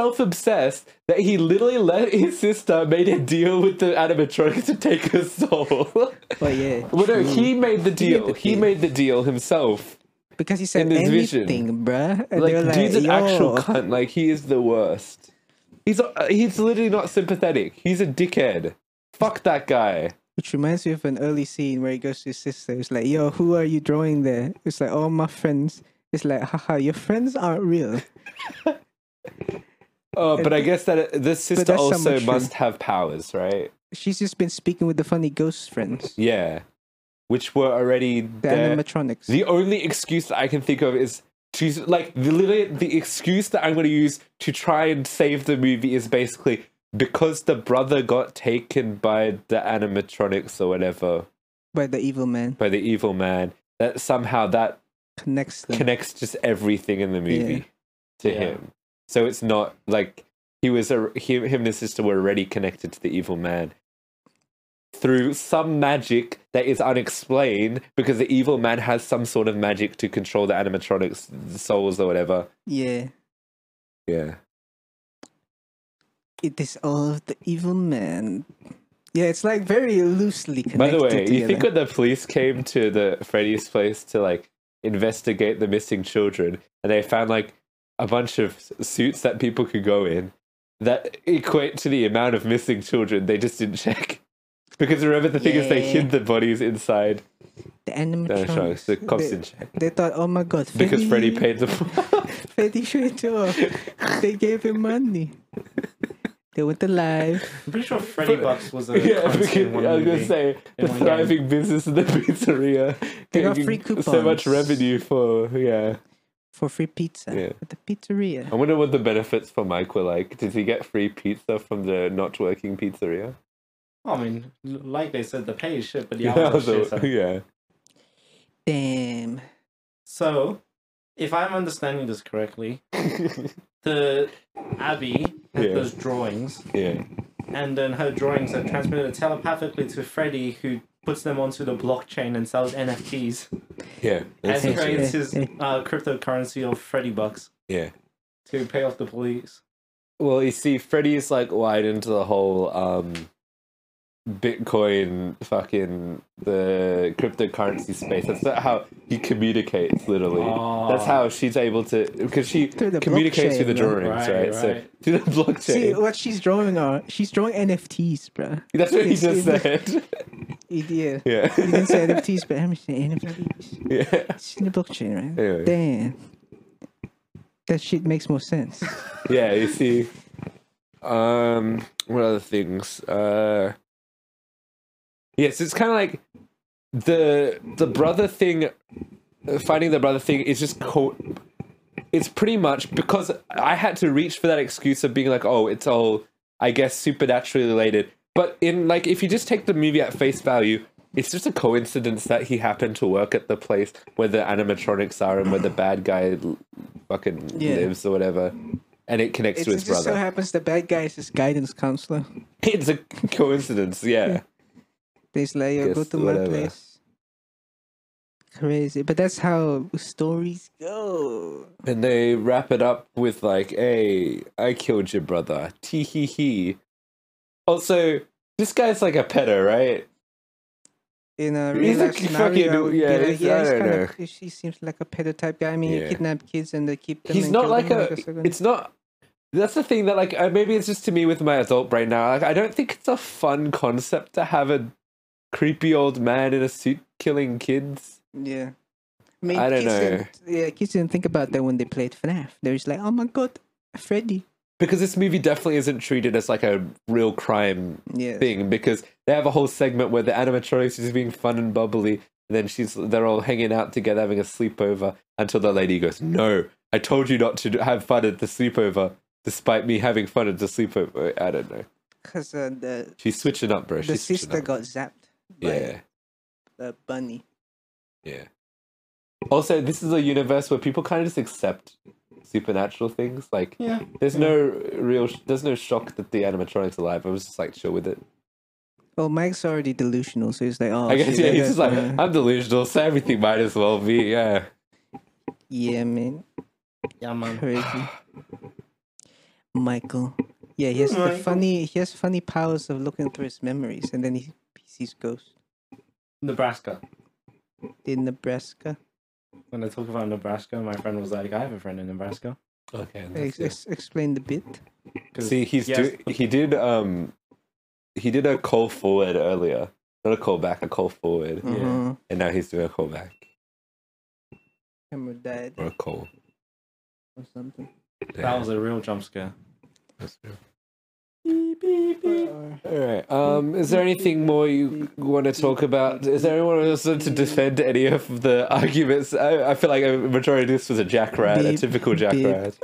S1: self-obsessed that he literally let his sister made a deal with the animatronic to take her soul.
S2: But yeah,
S1: well, no,
S2: true.
S1: he made the
S2: He made
S1: deal.
S2: the
S1: He
S2: deal.
S1: made the deal himself.
S2: because he said
S1: in his vision.
S2: anything, bruh. And
S1: like,
S2: they were
S1: dude's an
S2: "Yo."
S1: actual cunt. Like he is the worst. He's uh, he's literally not sympathetic. He's a dickhead. Fuck that guy.
S2: Which reminds me of an early scene where he goes to his sister. It's like, yo, who are you drawing there? It's like, oh, my friends. It's like, haha, your friends aren't real.
S1: Oh, but I guess that uh, this sister
S2: that's
S1: also
S2: somewhat true.
S1: must have powers, right?
S2: She's just been speaking with the funny ghost friends,
S1: Yeah, which were already
S2: the
S1: there.
S2: animatronics.
S1: The only excuse that I can think of is she's like the literally the excuse that I'm going to use to try and save the movie is basically because the brother got taken by the animatronics or whatever.
S2: by the evil man.
S1: by the evil man that somehow that
S2: connects them.
S1: connects just everything in the movie to
S3: Yeah.
S1: him. So it's not like he was a him, him and his sister were already connected to the evil man through some magic that is unexplained because the evil man has some sort of magic to control the animatronics the souls or whatever.
S2: yeah,
S1: Yeah.
S2: it is all of the evil man. Yeah, it's like very loosely connected.
S1: By the way, you
S2: together.
S1: think when the police came to the Freddy's place to like investigate the missing children, and they found like a bunch of s- suits that people could go in that equate to the amount of missing children, they just didn't check. Because remember, the thing is, they
S2: Yeah.
S1: hid the bodies inside
S2: the
S1: the animatronics.
S2: animatronics?
S1: The cops didn't
S2: they,
S1: check
S2: they thought, oh my god, Freddy,
S1: because Freddy paid them.
S2: Freddy showed up. they gave him money. They went alive.
S3: I'm pretty sure Freddy
S1: But-
S3: Bucks was a
S1: yeah,
S3: currency
S1: because, I
S3: in
S1: was
S3: one
S1: gonna
S3: movie.
S1: say
S3: in
S1: the
S3: one
S1: thriving business in the pizzeria.
S2: They got
S1: getting
S2: free
S1: So much
S2: coupons.
S1: revenue for yeah.
S2: for free pizza
S1: Yeah. Oh.
S2: at the pizzeria.
S1: I wonder what the benefits for Mike were like. Did he get free pizza from the not working pizzeria?
S3: I mean, l- like they said, the pay is shit, but the
S1: Yeah,
S3: hours are shit.
S1: so-
S3: so-
S1: yeah.
S2: Damn.
S3: So, if I'm understanding this correctly, the Abby had
S1: Yeah.
S3: those drawings,
S1: yeah.
S3: and then her drawings are transmitted telepathically to Freddy, who puts them onto the blockchain and sells NFTs,
S1: Yeah.
S3: and
S1: That's
S3: he
S1: yeah.
S2: actually-
S3: creates his
S2: Yeah.
S3: uh, cryptocurrency of Freddy Bucks
S1: yeah.
S3: to pay off the police.
S1: Well, you see, Freddy's like wide into the whole um, Bitcoin fucking the cryptocurrency space. That's not how he communicates, literally.
S3: Ah.
S1: That's how she's able to, because she
S2: Through the
S1: communicates through the
S2: blockchain,
S1: drawings, right?
S3: right?
S1: So
S3: Right.
S1: through the blockchain.
S2: See what she's drawing are she's drawing NFTs, bruh.
S1: that's what he
S2: it's
S1: just
S2: in the-
S1: said.
S2: Idiot.
S1: yeah.
S2: You didn't say NFTs, but I'm saying NFTs.
S1: yeah.
S2: It's in the blockchain, right?
S1: Anyway.
S2: Damn. That shit makes more sense.
S1: yeah, you see. Um, what other things? Uh, yes, it's kind of like the the brother thing. Finding the brother thing is just co- it's pretty much because I had to reach for that excuse of being like, oh, it's all I guess supernaturally related. But in like, if you just take the movie at face value, it's just a coincidence that he happened to work at the place where the animatronics are and where the bad guy l- fucking
S2: Yeah.
S1: lives or whatever, and it connects
S2: It's,
S1: to
S2: it
S1: his
S2: just
S1: brother.
S2: so happens the bad guy is his guidance counselor.
S1: it's a coincidence, yeah.
S2: There's like, yo, go
S1: Guess
S2: to my
S1: whatever.
S2: place. Crazy. But that's how stories go.
S1: And they wrap it up with like, "Hey, I killed your brother." Tee hee hee. Also, this guy's like a pedo, right?
S2: in a
S1: He's
S2: real
S1: a
S2: life
S1: k-
S2: scenario,
S1: fucking-
S2: I would be
S1: yeah,
S2: like,
S1: he's- I
S2: yeah, he's
S1: don't
S2: kinda- She seems like a pedo type guy. I mean,
S1: Yeah.
S2: he kidnapped kids and they keep them.
S1: he's
S2: and
S1: not
S2: kill
S1: like
S2: them, I
S1: a,
S2: guess, I don't-
S1: it's not that's the thing that like uh, maybe it's just to me with my adult brain now like i don't think it's a fun concept to have a creepy old man in a suit killing kids
S2: yeah. I, mean,
S1: I don't
S2: kids
S1: know.
S2: didn't- yeah, kids didn't think about that when they played FNAF. They're just like, oh my god, Freddy.
S1: because this movie definitely isn't treated as like a real crime
S2: Yeah.
S1: thing because they have a whole segment where the animatronics is being fun and bubbly and then she's they're all hanging out together having a sleepover until the lady goes no i told you not to do- have fun at the sleepover despite me having fun at the sleepover i don't know
S2: Because uh, the
S1: she's switching up bro
S2: the
S1: she's switching
S2: sister
S1: up.
S2: got zapped by
S1: Yeah,
S2: a bunny.
S1: yeah. Also, this is a universe where people kind of just accept supernatural things. Like,
S3: Yeah.
S1: there's no real, there's no shock that the animatronic's alive. I was just like chill with it.
S2: Well, Mike's already delusional, so he's like, oh,
S1: I guess
S2: shit,
S1: yeah,
S2: I
S1: he's
S2: got-
S1: just like
S2: uh,
S1: I'm delusional, so everything might as well be yeah.
S2: yeah, man,
S3: Yeah, man.
S2: crazy. Michael. Yeah, he has the
S3: Michael.
S2: funny. He has funny powers of looking through his memories, and then he, he sees ghosts.
S3: Nebraska.
S2: in Nebraska.
S3: When I talk about Nebraska, my friend was like, I have a friend in Nebraska.
S1: Okay.
S2: Ex- ex- explain the bit.
S3: 'Cause-
S1: See, he's
S3: yes.
S1: do, he did um, he did a call forward earlier, not a call back, a call forward,
S3: Mm.
S2: Uh-huh.
S1: and now he's doing a call back
S2: Hammer died
S1: or a call.
S2: or something.
S1: Yeah.
S3: That was a real jump scare.
S1: That's true.
S2: Or-
S1: All right. Um, is there anything more you want to talk about? Is there anyone else to defend any of the arguments? I, I feel like a majority of this was a jackrad, a
S2: Beep,
S1: typical
S2: beep.
S1: jackrad.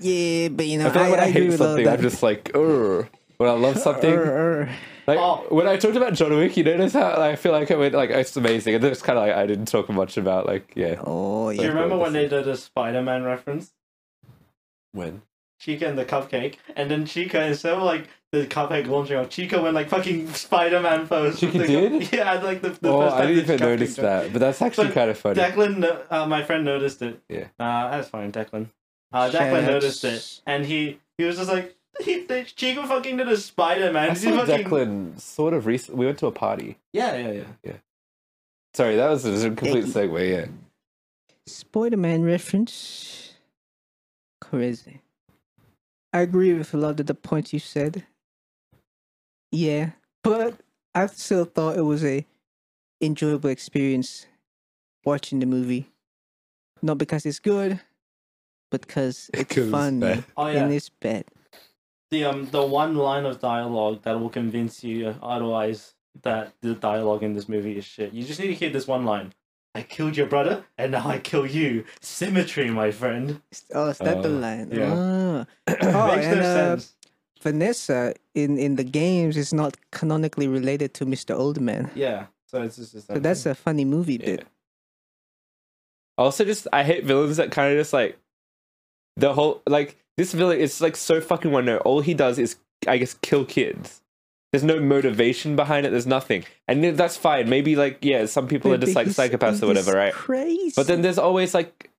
S2: yeah, but you know,
S1: I feel like
S2: I,
S1: when I,
S2: I agree
S1: hate
S2: with all
S1: something, I'm
S2: that.
S1: just like, oh, When I love something,
S2: Err,
S1: like
S3: Oh.
S1: when I talked about John Wick, you notice how like, I feel like I went like it's amazing, and then it's kind of like I didn't talk much about like yeah
S2: err. Oh,
S3: Do you
S2: yeah.
S3: remember when they did a Spider Man reference?
S1: when
S3: Chica and the cupcake, and then Chica instead of like the cupcake launching off, Chica went like fucking Spider Man pose.
S1: Chica
S3: with the cup-
S1: did?
S3: Yeah, and, like the, the
S1: oh
S3: first time
S1: I didn't
S3: the
S1: even
S3: cupcake
S1: notice
S3: joke.
S1: that, but that's actually
S3: But
S1: kind of funny.
S3: Declan, no- uh, my friend noticed it.
S1: Yeah.
S3: Uh, that's fine, Declan. Uh, Declan
S2: Shouts.
S3: noticed it, and he he was just like, he, they, Chica fucking did a Spider Man.
S1: I saw Declan sort of recently. We went to a party.
S3: Yeah, yeah, yeah.
S1: Sorry, that was a complete segue. Yeah,
S2: Spider Man reference. Crazy. I agree with a lot of the points you said. Yeah, but I still thought it was a enjoyable experience watching the movie. Not because it's good, but because it's
S1: Because it's
S2: fun
S1: bad.
S3: Oh yeah.
S2: and it's bad.
S3: the um the one line of dialogue that will convince you otherwise that the dialogue in this movie is shit. You just need to hear this one line. I killed your brother, and now I kill you. Symmetry, my friend.
S2: Oh, is that the
S1: Oh,
S2: line?
S3: yeah.
S2: Ah. Oh,
S3: Makes no
S2: and, uh,
S3: sense.
S2: Vanessa in, in the games is not canonically related to Mr. Oldman.
S3: Yeah. So it's just. it's
S2: So that's a funny movie
S1: Yeah.
S2: bit.
S1: Also, just I hate villains that kind of just like the whole like this villain. It's like so fucking one note. All he does is, I guess, kill kids. There's no motivation behind it. There's nothing, and then that's fine. Maybe like yeah, some people are
S2: But
S1: just like
S2: he's-
S1: psychopaths or
S2: he's
S1: whatever, right?
S2: Crazy.
S1: But then there's always like,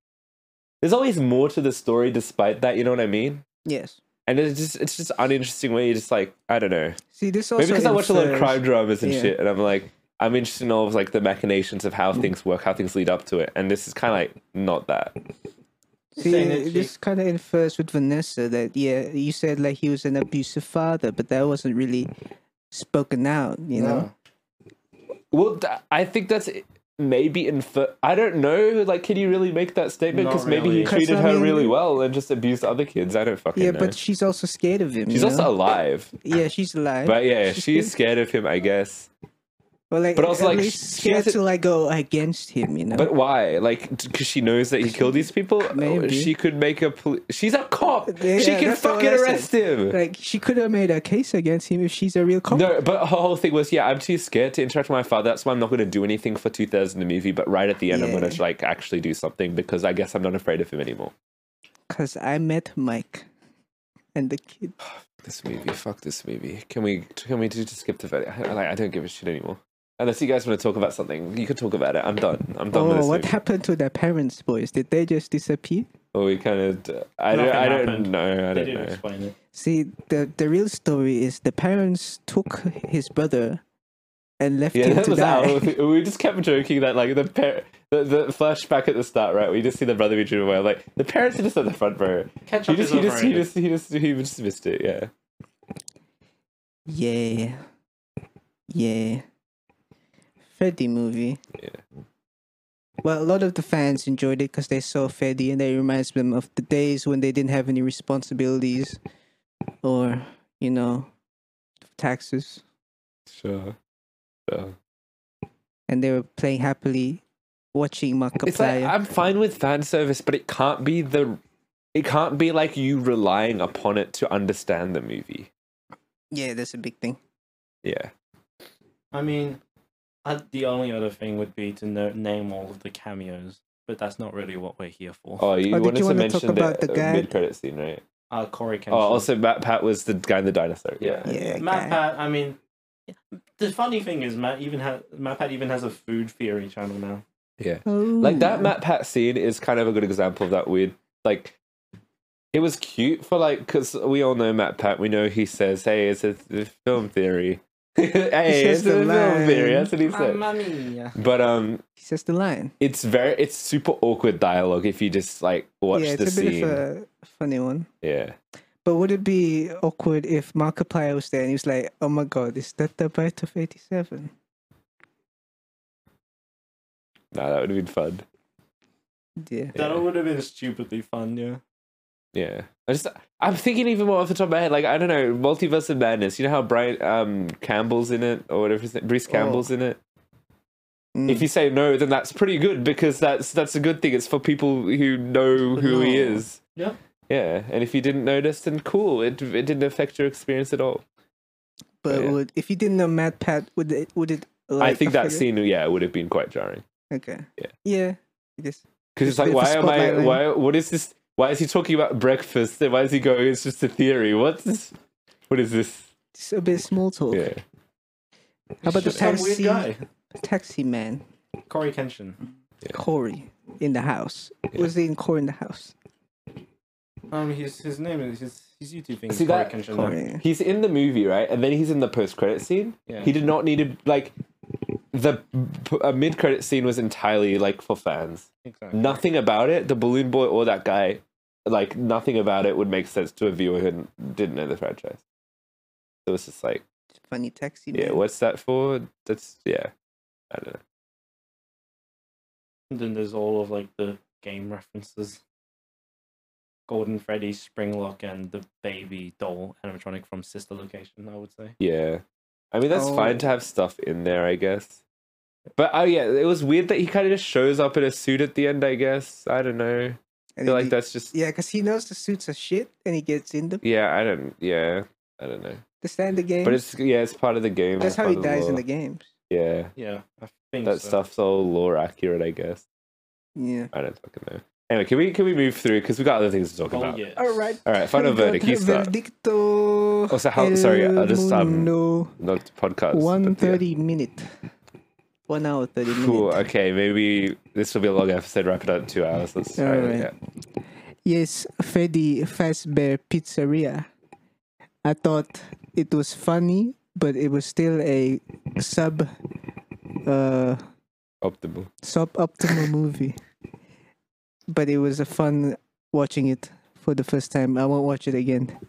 S1: there's always more to the story despite that. You know what I mean?
S2: yes.
S1: And it's just it's just uninteresting where you just like I don't know.
S2: See, this also
S1: Maybe because I watch a lot of
S2: infers-
S1: crime dramas and
S2: Yeah. Mm.
S1: shit, and I'm like, I'm interested in all of like the machinations of how things work, how things lead up to it, and this is kind of like not that.
S2: See,
S3: Saying that she-
S2: this kind of infers with Vanessa that yeah, you said like he was an abusive father, but that wasn't really spoken out. You know,
S1: Well, th- I think that's maybe infer. I don't know. Like, can you really make that statement?
S3: Not
S1: Because maybe
S3: really.
S1: he
S2: 'Cause,
S1: treated
S2: I
S1: her
S2: mean-
S1: really well and just abused other kids. I don't fucking
S2: yeah,
S1: know.
S2: but she's also scared of him.
S1: she's
S2: you
S1: also
S2: know?
S1: alive.
S2: yeah, she's alive.
S1: But yeah,
S2: She's
S1: she's scared of him, I guess.
S2: but like,
S1: but also,
S2: at
S1: like,
S2: least
S1: she
S2: scared
S1: hasn't-
S2: to like go against him. You know,
S1: But why? Like, because she knows that he killed these people. Oh,
S2: Maybe.
S1: She could make a. Poli- she's a cop.
S2: Yeah,
S1: she
S2: yeah,
S1: can
S2: that's what
S1: fucking
S2: I said.
S1: arrest him.
S2: like she could have made a case against him if she's a real cop.
S1: No, but her whole thing was, yeah, I'm too scared to interact with my father. That's why I'm not going to do anything for two thirds in the movie. But right at the end, I'm going
S2: Yeah.
S1: to like actually do something because I guess I'm not afraid of him anymore.
S2: Cause I met Mike and the kid.
S1: This movie, fuck this movie. Can we can we do just skip the verdict? I, like, I don't give a shit anymore. Unless you guys want to talk about something, you can talk about it. I'm done. I'm done with
S2: Oh,
S1: this
S2: what
S1: movie.
S2: happened to their parents, boys? Did they just disappear?
S1: Well, we kind of. I don't.
S3: Nothing
S1: I don't
S3: happened.
S1: know. I
S3: They
S1: don't
S3: didn't
S1: know.
S3: explain it.
S2: See, the the real story is the parents took his brother and left
S1: Yeah,
S2: him
S1: that
S2: to
S1: was our.
S2: die.
S1: We just kept joking that like the par- the, the flashback at the start, right? We just see the brother be driven away. I'm Like the parents are just at the front row. He
S3: Ketchup
S1: just,
S3: is
S1: he just, he
S3: overrated.
S1: just, he just, he just missed it. Yeah.
S2: Yeah, yeah. Freddy movie.
S1: Yeah.
S2: Well, a lot of the fans enjoyed it because they saw Freddy and it reminds them of the days when they didn't have any responsibilities or you know taxes.
S1: Sure. So.
S2: and they were playing happily, watching
S1: It's like
S2: Markiplier.
S1: I'm fine with fan service, but it can't be the. It can't be like you relying upon it to understand the movie.
S2: yeah, that's a big thing.
S1: Yeah.
S3: I mean, uh, the only other thing would be to no- name all of the cameos, but that's not really what we're here for.
S1: Oh, you
S2: Oh, did
S1: wanted
S2: you
S1: to
S2: wanna talk
S1: mention the,
S2: about the guy-
S1: mid-credit scene, right?
S3: Uh, Corey Kenshin.
S1: Oh, also Matt Pat was the guy in the dinosaur. Yeah.
S2: Yeah, guy.
S3: Matt Pat, I mean, the funny thing is Matt even has Matt Pat even has a food theory channel now.
S1: Yeah.
S2: Oh,
S1: Like that Matt Pat scene is kind of a good example of that weird like it was cute for like because we all know Matt Pat. We know he says, "Hey, it's a th- film theory." hey,
S2: says
S1: it's a
S2: the
S1: film theory.
S2: line.
S1: That's what he said. But um,
S2: He says the line.
S1: it's very it's super awkward dialogue if you just like watch
S2: yeah,
S1: the
S2: it's a
S1: scene.
S2: bit of a funny one.
S1: Yeah,
S2: But would it be awkward if Markiplier was there and he was like, "Oh my God, is that the bite of '87?"
S1: no, that would have been fun.
S2: Yeah.
S1: Yeah.
S3: That would have been stupidly fun, yeah.
S1: Yeah. I just I'm thinking even more off the top of my head, like I don't know, Multiverse of Madness. You know how Brian um Campbell's in it or whatever his name
S2: Oh.
S1: Bruce Campbell's in it?
S2: Mm.
S1: If you say no, then that's pretty good because that's that's a good thing. It's for people who know who he
S3: No.
S1: is.
S3: Yep.
S1: Yeah. And if you didn't notice, then cool. It it didn't affect your experience at all.
S2: but
S1: Yeah.
S2: would if you didn't know Mad Pat, would it would it? Like,
S1: I think that
S2: affect it?
S1: scene, yeah, would have been quite jarring
S2: Okay.
S1: Yeah.
S2: Yeah. It is.
S1: because it's
S2: It's
S1: like,
S2: a bit of a
S1: why am I?
S2: spotlight eh? on-
S1: Why? What is this? Why is he talking about breakfast? And why is he going? It's just a theory. What's this? What is this?
S2: It's a bit small talk.
S1: Yeah.
S2: How about the
S1: Just some
S3: Some weird
S2: taxi
S3: guy,
S2: taxi man
S3: Corey Kenshin.
S2: Corey in the house? Was he in Corey in the house?
S3: Um, his his name is his his YouTube thing. is
S1: See
S3: Corey
S1: that-
S3: Kenshin. now.
S2: Corey.
S1: He's in the movie, right? And then he's in the post-credit scene.
S3: Yeah.
S1: He did not need to like the p- a mid-credit scene was entirely like for fans.
S3: Exactly.
S1: Nothing about it, the balloon boy or that guy, like nothing about it would make sense to a viewer who didn't- didn't know the franchise. It was just like,
S2: Funny taxi
S1: yeah,
S2: man.
S1: what's that for? That's yeah, I don't know.
S3: And then there's all of like the game references. Golden Freddy, Springlock, and the baby doll animatronic from Sister Location. I would say.
S1: Yeah. I mean, that's
S2: Oh.
S1: fine to have stuff in there, I guess. But oh yeah, it was weird that he kind of just shows up in a suit at the end. I guess I don't know. I
S2: And
S1: feel
S2: then
S1: like
S2: he-
S1: that's just
S2: Yeah, because he knows the suits are shit and he gets in them
S1: Yeah, I don't. Yeah, I don't know.
S2: to stand the game.
S1: But it's yeah, it's part of the game. it's
S2: That's how
S1: part
S2: he
S1: of the
S2: dies in
S1: lore.
S2: the games.
S1: Yeah,
S3: Yeah, I think
S1: that
S3: so.
S1: stuff's all lore accurate, I guess.
S2: Yeah.
S1: I don't fucking know. Anyway, can we can we move through because we got other things to talk
S3: Oh
S1: about.
S3: yeah.
S2: All right.
S1: All right, final verdict. You start.
S2: Verdicto.
S1: Also, how- sorry, I
S2: El
S1: just, um,
S2: mundo.
S1: Not podcast.
S2: One
S1: but yeah.
S2: thirty minute. One hour thirty minute.
S1: Cool. Okay, maybe this will be a long episode. Wrap it up in two hours. Let's try
S2: All
S1: it,
S2: right. Yes, Freddy Fazbear Pizzeria. I thought it was funny, but it was still a sub uh
S1: yeah. Optimal.
S2: suboptimal movie. But it was a fun watching it for the first time. I won't watch it again.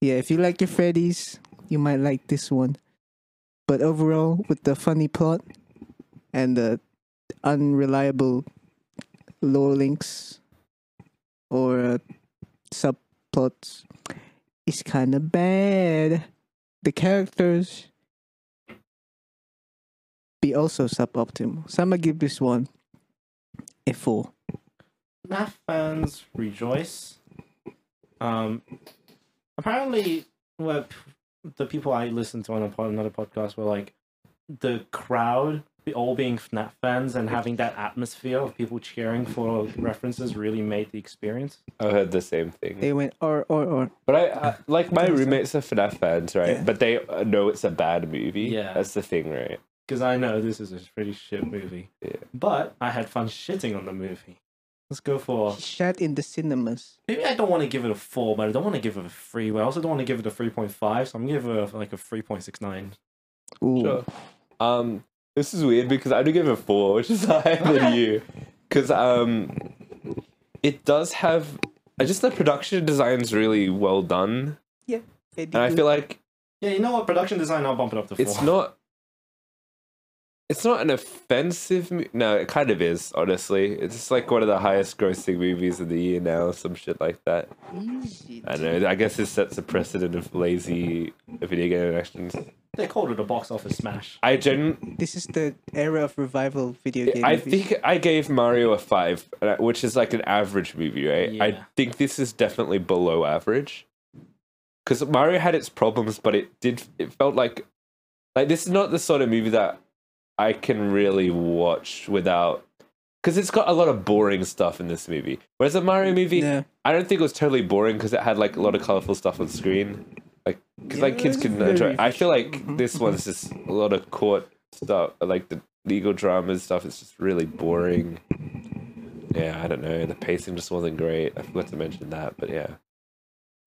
S2: Yeah, if you like your Freddy's, you might like this one. But overall, with the funny plot and the unreliable lore links or uh, subplots, it's kind of bad. The characters be also suboptimal. So I'm gonna give this one a four.
S3: math fans rejoice. Um, apparently, what p- the people I listened to on a pod, another podcast were like the crowd, be- all being FNAF fans and having that atmosphere of people cheering for references really made the experience.
S1: I heard the same thing.
S2: They went or or or.
S1: But I, I like my
S2: Interesting.
S1: roommates are FNAF fans, right?
S2: Yeah.
S1: But they uh, know it's a bad movie.
S3: Yeah.
S1: that's the thing, right?
S3: Because I know this is a pretty shit movie,
S1: Yeah.
S3: but I had fun shitting on the movie. Let's go for
S1: Oh.
S2: He shot in the cinemas.
S3: maybe I don't want to give it a four, but I don't want to give it a three. But I also don't want to give it a three point five, so I'm gonna give it a, like a three point six nine.
S2: Ooh.
S1: Sure. Um, this is weird because I do give it four, which is higher than you, because um, it does have. I just the production design's really well done,
S2: They
S1: and I
S2: didn't-
S1: feel like
S3: Yeah, you know what? Production design, I'll bump it up to four.
S1: it's not. It's not an offensive. Mo- no, it kind of is. Honestly, it's like one of the highest grossing movies of the year now, some shit like that.
S2: Easy.
S1: I don't know. I guess it sets a precedent of lazy video game actions.
S3: They called it a box office smash.
S1: I gen-
S2: This is the era of revival video game.
S1: I
S2: movies.
S1: think I gave Mario a five, uh, which is like an average movie, right?
S3: Yeah.
S1: I think this is definitely below average because Mario had its problems, but it did. It felt like like this is not the sort of movie that I can really watch without because it's got a lot of boring stuff in this movie. Whereas a Mario movie,
S2: Yeah.
S1: I don't think it was totally boring because it had like a lot of colorful stuff on screen, like because like
S2: Yeah,
S1: kids
S2: it's
S1: can
S2: very
S1: enjoy. it. I feel like this one's just a lot of court stuff, like the legal dramas stuff. It's just really boring. Yeah, I don't know. The pacing just wasn't great. I forgot to mention that, but yeah,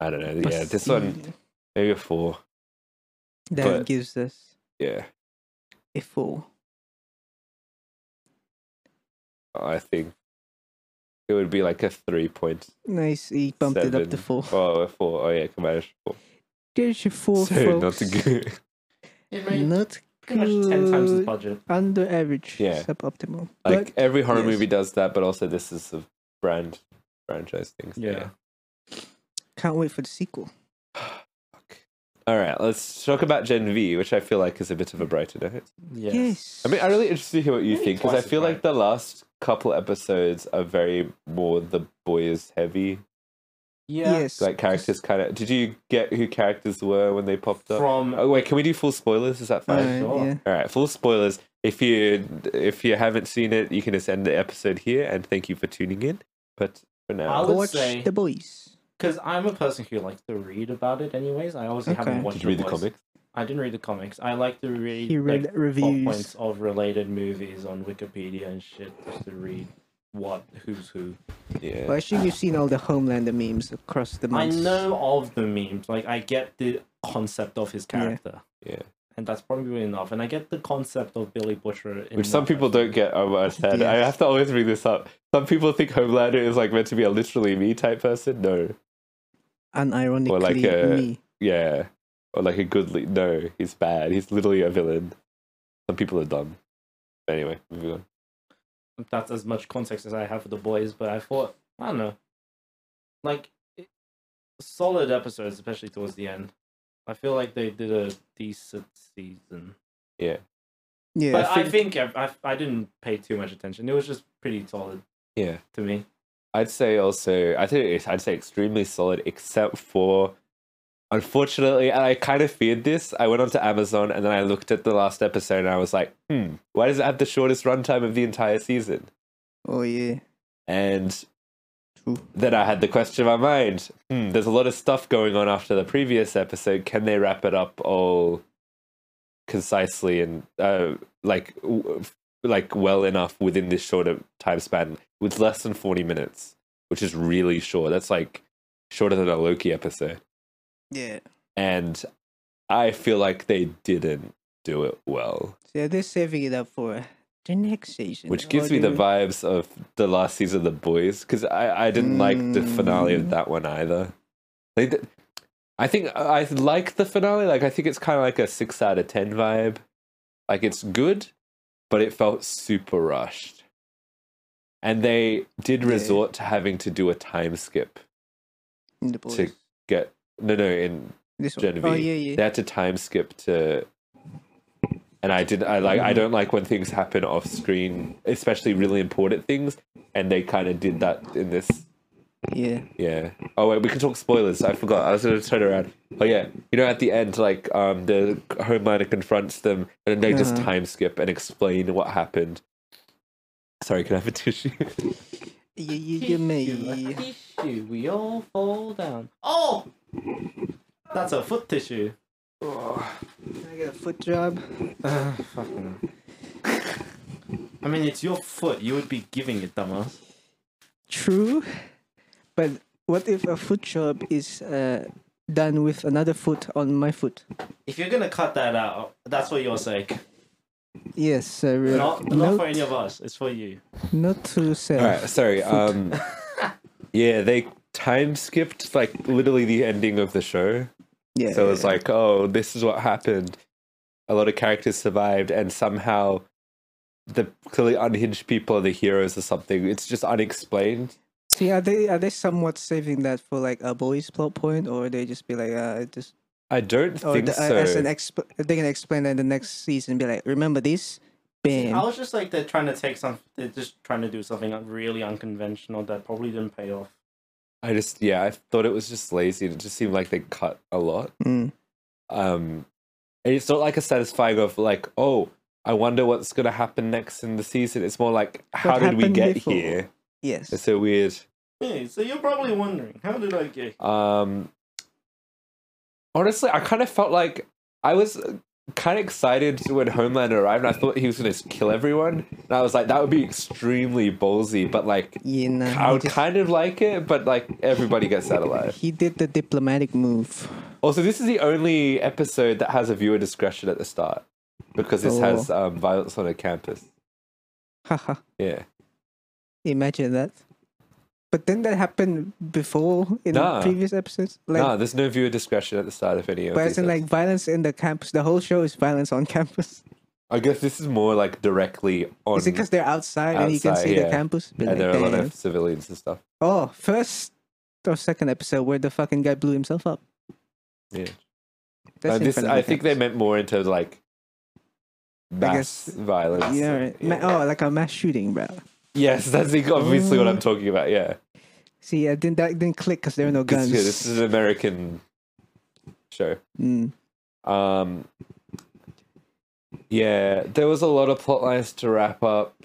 S1: I don't know. Yeah, this one maybe a four.
S2: that
S1: but-
S2: gives us
S1: Yeah,
S2: a four.
S1: I think it would be like a three point.
S2: Nice. He bumped it up
S1: seven.
S2: to four.
S1: Oh, a four. Oh yeah, combined is four.
S2: There's your four,
S1: so
S2: folks.
S1: not good.
S3: It
S2: Not
S3: pretty much ten times its
S2: good.
S3: budget.
S2: Under average.
S1: Yeah.
S2: Suboptimal.
S1: like
S2: but
S1: every horror
S2: yes.
S1: movie does that, but also this is a brand franchise thing. so
S3: Yeah.
S2: can't wait for the sequel.
S1: Fuck. All right, let's talk about Gen V, which I feel like is a bit of a brighter note.
S3: Yes.
S2: Yes.
S1: I mean, I'm really interested to hear what you
S3: Maybe
S1: think because I
S3: twice as
S1: feel like
S3: bright.
S1: the last couple episodes are very more the boys heavy.
S3: Yeah.
S2: Yes.
S1: Like characters kind of. Did you get who characters were when they popped up?
S3: From
S1: Oh wait, can we do full spoilers? Is that fine?
S2: All right,
S3: sure.
S2: yeah.
S1: All right, full spoilers. If you if you haven't seen it, you can just end the episode here. And thank you for tuning in. But for
S3: I
S1: now,
S3: would
S2: Watch
S3: say-
S2: the boys.
S3: because I'm a person who likes to read about it. Anyways, I obviously
S2: Okay.
S3: haven't watched.
S1: did you read the
S3: boys.
S1: comics?
S3: I didn't read the comics. I like to read.
S2: He read
S3: like, plot
S2: reviews.
S3: points of related movies on Wikipedia and shit just to read what who's who.
S1: Yeah.
S2: Well, I assume you've seen all the Homelander memes across the
S3: I
S2: months.
S3: know of the memes. Like I get the concept of his
S2: Yeah.
S3: character.
S1: Yeah.
S3: And that's probably enough. And I get the concept of Billy Butcher. In
S1: Which some
S3: Marvel.
S1: people don't get over I said. I
S2: Yes.
S1: have to always bring this up. Some people think Homelander is like meant to be a literally me type person. No.
S2: Unironically,
S1: Or like, uh,
S2: me.
S1: Yeah. Or like a good lead. No, he's bad. He's literally a villain. Some people are dumb. Anyway, moving on.
S3: That's as much context as I have for the boys. But I thought, I don't know. Like, it, solid episodes, especially towards the end. I feel like they did a decent season.
S2: Yeah.
S3: But I think, I, I, I didn't pay too much attention. It was just pretty solid
S1: Yeah.
S3: to me.
S1: I'd say also, I think it's, I'd say extremely solid, except for, unfortunately, and I kind of feared this. I went onto Amazon and then I looked at the last episode and I was like, hmm, why does it have the shortest runtime of the entire season?
S2: oh yeah.
S1: And
S2: True.
S1: then I had the question in my mind. Hmm, there's a lot of stuff going on after the previous episode. Can they wrap it up all concisely and uh, like w- like well enough within this shorter time span with less than 40 minutes, which is really short. That's like shorter than a Loki episode.
S2: Yeah.
S1: And I feel like they didn't do it well.
S2: So they're saving it up for the next season.
S1: which gives me the vibes of the last season of the boys because I, I didn't like the finale of
S2: Mm.
S1: that one either Like, th- i think i I like the finale like i think it's kind of like a six out of ten vibe like it's good but it felt super rushed and they did
S2: Yeah.
S1: resort to having to do a time skip
S2: In the boys.
S1: to get no no in
S2: this one.
S1: Genevieve.
S2: Oh yeah, yeah.
S1: they had to time skip to and I did I like I
S2: Mm-hmm.
S1: don't like when things happen off screen, especially really important things, and they kind of did that in this.
S2: yeah.
S1: Yeah. Oh wait, we can talk spoilers. I forgot. I was going to turn around. Oh yeah, you know at the end like um the Homelander confronts them and they just
S2: Uh-huh.
S1: time skip and explain what happened. Sorry, can I have a tissue?
S2: Yeah, yeah, yeah, me.
S3: Tissue, tissue, we all fall down. Oh! That's a foot tissue.
S2: Can I get a foot job?
S3: Uh, fucking. I mean, it's your foot. You would be giving it, dumbass.
S2: True, but what if a foot job is uh, done with another foot on my foot?
S3: If you're gonna cut that out, that's for your sake.
S2: Yes, uh,
S3: Not, not
S2: note,
S3: for any of us. It's for you.
S2: not to self.
S1: All right, sorry. Um, yeah, they time skipped like literally the ending of the show.
S2: Yeah,
S1: So it's like, oh, this is what happened. A lot of characters survived, and somehow the clearly unhinged people are the heroes or something. It's just unexplained.
S2: see, are they are they somewhat saving that for like a boys plot point, or they just be like, uh, just
S1: I don't
S2: or
S1: think
S2: the, uh,
S1: so.
S2: as an exp- they can explain that in the next season, be like, remember this, bam.
S3: I was just like they're trying to take some. They're just trying to do something really unconventional that probably didn't pay off.
S1: I just, yeah, I thought it was just lazy. and It just seemed like they cut a lot.
S2: Mm.
S1: Um, and it's not like a satisfying of like, oh, I wonder what's gonna happen next in the season. It's more like, how did we
S2: happened
S1: get
S2: before?
S1: here?
S2: Yes,
S1: It's so weird.
S3: Hey, so you're probably wondering, how did I get?
S1: Um, honestly, I kind of felt like I was kind of excited when Homelander arrived. And I thought he was going to kill everyone, and I was like, that would be extremely ballsy. But like,
S2: yeah, nah,
S1: I
S2: he
S1: would
S2: just-
S1: kind of like it. But like, everybody gets out alive.
S2: he did the diplomatic move.
S1: Also, this is the only episode that has a viewer discretion at the start because this has
S2: Oh.
S1: um, violence on a campus.
S2: Haha.
S1: Yeah,
S2: Imagine that. But didn't that happen before in
S1: Nah.
S2: previous episodes? Like,
S1: no, there's no viewer discretion at the start of any of
S2: but as
S1: these.
S2: in like violence in the campus. The whole show is violence on campus.
S1: I guess this is more like directly on,
S2: Is it because they're outside, and you can
S1: Outside,
S2: see
S1: yeah.
S2: the campus? Be
S1: and
S2: like,
S1: there are a lot
S2: "Damn."
S1: of civilians and stuff.
S2: Oh, first or second episode where the fucking guy blew himself up.
S1: Yeah.
S2: That's
S1: Uh,
S2: in
S1: this,
S2: front of
S1: I
S2: the
S1: think they
S2: campus.
S1: meant more into like mass
S2: guess-
S1: violence.
S2: Yeah, oh. right.
S1: Yeah.
S2: Ma- oh, like a mass shooting, bro.
S1: Yes, that's the- obviously what I'm talking about. Yeah,
S2: See, I didn't that didn't click because there are no guns.
S1: Yeah, this is an American show.
S2: Mm.
S1: Um, yeah, there was a lot of plot lines to wrap up.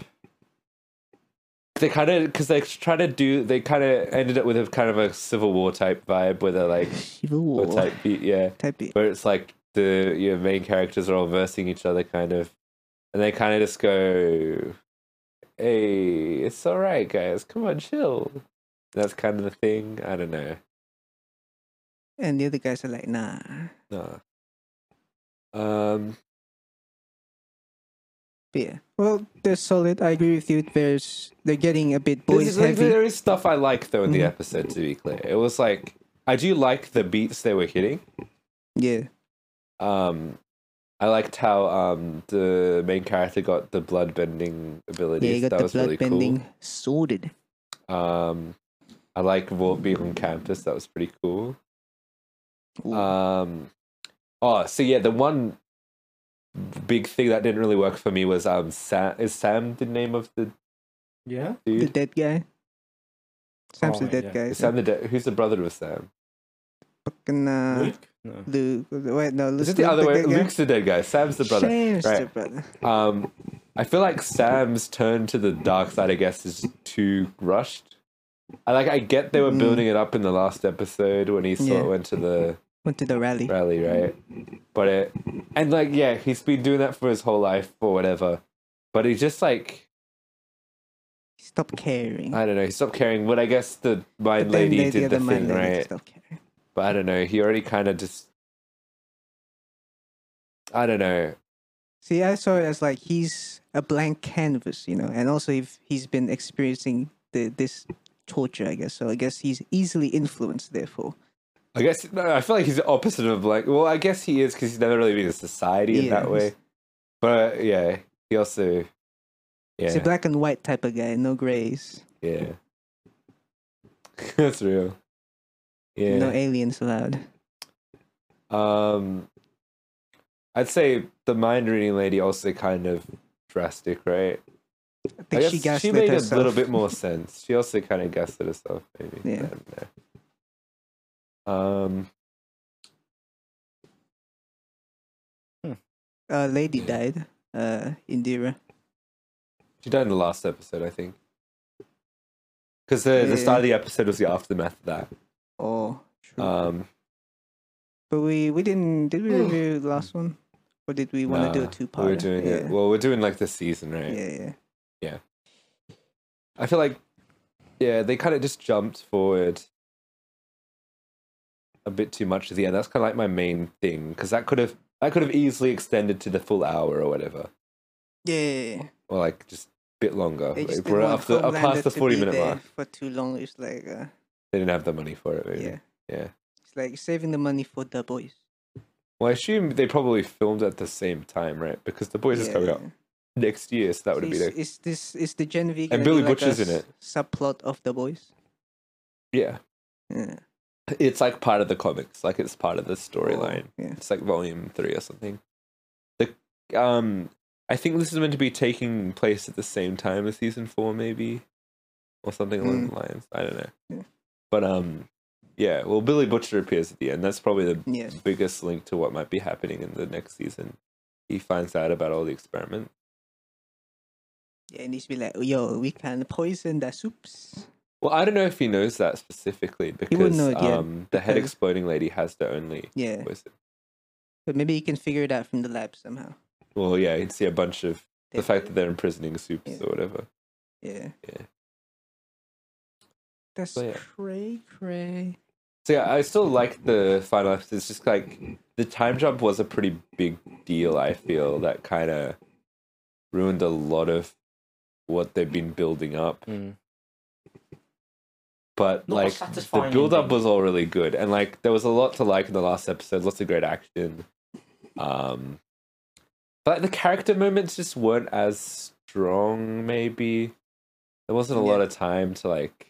S1: They kind of because they try to do they kind of ended up with a kind of a civil war type vibe where they're like
S2: Civil
S1: or
S2: War.
S1: type beat, yeah,
S2: Type B.
S1: where it's like the your main characters are all versing each other kind of, and they kind of just go, "Hey, it's all right, guys, come on, chill." That's kind of the thing. I don't know.
S2: And the other guys are like, nah.
S1: No. Um.
S2: But yeah. Well, they're solid. I agree with you. There's they're getting a bit
S1: This
S2: boys
S1: is, like,
S2: heavy.
S1: there is stuff I like though in the
S2: Mhm.
S1: episode. To be clear, it was like I do like the beats they were hitting.
S2: Yeah.
S1: Um, I liked how um the main character got the blood bending abilities.
S2: Yeah, you got
S1: that
S2: the
S1: was
S2: blood
S1: really
S2: bending sorted.
S1: cool. Um, I like Walt being on campus. That was pretty cool.
S2: Ooh.
S1: Um, oh, so yeah, the one big thing that didn't really work for me was um Sam. Is Sam the name of the
S3: Yeah.
S2: the
S1: dude?
S2: dead guy. Sam's
S3: Oh,
S2: the dead
S3: yeah.
S2: guy.
S1: Is Sam the de- who's the brother of Sam?
S2: Fucking, uh,
S3: Luke? No.
S2: Luke. Wait, no,
S1: Is
S2: Luke's
S1: it the
S2: not
S1: other way?
S2: dead guy.
S1: Luke's the dead guy. Sam's the brother.
S2: Sam's
S1: Right.
S2: the brother.
S1: Um, I feel like Sam's turn to the dark side, I guess, is too rushed. I like. I get they were
S2: Mm.
S1: building it up in the last episode when he sort
S2: Yeah.
S1: of went to the
S2: Went to the rally.
S1: rally, right? But it and like, yeah, he's been doing that for his whole life or whatever. But he just like,
S2: Stop caring.
S1: I don't know. He stopped caring. But I guess the
S2: The
S1: mind
S2: dead
S1: lady
S2: lady,
S1: did the
S2: other
S1: thing,
S2: mind lady,
S1: right?
S2: Stop caring.
S1: But I don't know. He already kind of just. I don't know.
S2: See, I saw it as like he's a blank canvas, you know, and also if he's been experiencing the, this torture, I guess. So I guess he's easily influenced, therefore.
S1: I guess no, I feel like he's the opposite of like. Well, I guess he is because he's never really been in society in that
S2: Yeah.
S1: way. But yeah, he also
S2: He's
S1: yeah
S2: a black and white type of guy, no grays,
S1: yeah. That's real. Yeah.
S2: no aliens allowed.
S1: um, I'd say the mind reading lady also kind of drastic, right?
S2: I
S1: I
S2: think she
S1: guess
S2: gaslit
S1: she made
S2: herself.
S1: a little bit more sense. She also kind of guessed at herself, maybe. I
S2: Yeah.
S1: don't know. Um.
S2: Uh, lady died. Uh, Indira.
S1: She died in the last episode, I think. Because the, the
S2: Yeah.
S1: start of the episode was the aftermath of that.
S2: Oh, true.
S1: Um,
S2: but we we didn't did we review the last one, or did we want to do
S1: nah,
S2: a two
S1: we
S2: part?
S1: We're doing
S2: yeah.
S1: it. Well, we're doing like the season, right?
S2: yeah, yeah.
S1: I feel like, yeah, they kind of just jumped forward a bit too much at the end. That's kind of like my main thing because that could have that could have easily extended to the full hour or whatever,
S2: Yeah, yeah, yeah.
S1: or like just a bit longer.
S2: They just
S1: If we're
S2: didn't want
S1: up, the, up past
S2: Homelander
S1: the
S2: to be
S1: forty minute
S2: there
S1: mark.
S2: for too long. It's like, uh,
S1: They didn't have the money for it. Maybe.
S2: yeah,
S1: yeah.
S2: it's like saving the money for the boys.
S1: Well, I assume they probably filmed at the same time, right? Because the boys is coming up next year, so that would have
S2: is,
S1: been. A,
S2: is this is the Genevieve
S1: And
S2: gonna be
S1: Billy
S2: like a
S1: Butcher's in
S2: s-
S1: it.
S2: subplot of the boys?
S1: yeah,
S2: Yeah.
S1: it's like part of the comics, like it's part of the storyline.
S2: Oh, Yeah.
S1: It's like volume three or something. The um, I think this is meant to be taking place at the same time as season four, maybe, or something along
S2: Mm.
S1: the lines. I don't know,
S2: Yeah.
S1: but um, yeah. Well, Billy Butcher appears at the end. That's probably the
S2: Yeah.
S1: biggest link to what might be happening in the next season. He finds out about all the experiments.
S2: Yeah, it needs to be like, yo, we can poison the soups.
S1: Well, I don't know if he knows that specifically because
S2: wouldn't know it yet,
S1: um, the head
S2: because-
S1: exploding lady has the only
S2: Yeah.
S1: voice.
S2: But maybe you can figure it out from the lab somehow.
S1: Well, yeah, he'd see a bunch of the
S2: They-
S1: fact that they're imprisoning soups
S2: Yeah.
S1: or whatever.
S2: Yeah.
S1: Yeah.
S2: That's
S1: But yeah.
S2: cray cray.
S1: So yeah, I still like the final episode. It's just like the time jump was a pretty big deal. I feel that kind of ruined a lot of what they've been building up.
S3: Mm.
S1: But
S3: Not a
S1: like the
S3: satisfying
S1: build up
S3: ending.
S1: was all really good, and like there was a lot to like in the last episode. Lots of great action. Um, but the character moments just weren't as strong. Maybe there wasn't a lot
S2: Yeah.
S1: of time to like.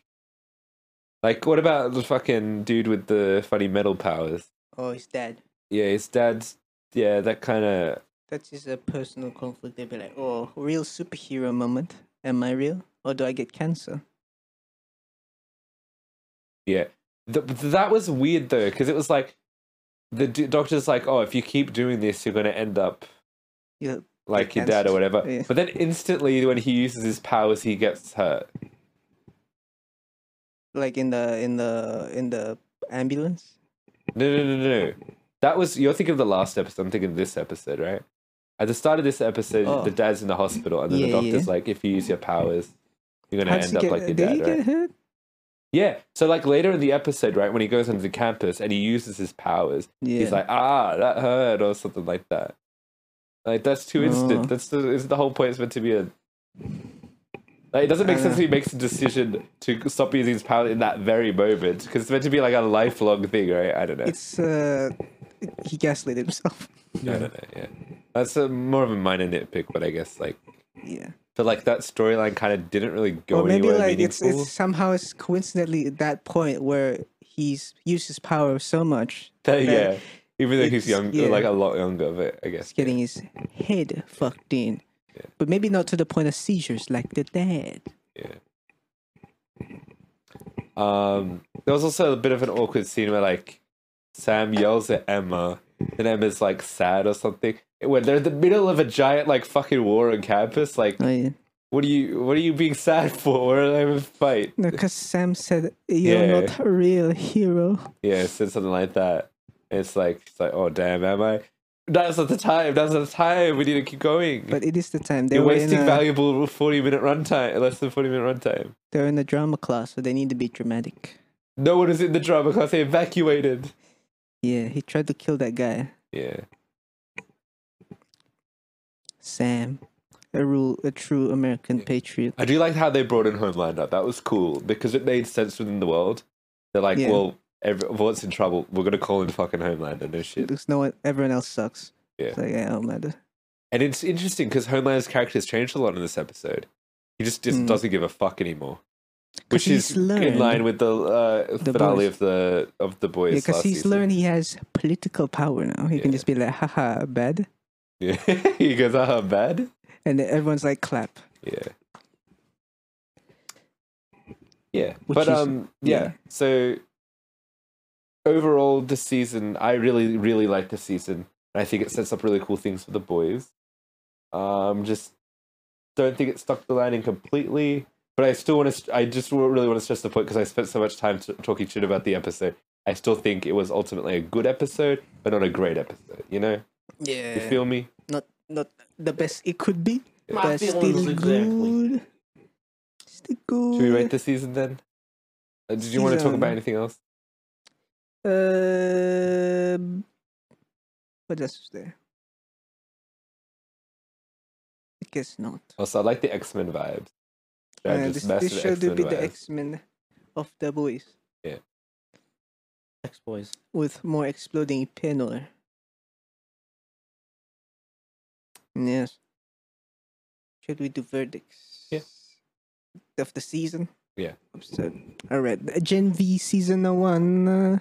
S1: Like, what about the fucking dude with the funny metal powers?
S2: Oh, he's dead.
S1: Yeah, his dad's. Yeah, that kind of.
S2: That's just a personal conflict. They'd be like, oh, real superhero moment. Am I real? Or do I get cancer?
S1: Yeah. Th- that was weird though, because it was like the d- doctor's like, "Oh, if you keep doing this, you're going to end up
S2: Yeah,
S1: like
S2: Like
S1: your dad
S2: cancer.
S1: or whatever."
S2: Yeah.
S1: But then instantly, when he uses his powers, he gets hurt.
S2: like in the in the in the ambulance.
S1: No, no, no, no. no. That was you're thinking of the last episode. I'm thinking of this episode, right? At the start of this episode,
S2: Oh.
S1: the dad's in the hospital, and then the
S2: Yeah,
S1: doctor's
S2: yeah.
S1: like, "If you use your powers, you're going
S2: How'd
S1: to end
S2: she
S1: up
S2: get-
S1: like your
S2: did
S1: dad."
S2: he
S1: Right?
S2: get hurt?
S1: Yeah. So like later in the episode, right, when he goes onto the campus and he uses his powers,
S2: Yeah.
S1: he's like, ah, that hurt, or something like that. Like that's too
S2: Oh.
S1: instant. That's the, is the whole point. It's meant to be a. Like, it doesn't make
S2: I
S1: sense
S2: know.
S1: if he makes a decision to stop using his power in that very moment because it's meant to be like a lifelong thing, right? I don't know.
S2: it's uh, he gaslit himself.
S1: I don't know. Yeah, that's a, more of a minor nitpick, but I guess like,
S2: yeah.
S1: but like that storyline kind of didn't really go
S2: or maybe
S1: anywhere
S2: like it's,
S1: meaningful.
S2: it's somehow it's coincidentally at that point where he's used his power so much
S1: That- yeah, even though he's
S2: it's-
S1: young,
S2: yeah.
S1: like a lot younger, but I
S2: he's
S1: guess
S2: getting his head fucked in but maybe not to the point of seizures like the dad
S1: Um, there was also a bit of an awkward scene where like Sam yells at Emma, and Emma's like sad or something. When they're in the middle of a giant like fucking war on campus, like
S2: oh, yeah.
S1: what are you what are you being sad for? We're in a fight.
S2: no because sam said you're
S1: Yeah.
S2: not a real hero
S1: Yeah, said something like that. And it's like it's like oh damn, am I? That's not the time. That's not the time. We need to keep going.
S2: but it is the time they
S1: You're
S2: were in
S1: wasting
S2: a,
S1: valuable forty minute runtime. Less than forty minute runtime.
S2: they're in a drama class so they need to be dramatic
S1: No one is in the drama because they evacuated.
S2: yeah he tried to kill that guy
S1: Yeah.
S2: sam a rule a true american patriot
S1: I do like how they brought in Homelander. That was cool because it made sense within the world. They're like,
S2: Yeah.
S1: well, every, what's in trouble? We're gonna call in fucking Homelander. No shit.
S2: looks no one everyone else sucks
S1: Yeah.
S2: it's like yeah, don't matter
S1: And it's interesting because Homelander's character's changed a lot in this episode. He just, just
S2: Mm.
S1: doesn't give a fuck anymore, which
S2: he's
S1: is in
S2: learned-
S1: line with the, uh,
S2: The
S1: finale
S2: boys.
S1: of the of the boys.
S2: because
S1: last
S2: he's
S1: season.
S2: learned he has political power now. He can
S1: Yeah.
S2: just be like, haha, bad.
S1: Yeah. he goes, "Ah, bad."
S2: And then everyone's like, clap.
S1: Yeah. Yeah.
S2: Which
S1: but
S2: is-
S1: um yeah.
S2: yeah.
S1: So overall this season, I really, really like this season. And I think it sets up really cool things for the boys. Um just don't think it stuck the landing completely. But I still want to. I just wa- really want to stress the point because I spent so much time t- talking shit about the episode. I still think it was ultimately a good episode, but not a great episode. You know,
S2: Yeah.
S1: you feel me?
S2: not not the best it could be,
S3: My
S2: but
S3: feelings
S2: still
S3: exactly.
S2: good. Still good.
S1: Should we rate the season then? Uh, did you want to talk
S2: Season.
S1: about anything else?
S2: Um, what else was there? I guess not.
S1: Also, I like the X Men vibes. They're just
S2: Uh, this
S1: massive
S2: this should
S1: X-Men
S2: be the
S1: vibes.
S2: X Men of the boys
S3: X boys.
S2: with more exploding panel. Yes. Should we do verdicts?
S1: Yeah.
S2: Of the season?
S1: Yeah.
S2: Episode. All right. Uh, Gen V season one. uh,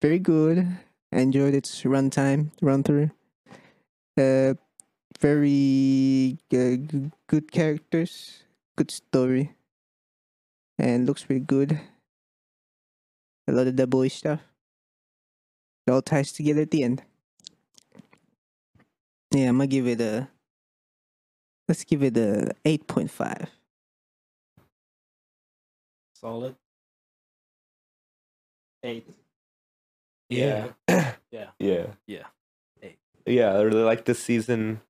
S2: very good. Enjoyed its runtime, run through. Uh, very uh, g- good characters, good story, and looks pretty good. A lot of the boy stuff. It all ties together at the end. Yeah, I'm gonna give it a. Let's give it a eight point five.
S3: Solid. Eight.
S1: Yeah.
S3: Yeah.
S1: Yeah.
S3: Yeah. Eight.
S1: Yeah, I really like this season.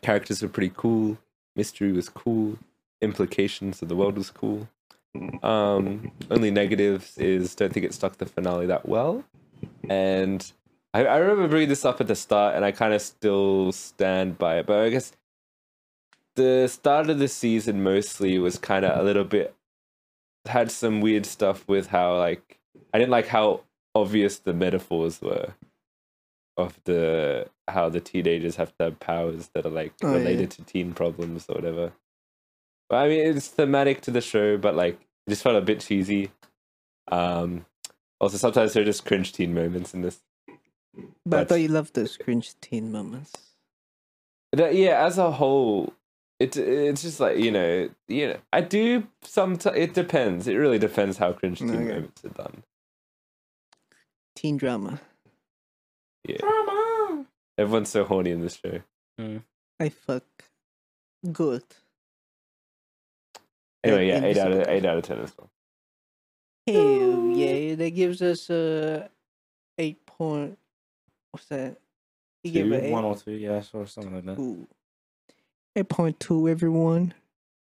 S1: Characters were pretty cool. Mystery was cool. Implications of the world was cool. Um, only negatives is don't think it stuck the finale that well. And I, I remember bringing this up at the start, and I kind of still stand by it. But I guess the start of the season mostly was kind of a little bit had some weird stuff with how like I didn't like how obvious the metaphors were of the how the teenagers have to have powers that are like
S2: Oh, yeah.
S1: related to teen problems or whatever. But I mean, it's thematic to the show, but like it just felt a bit cheesy. Um, also, sometimes there are just cringe teen moments in this.
S2: But I
S1: That's-
S2: thought you loved those cringe teen moments.
S1: That- yeah, as a whole, It, it's just like you know, you know. I do sometimes. It depends. It really depends how cringe teen
S2: Okay.
S1: moments are done.
S2: Teen drama.
S1: Yeah,
S3: Drama.
S1: everyone's so horny in this show.
S3: Hmm.
S2: I fuck. Good.
S1: Anyway,
S2: Yeah,
S1: yeah,
S2: in
S1: eight
S2: this
S1: out of
S2: episode.
S1: eight out of ten as well.
S2: Hell yeah, that gives us a eight point. What's that? You give
S1: Two,
S2: it
S3: One
S2: eight.
S3: or two, yeah, or something like that.
S2: Ooh. Eight point two, everyone.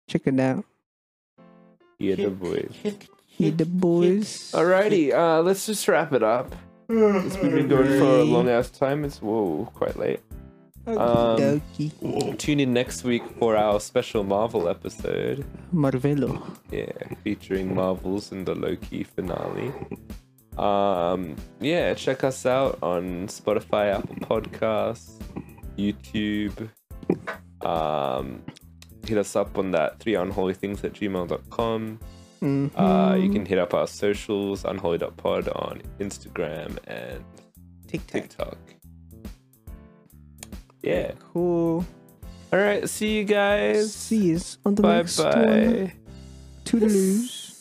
S2: Check it out.
S1: Yeah, the boys.
S2: Hit the boys.
S1: Alrighty, uh, let's just wrap it up. It's been going for a long ass time. It's whoa, quite late.
S2: Okie dokie.
S1: Tune in next week for our special Marvel episode.
S2: Marvelo.
S1: Yeah, featuring Marvels and the Loki finale. Um, yeah, check us out on Spotify, Apple Podcasts, YouTube. Um, hit us up on that three unholy things at gmail.com.
S2: Mm.
S1: Uh, you can hit up our socials, unholy.pod on Instagram and
S2: Tic Tac.
S1: TikTok. Yeah.
S2: Cool.
S1: All right. See you guys.
S2: See you on the
S1: Bye
S2: next one.
S1: bye.
S2: Toodaloos.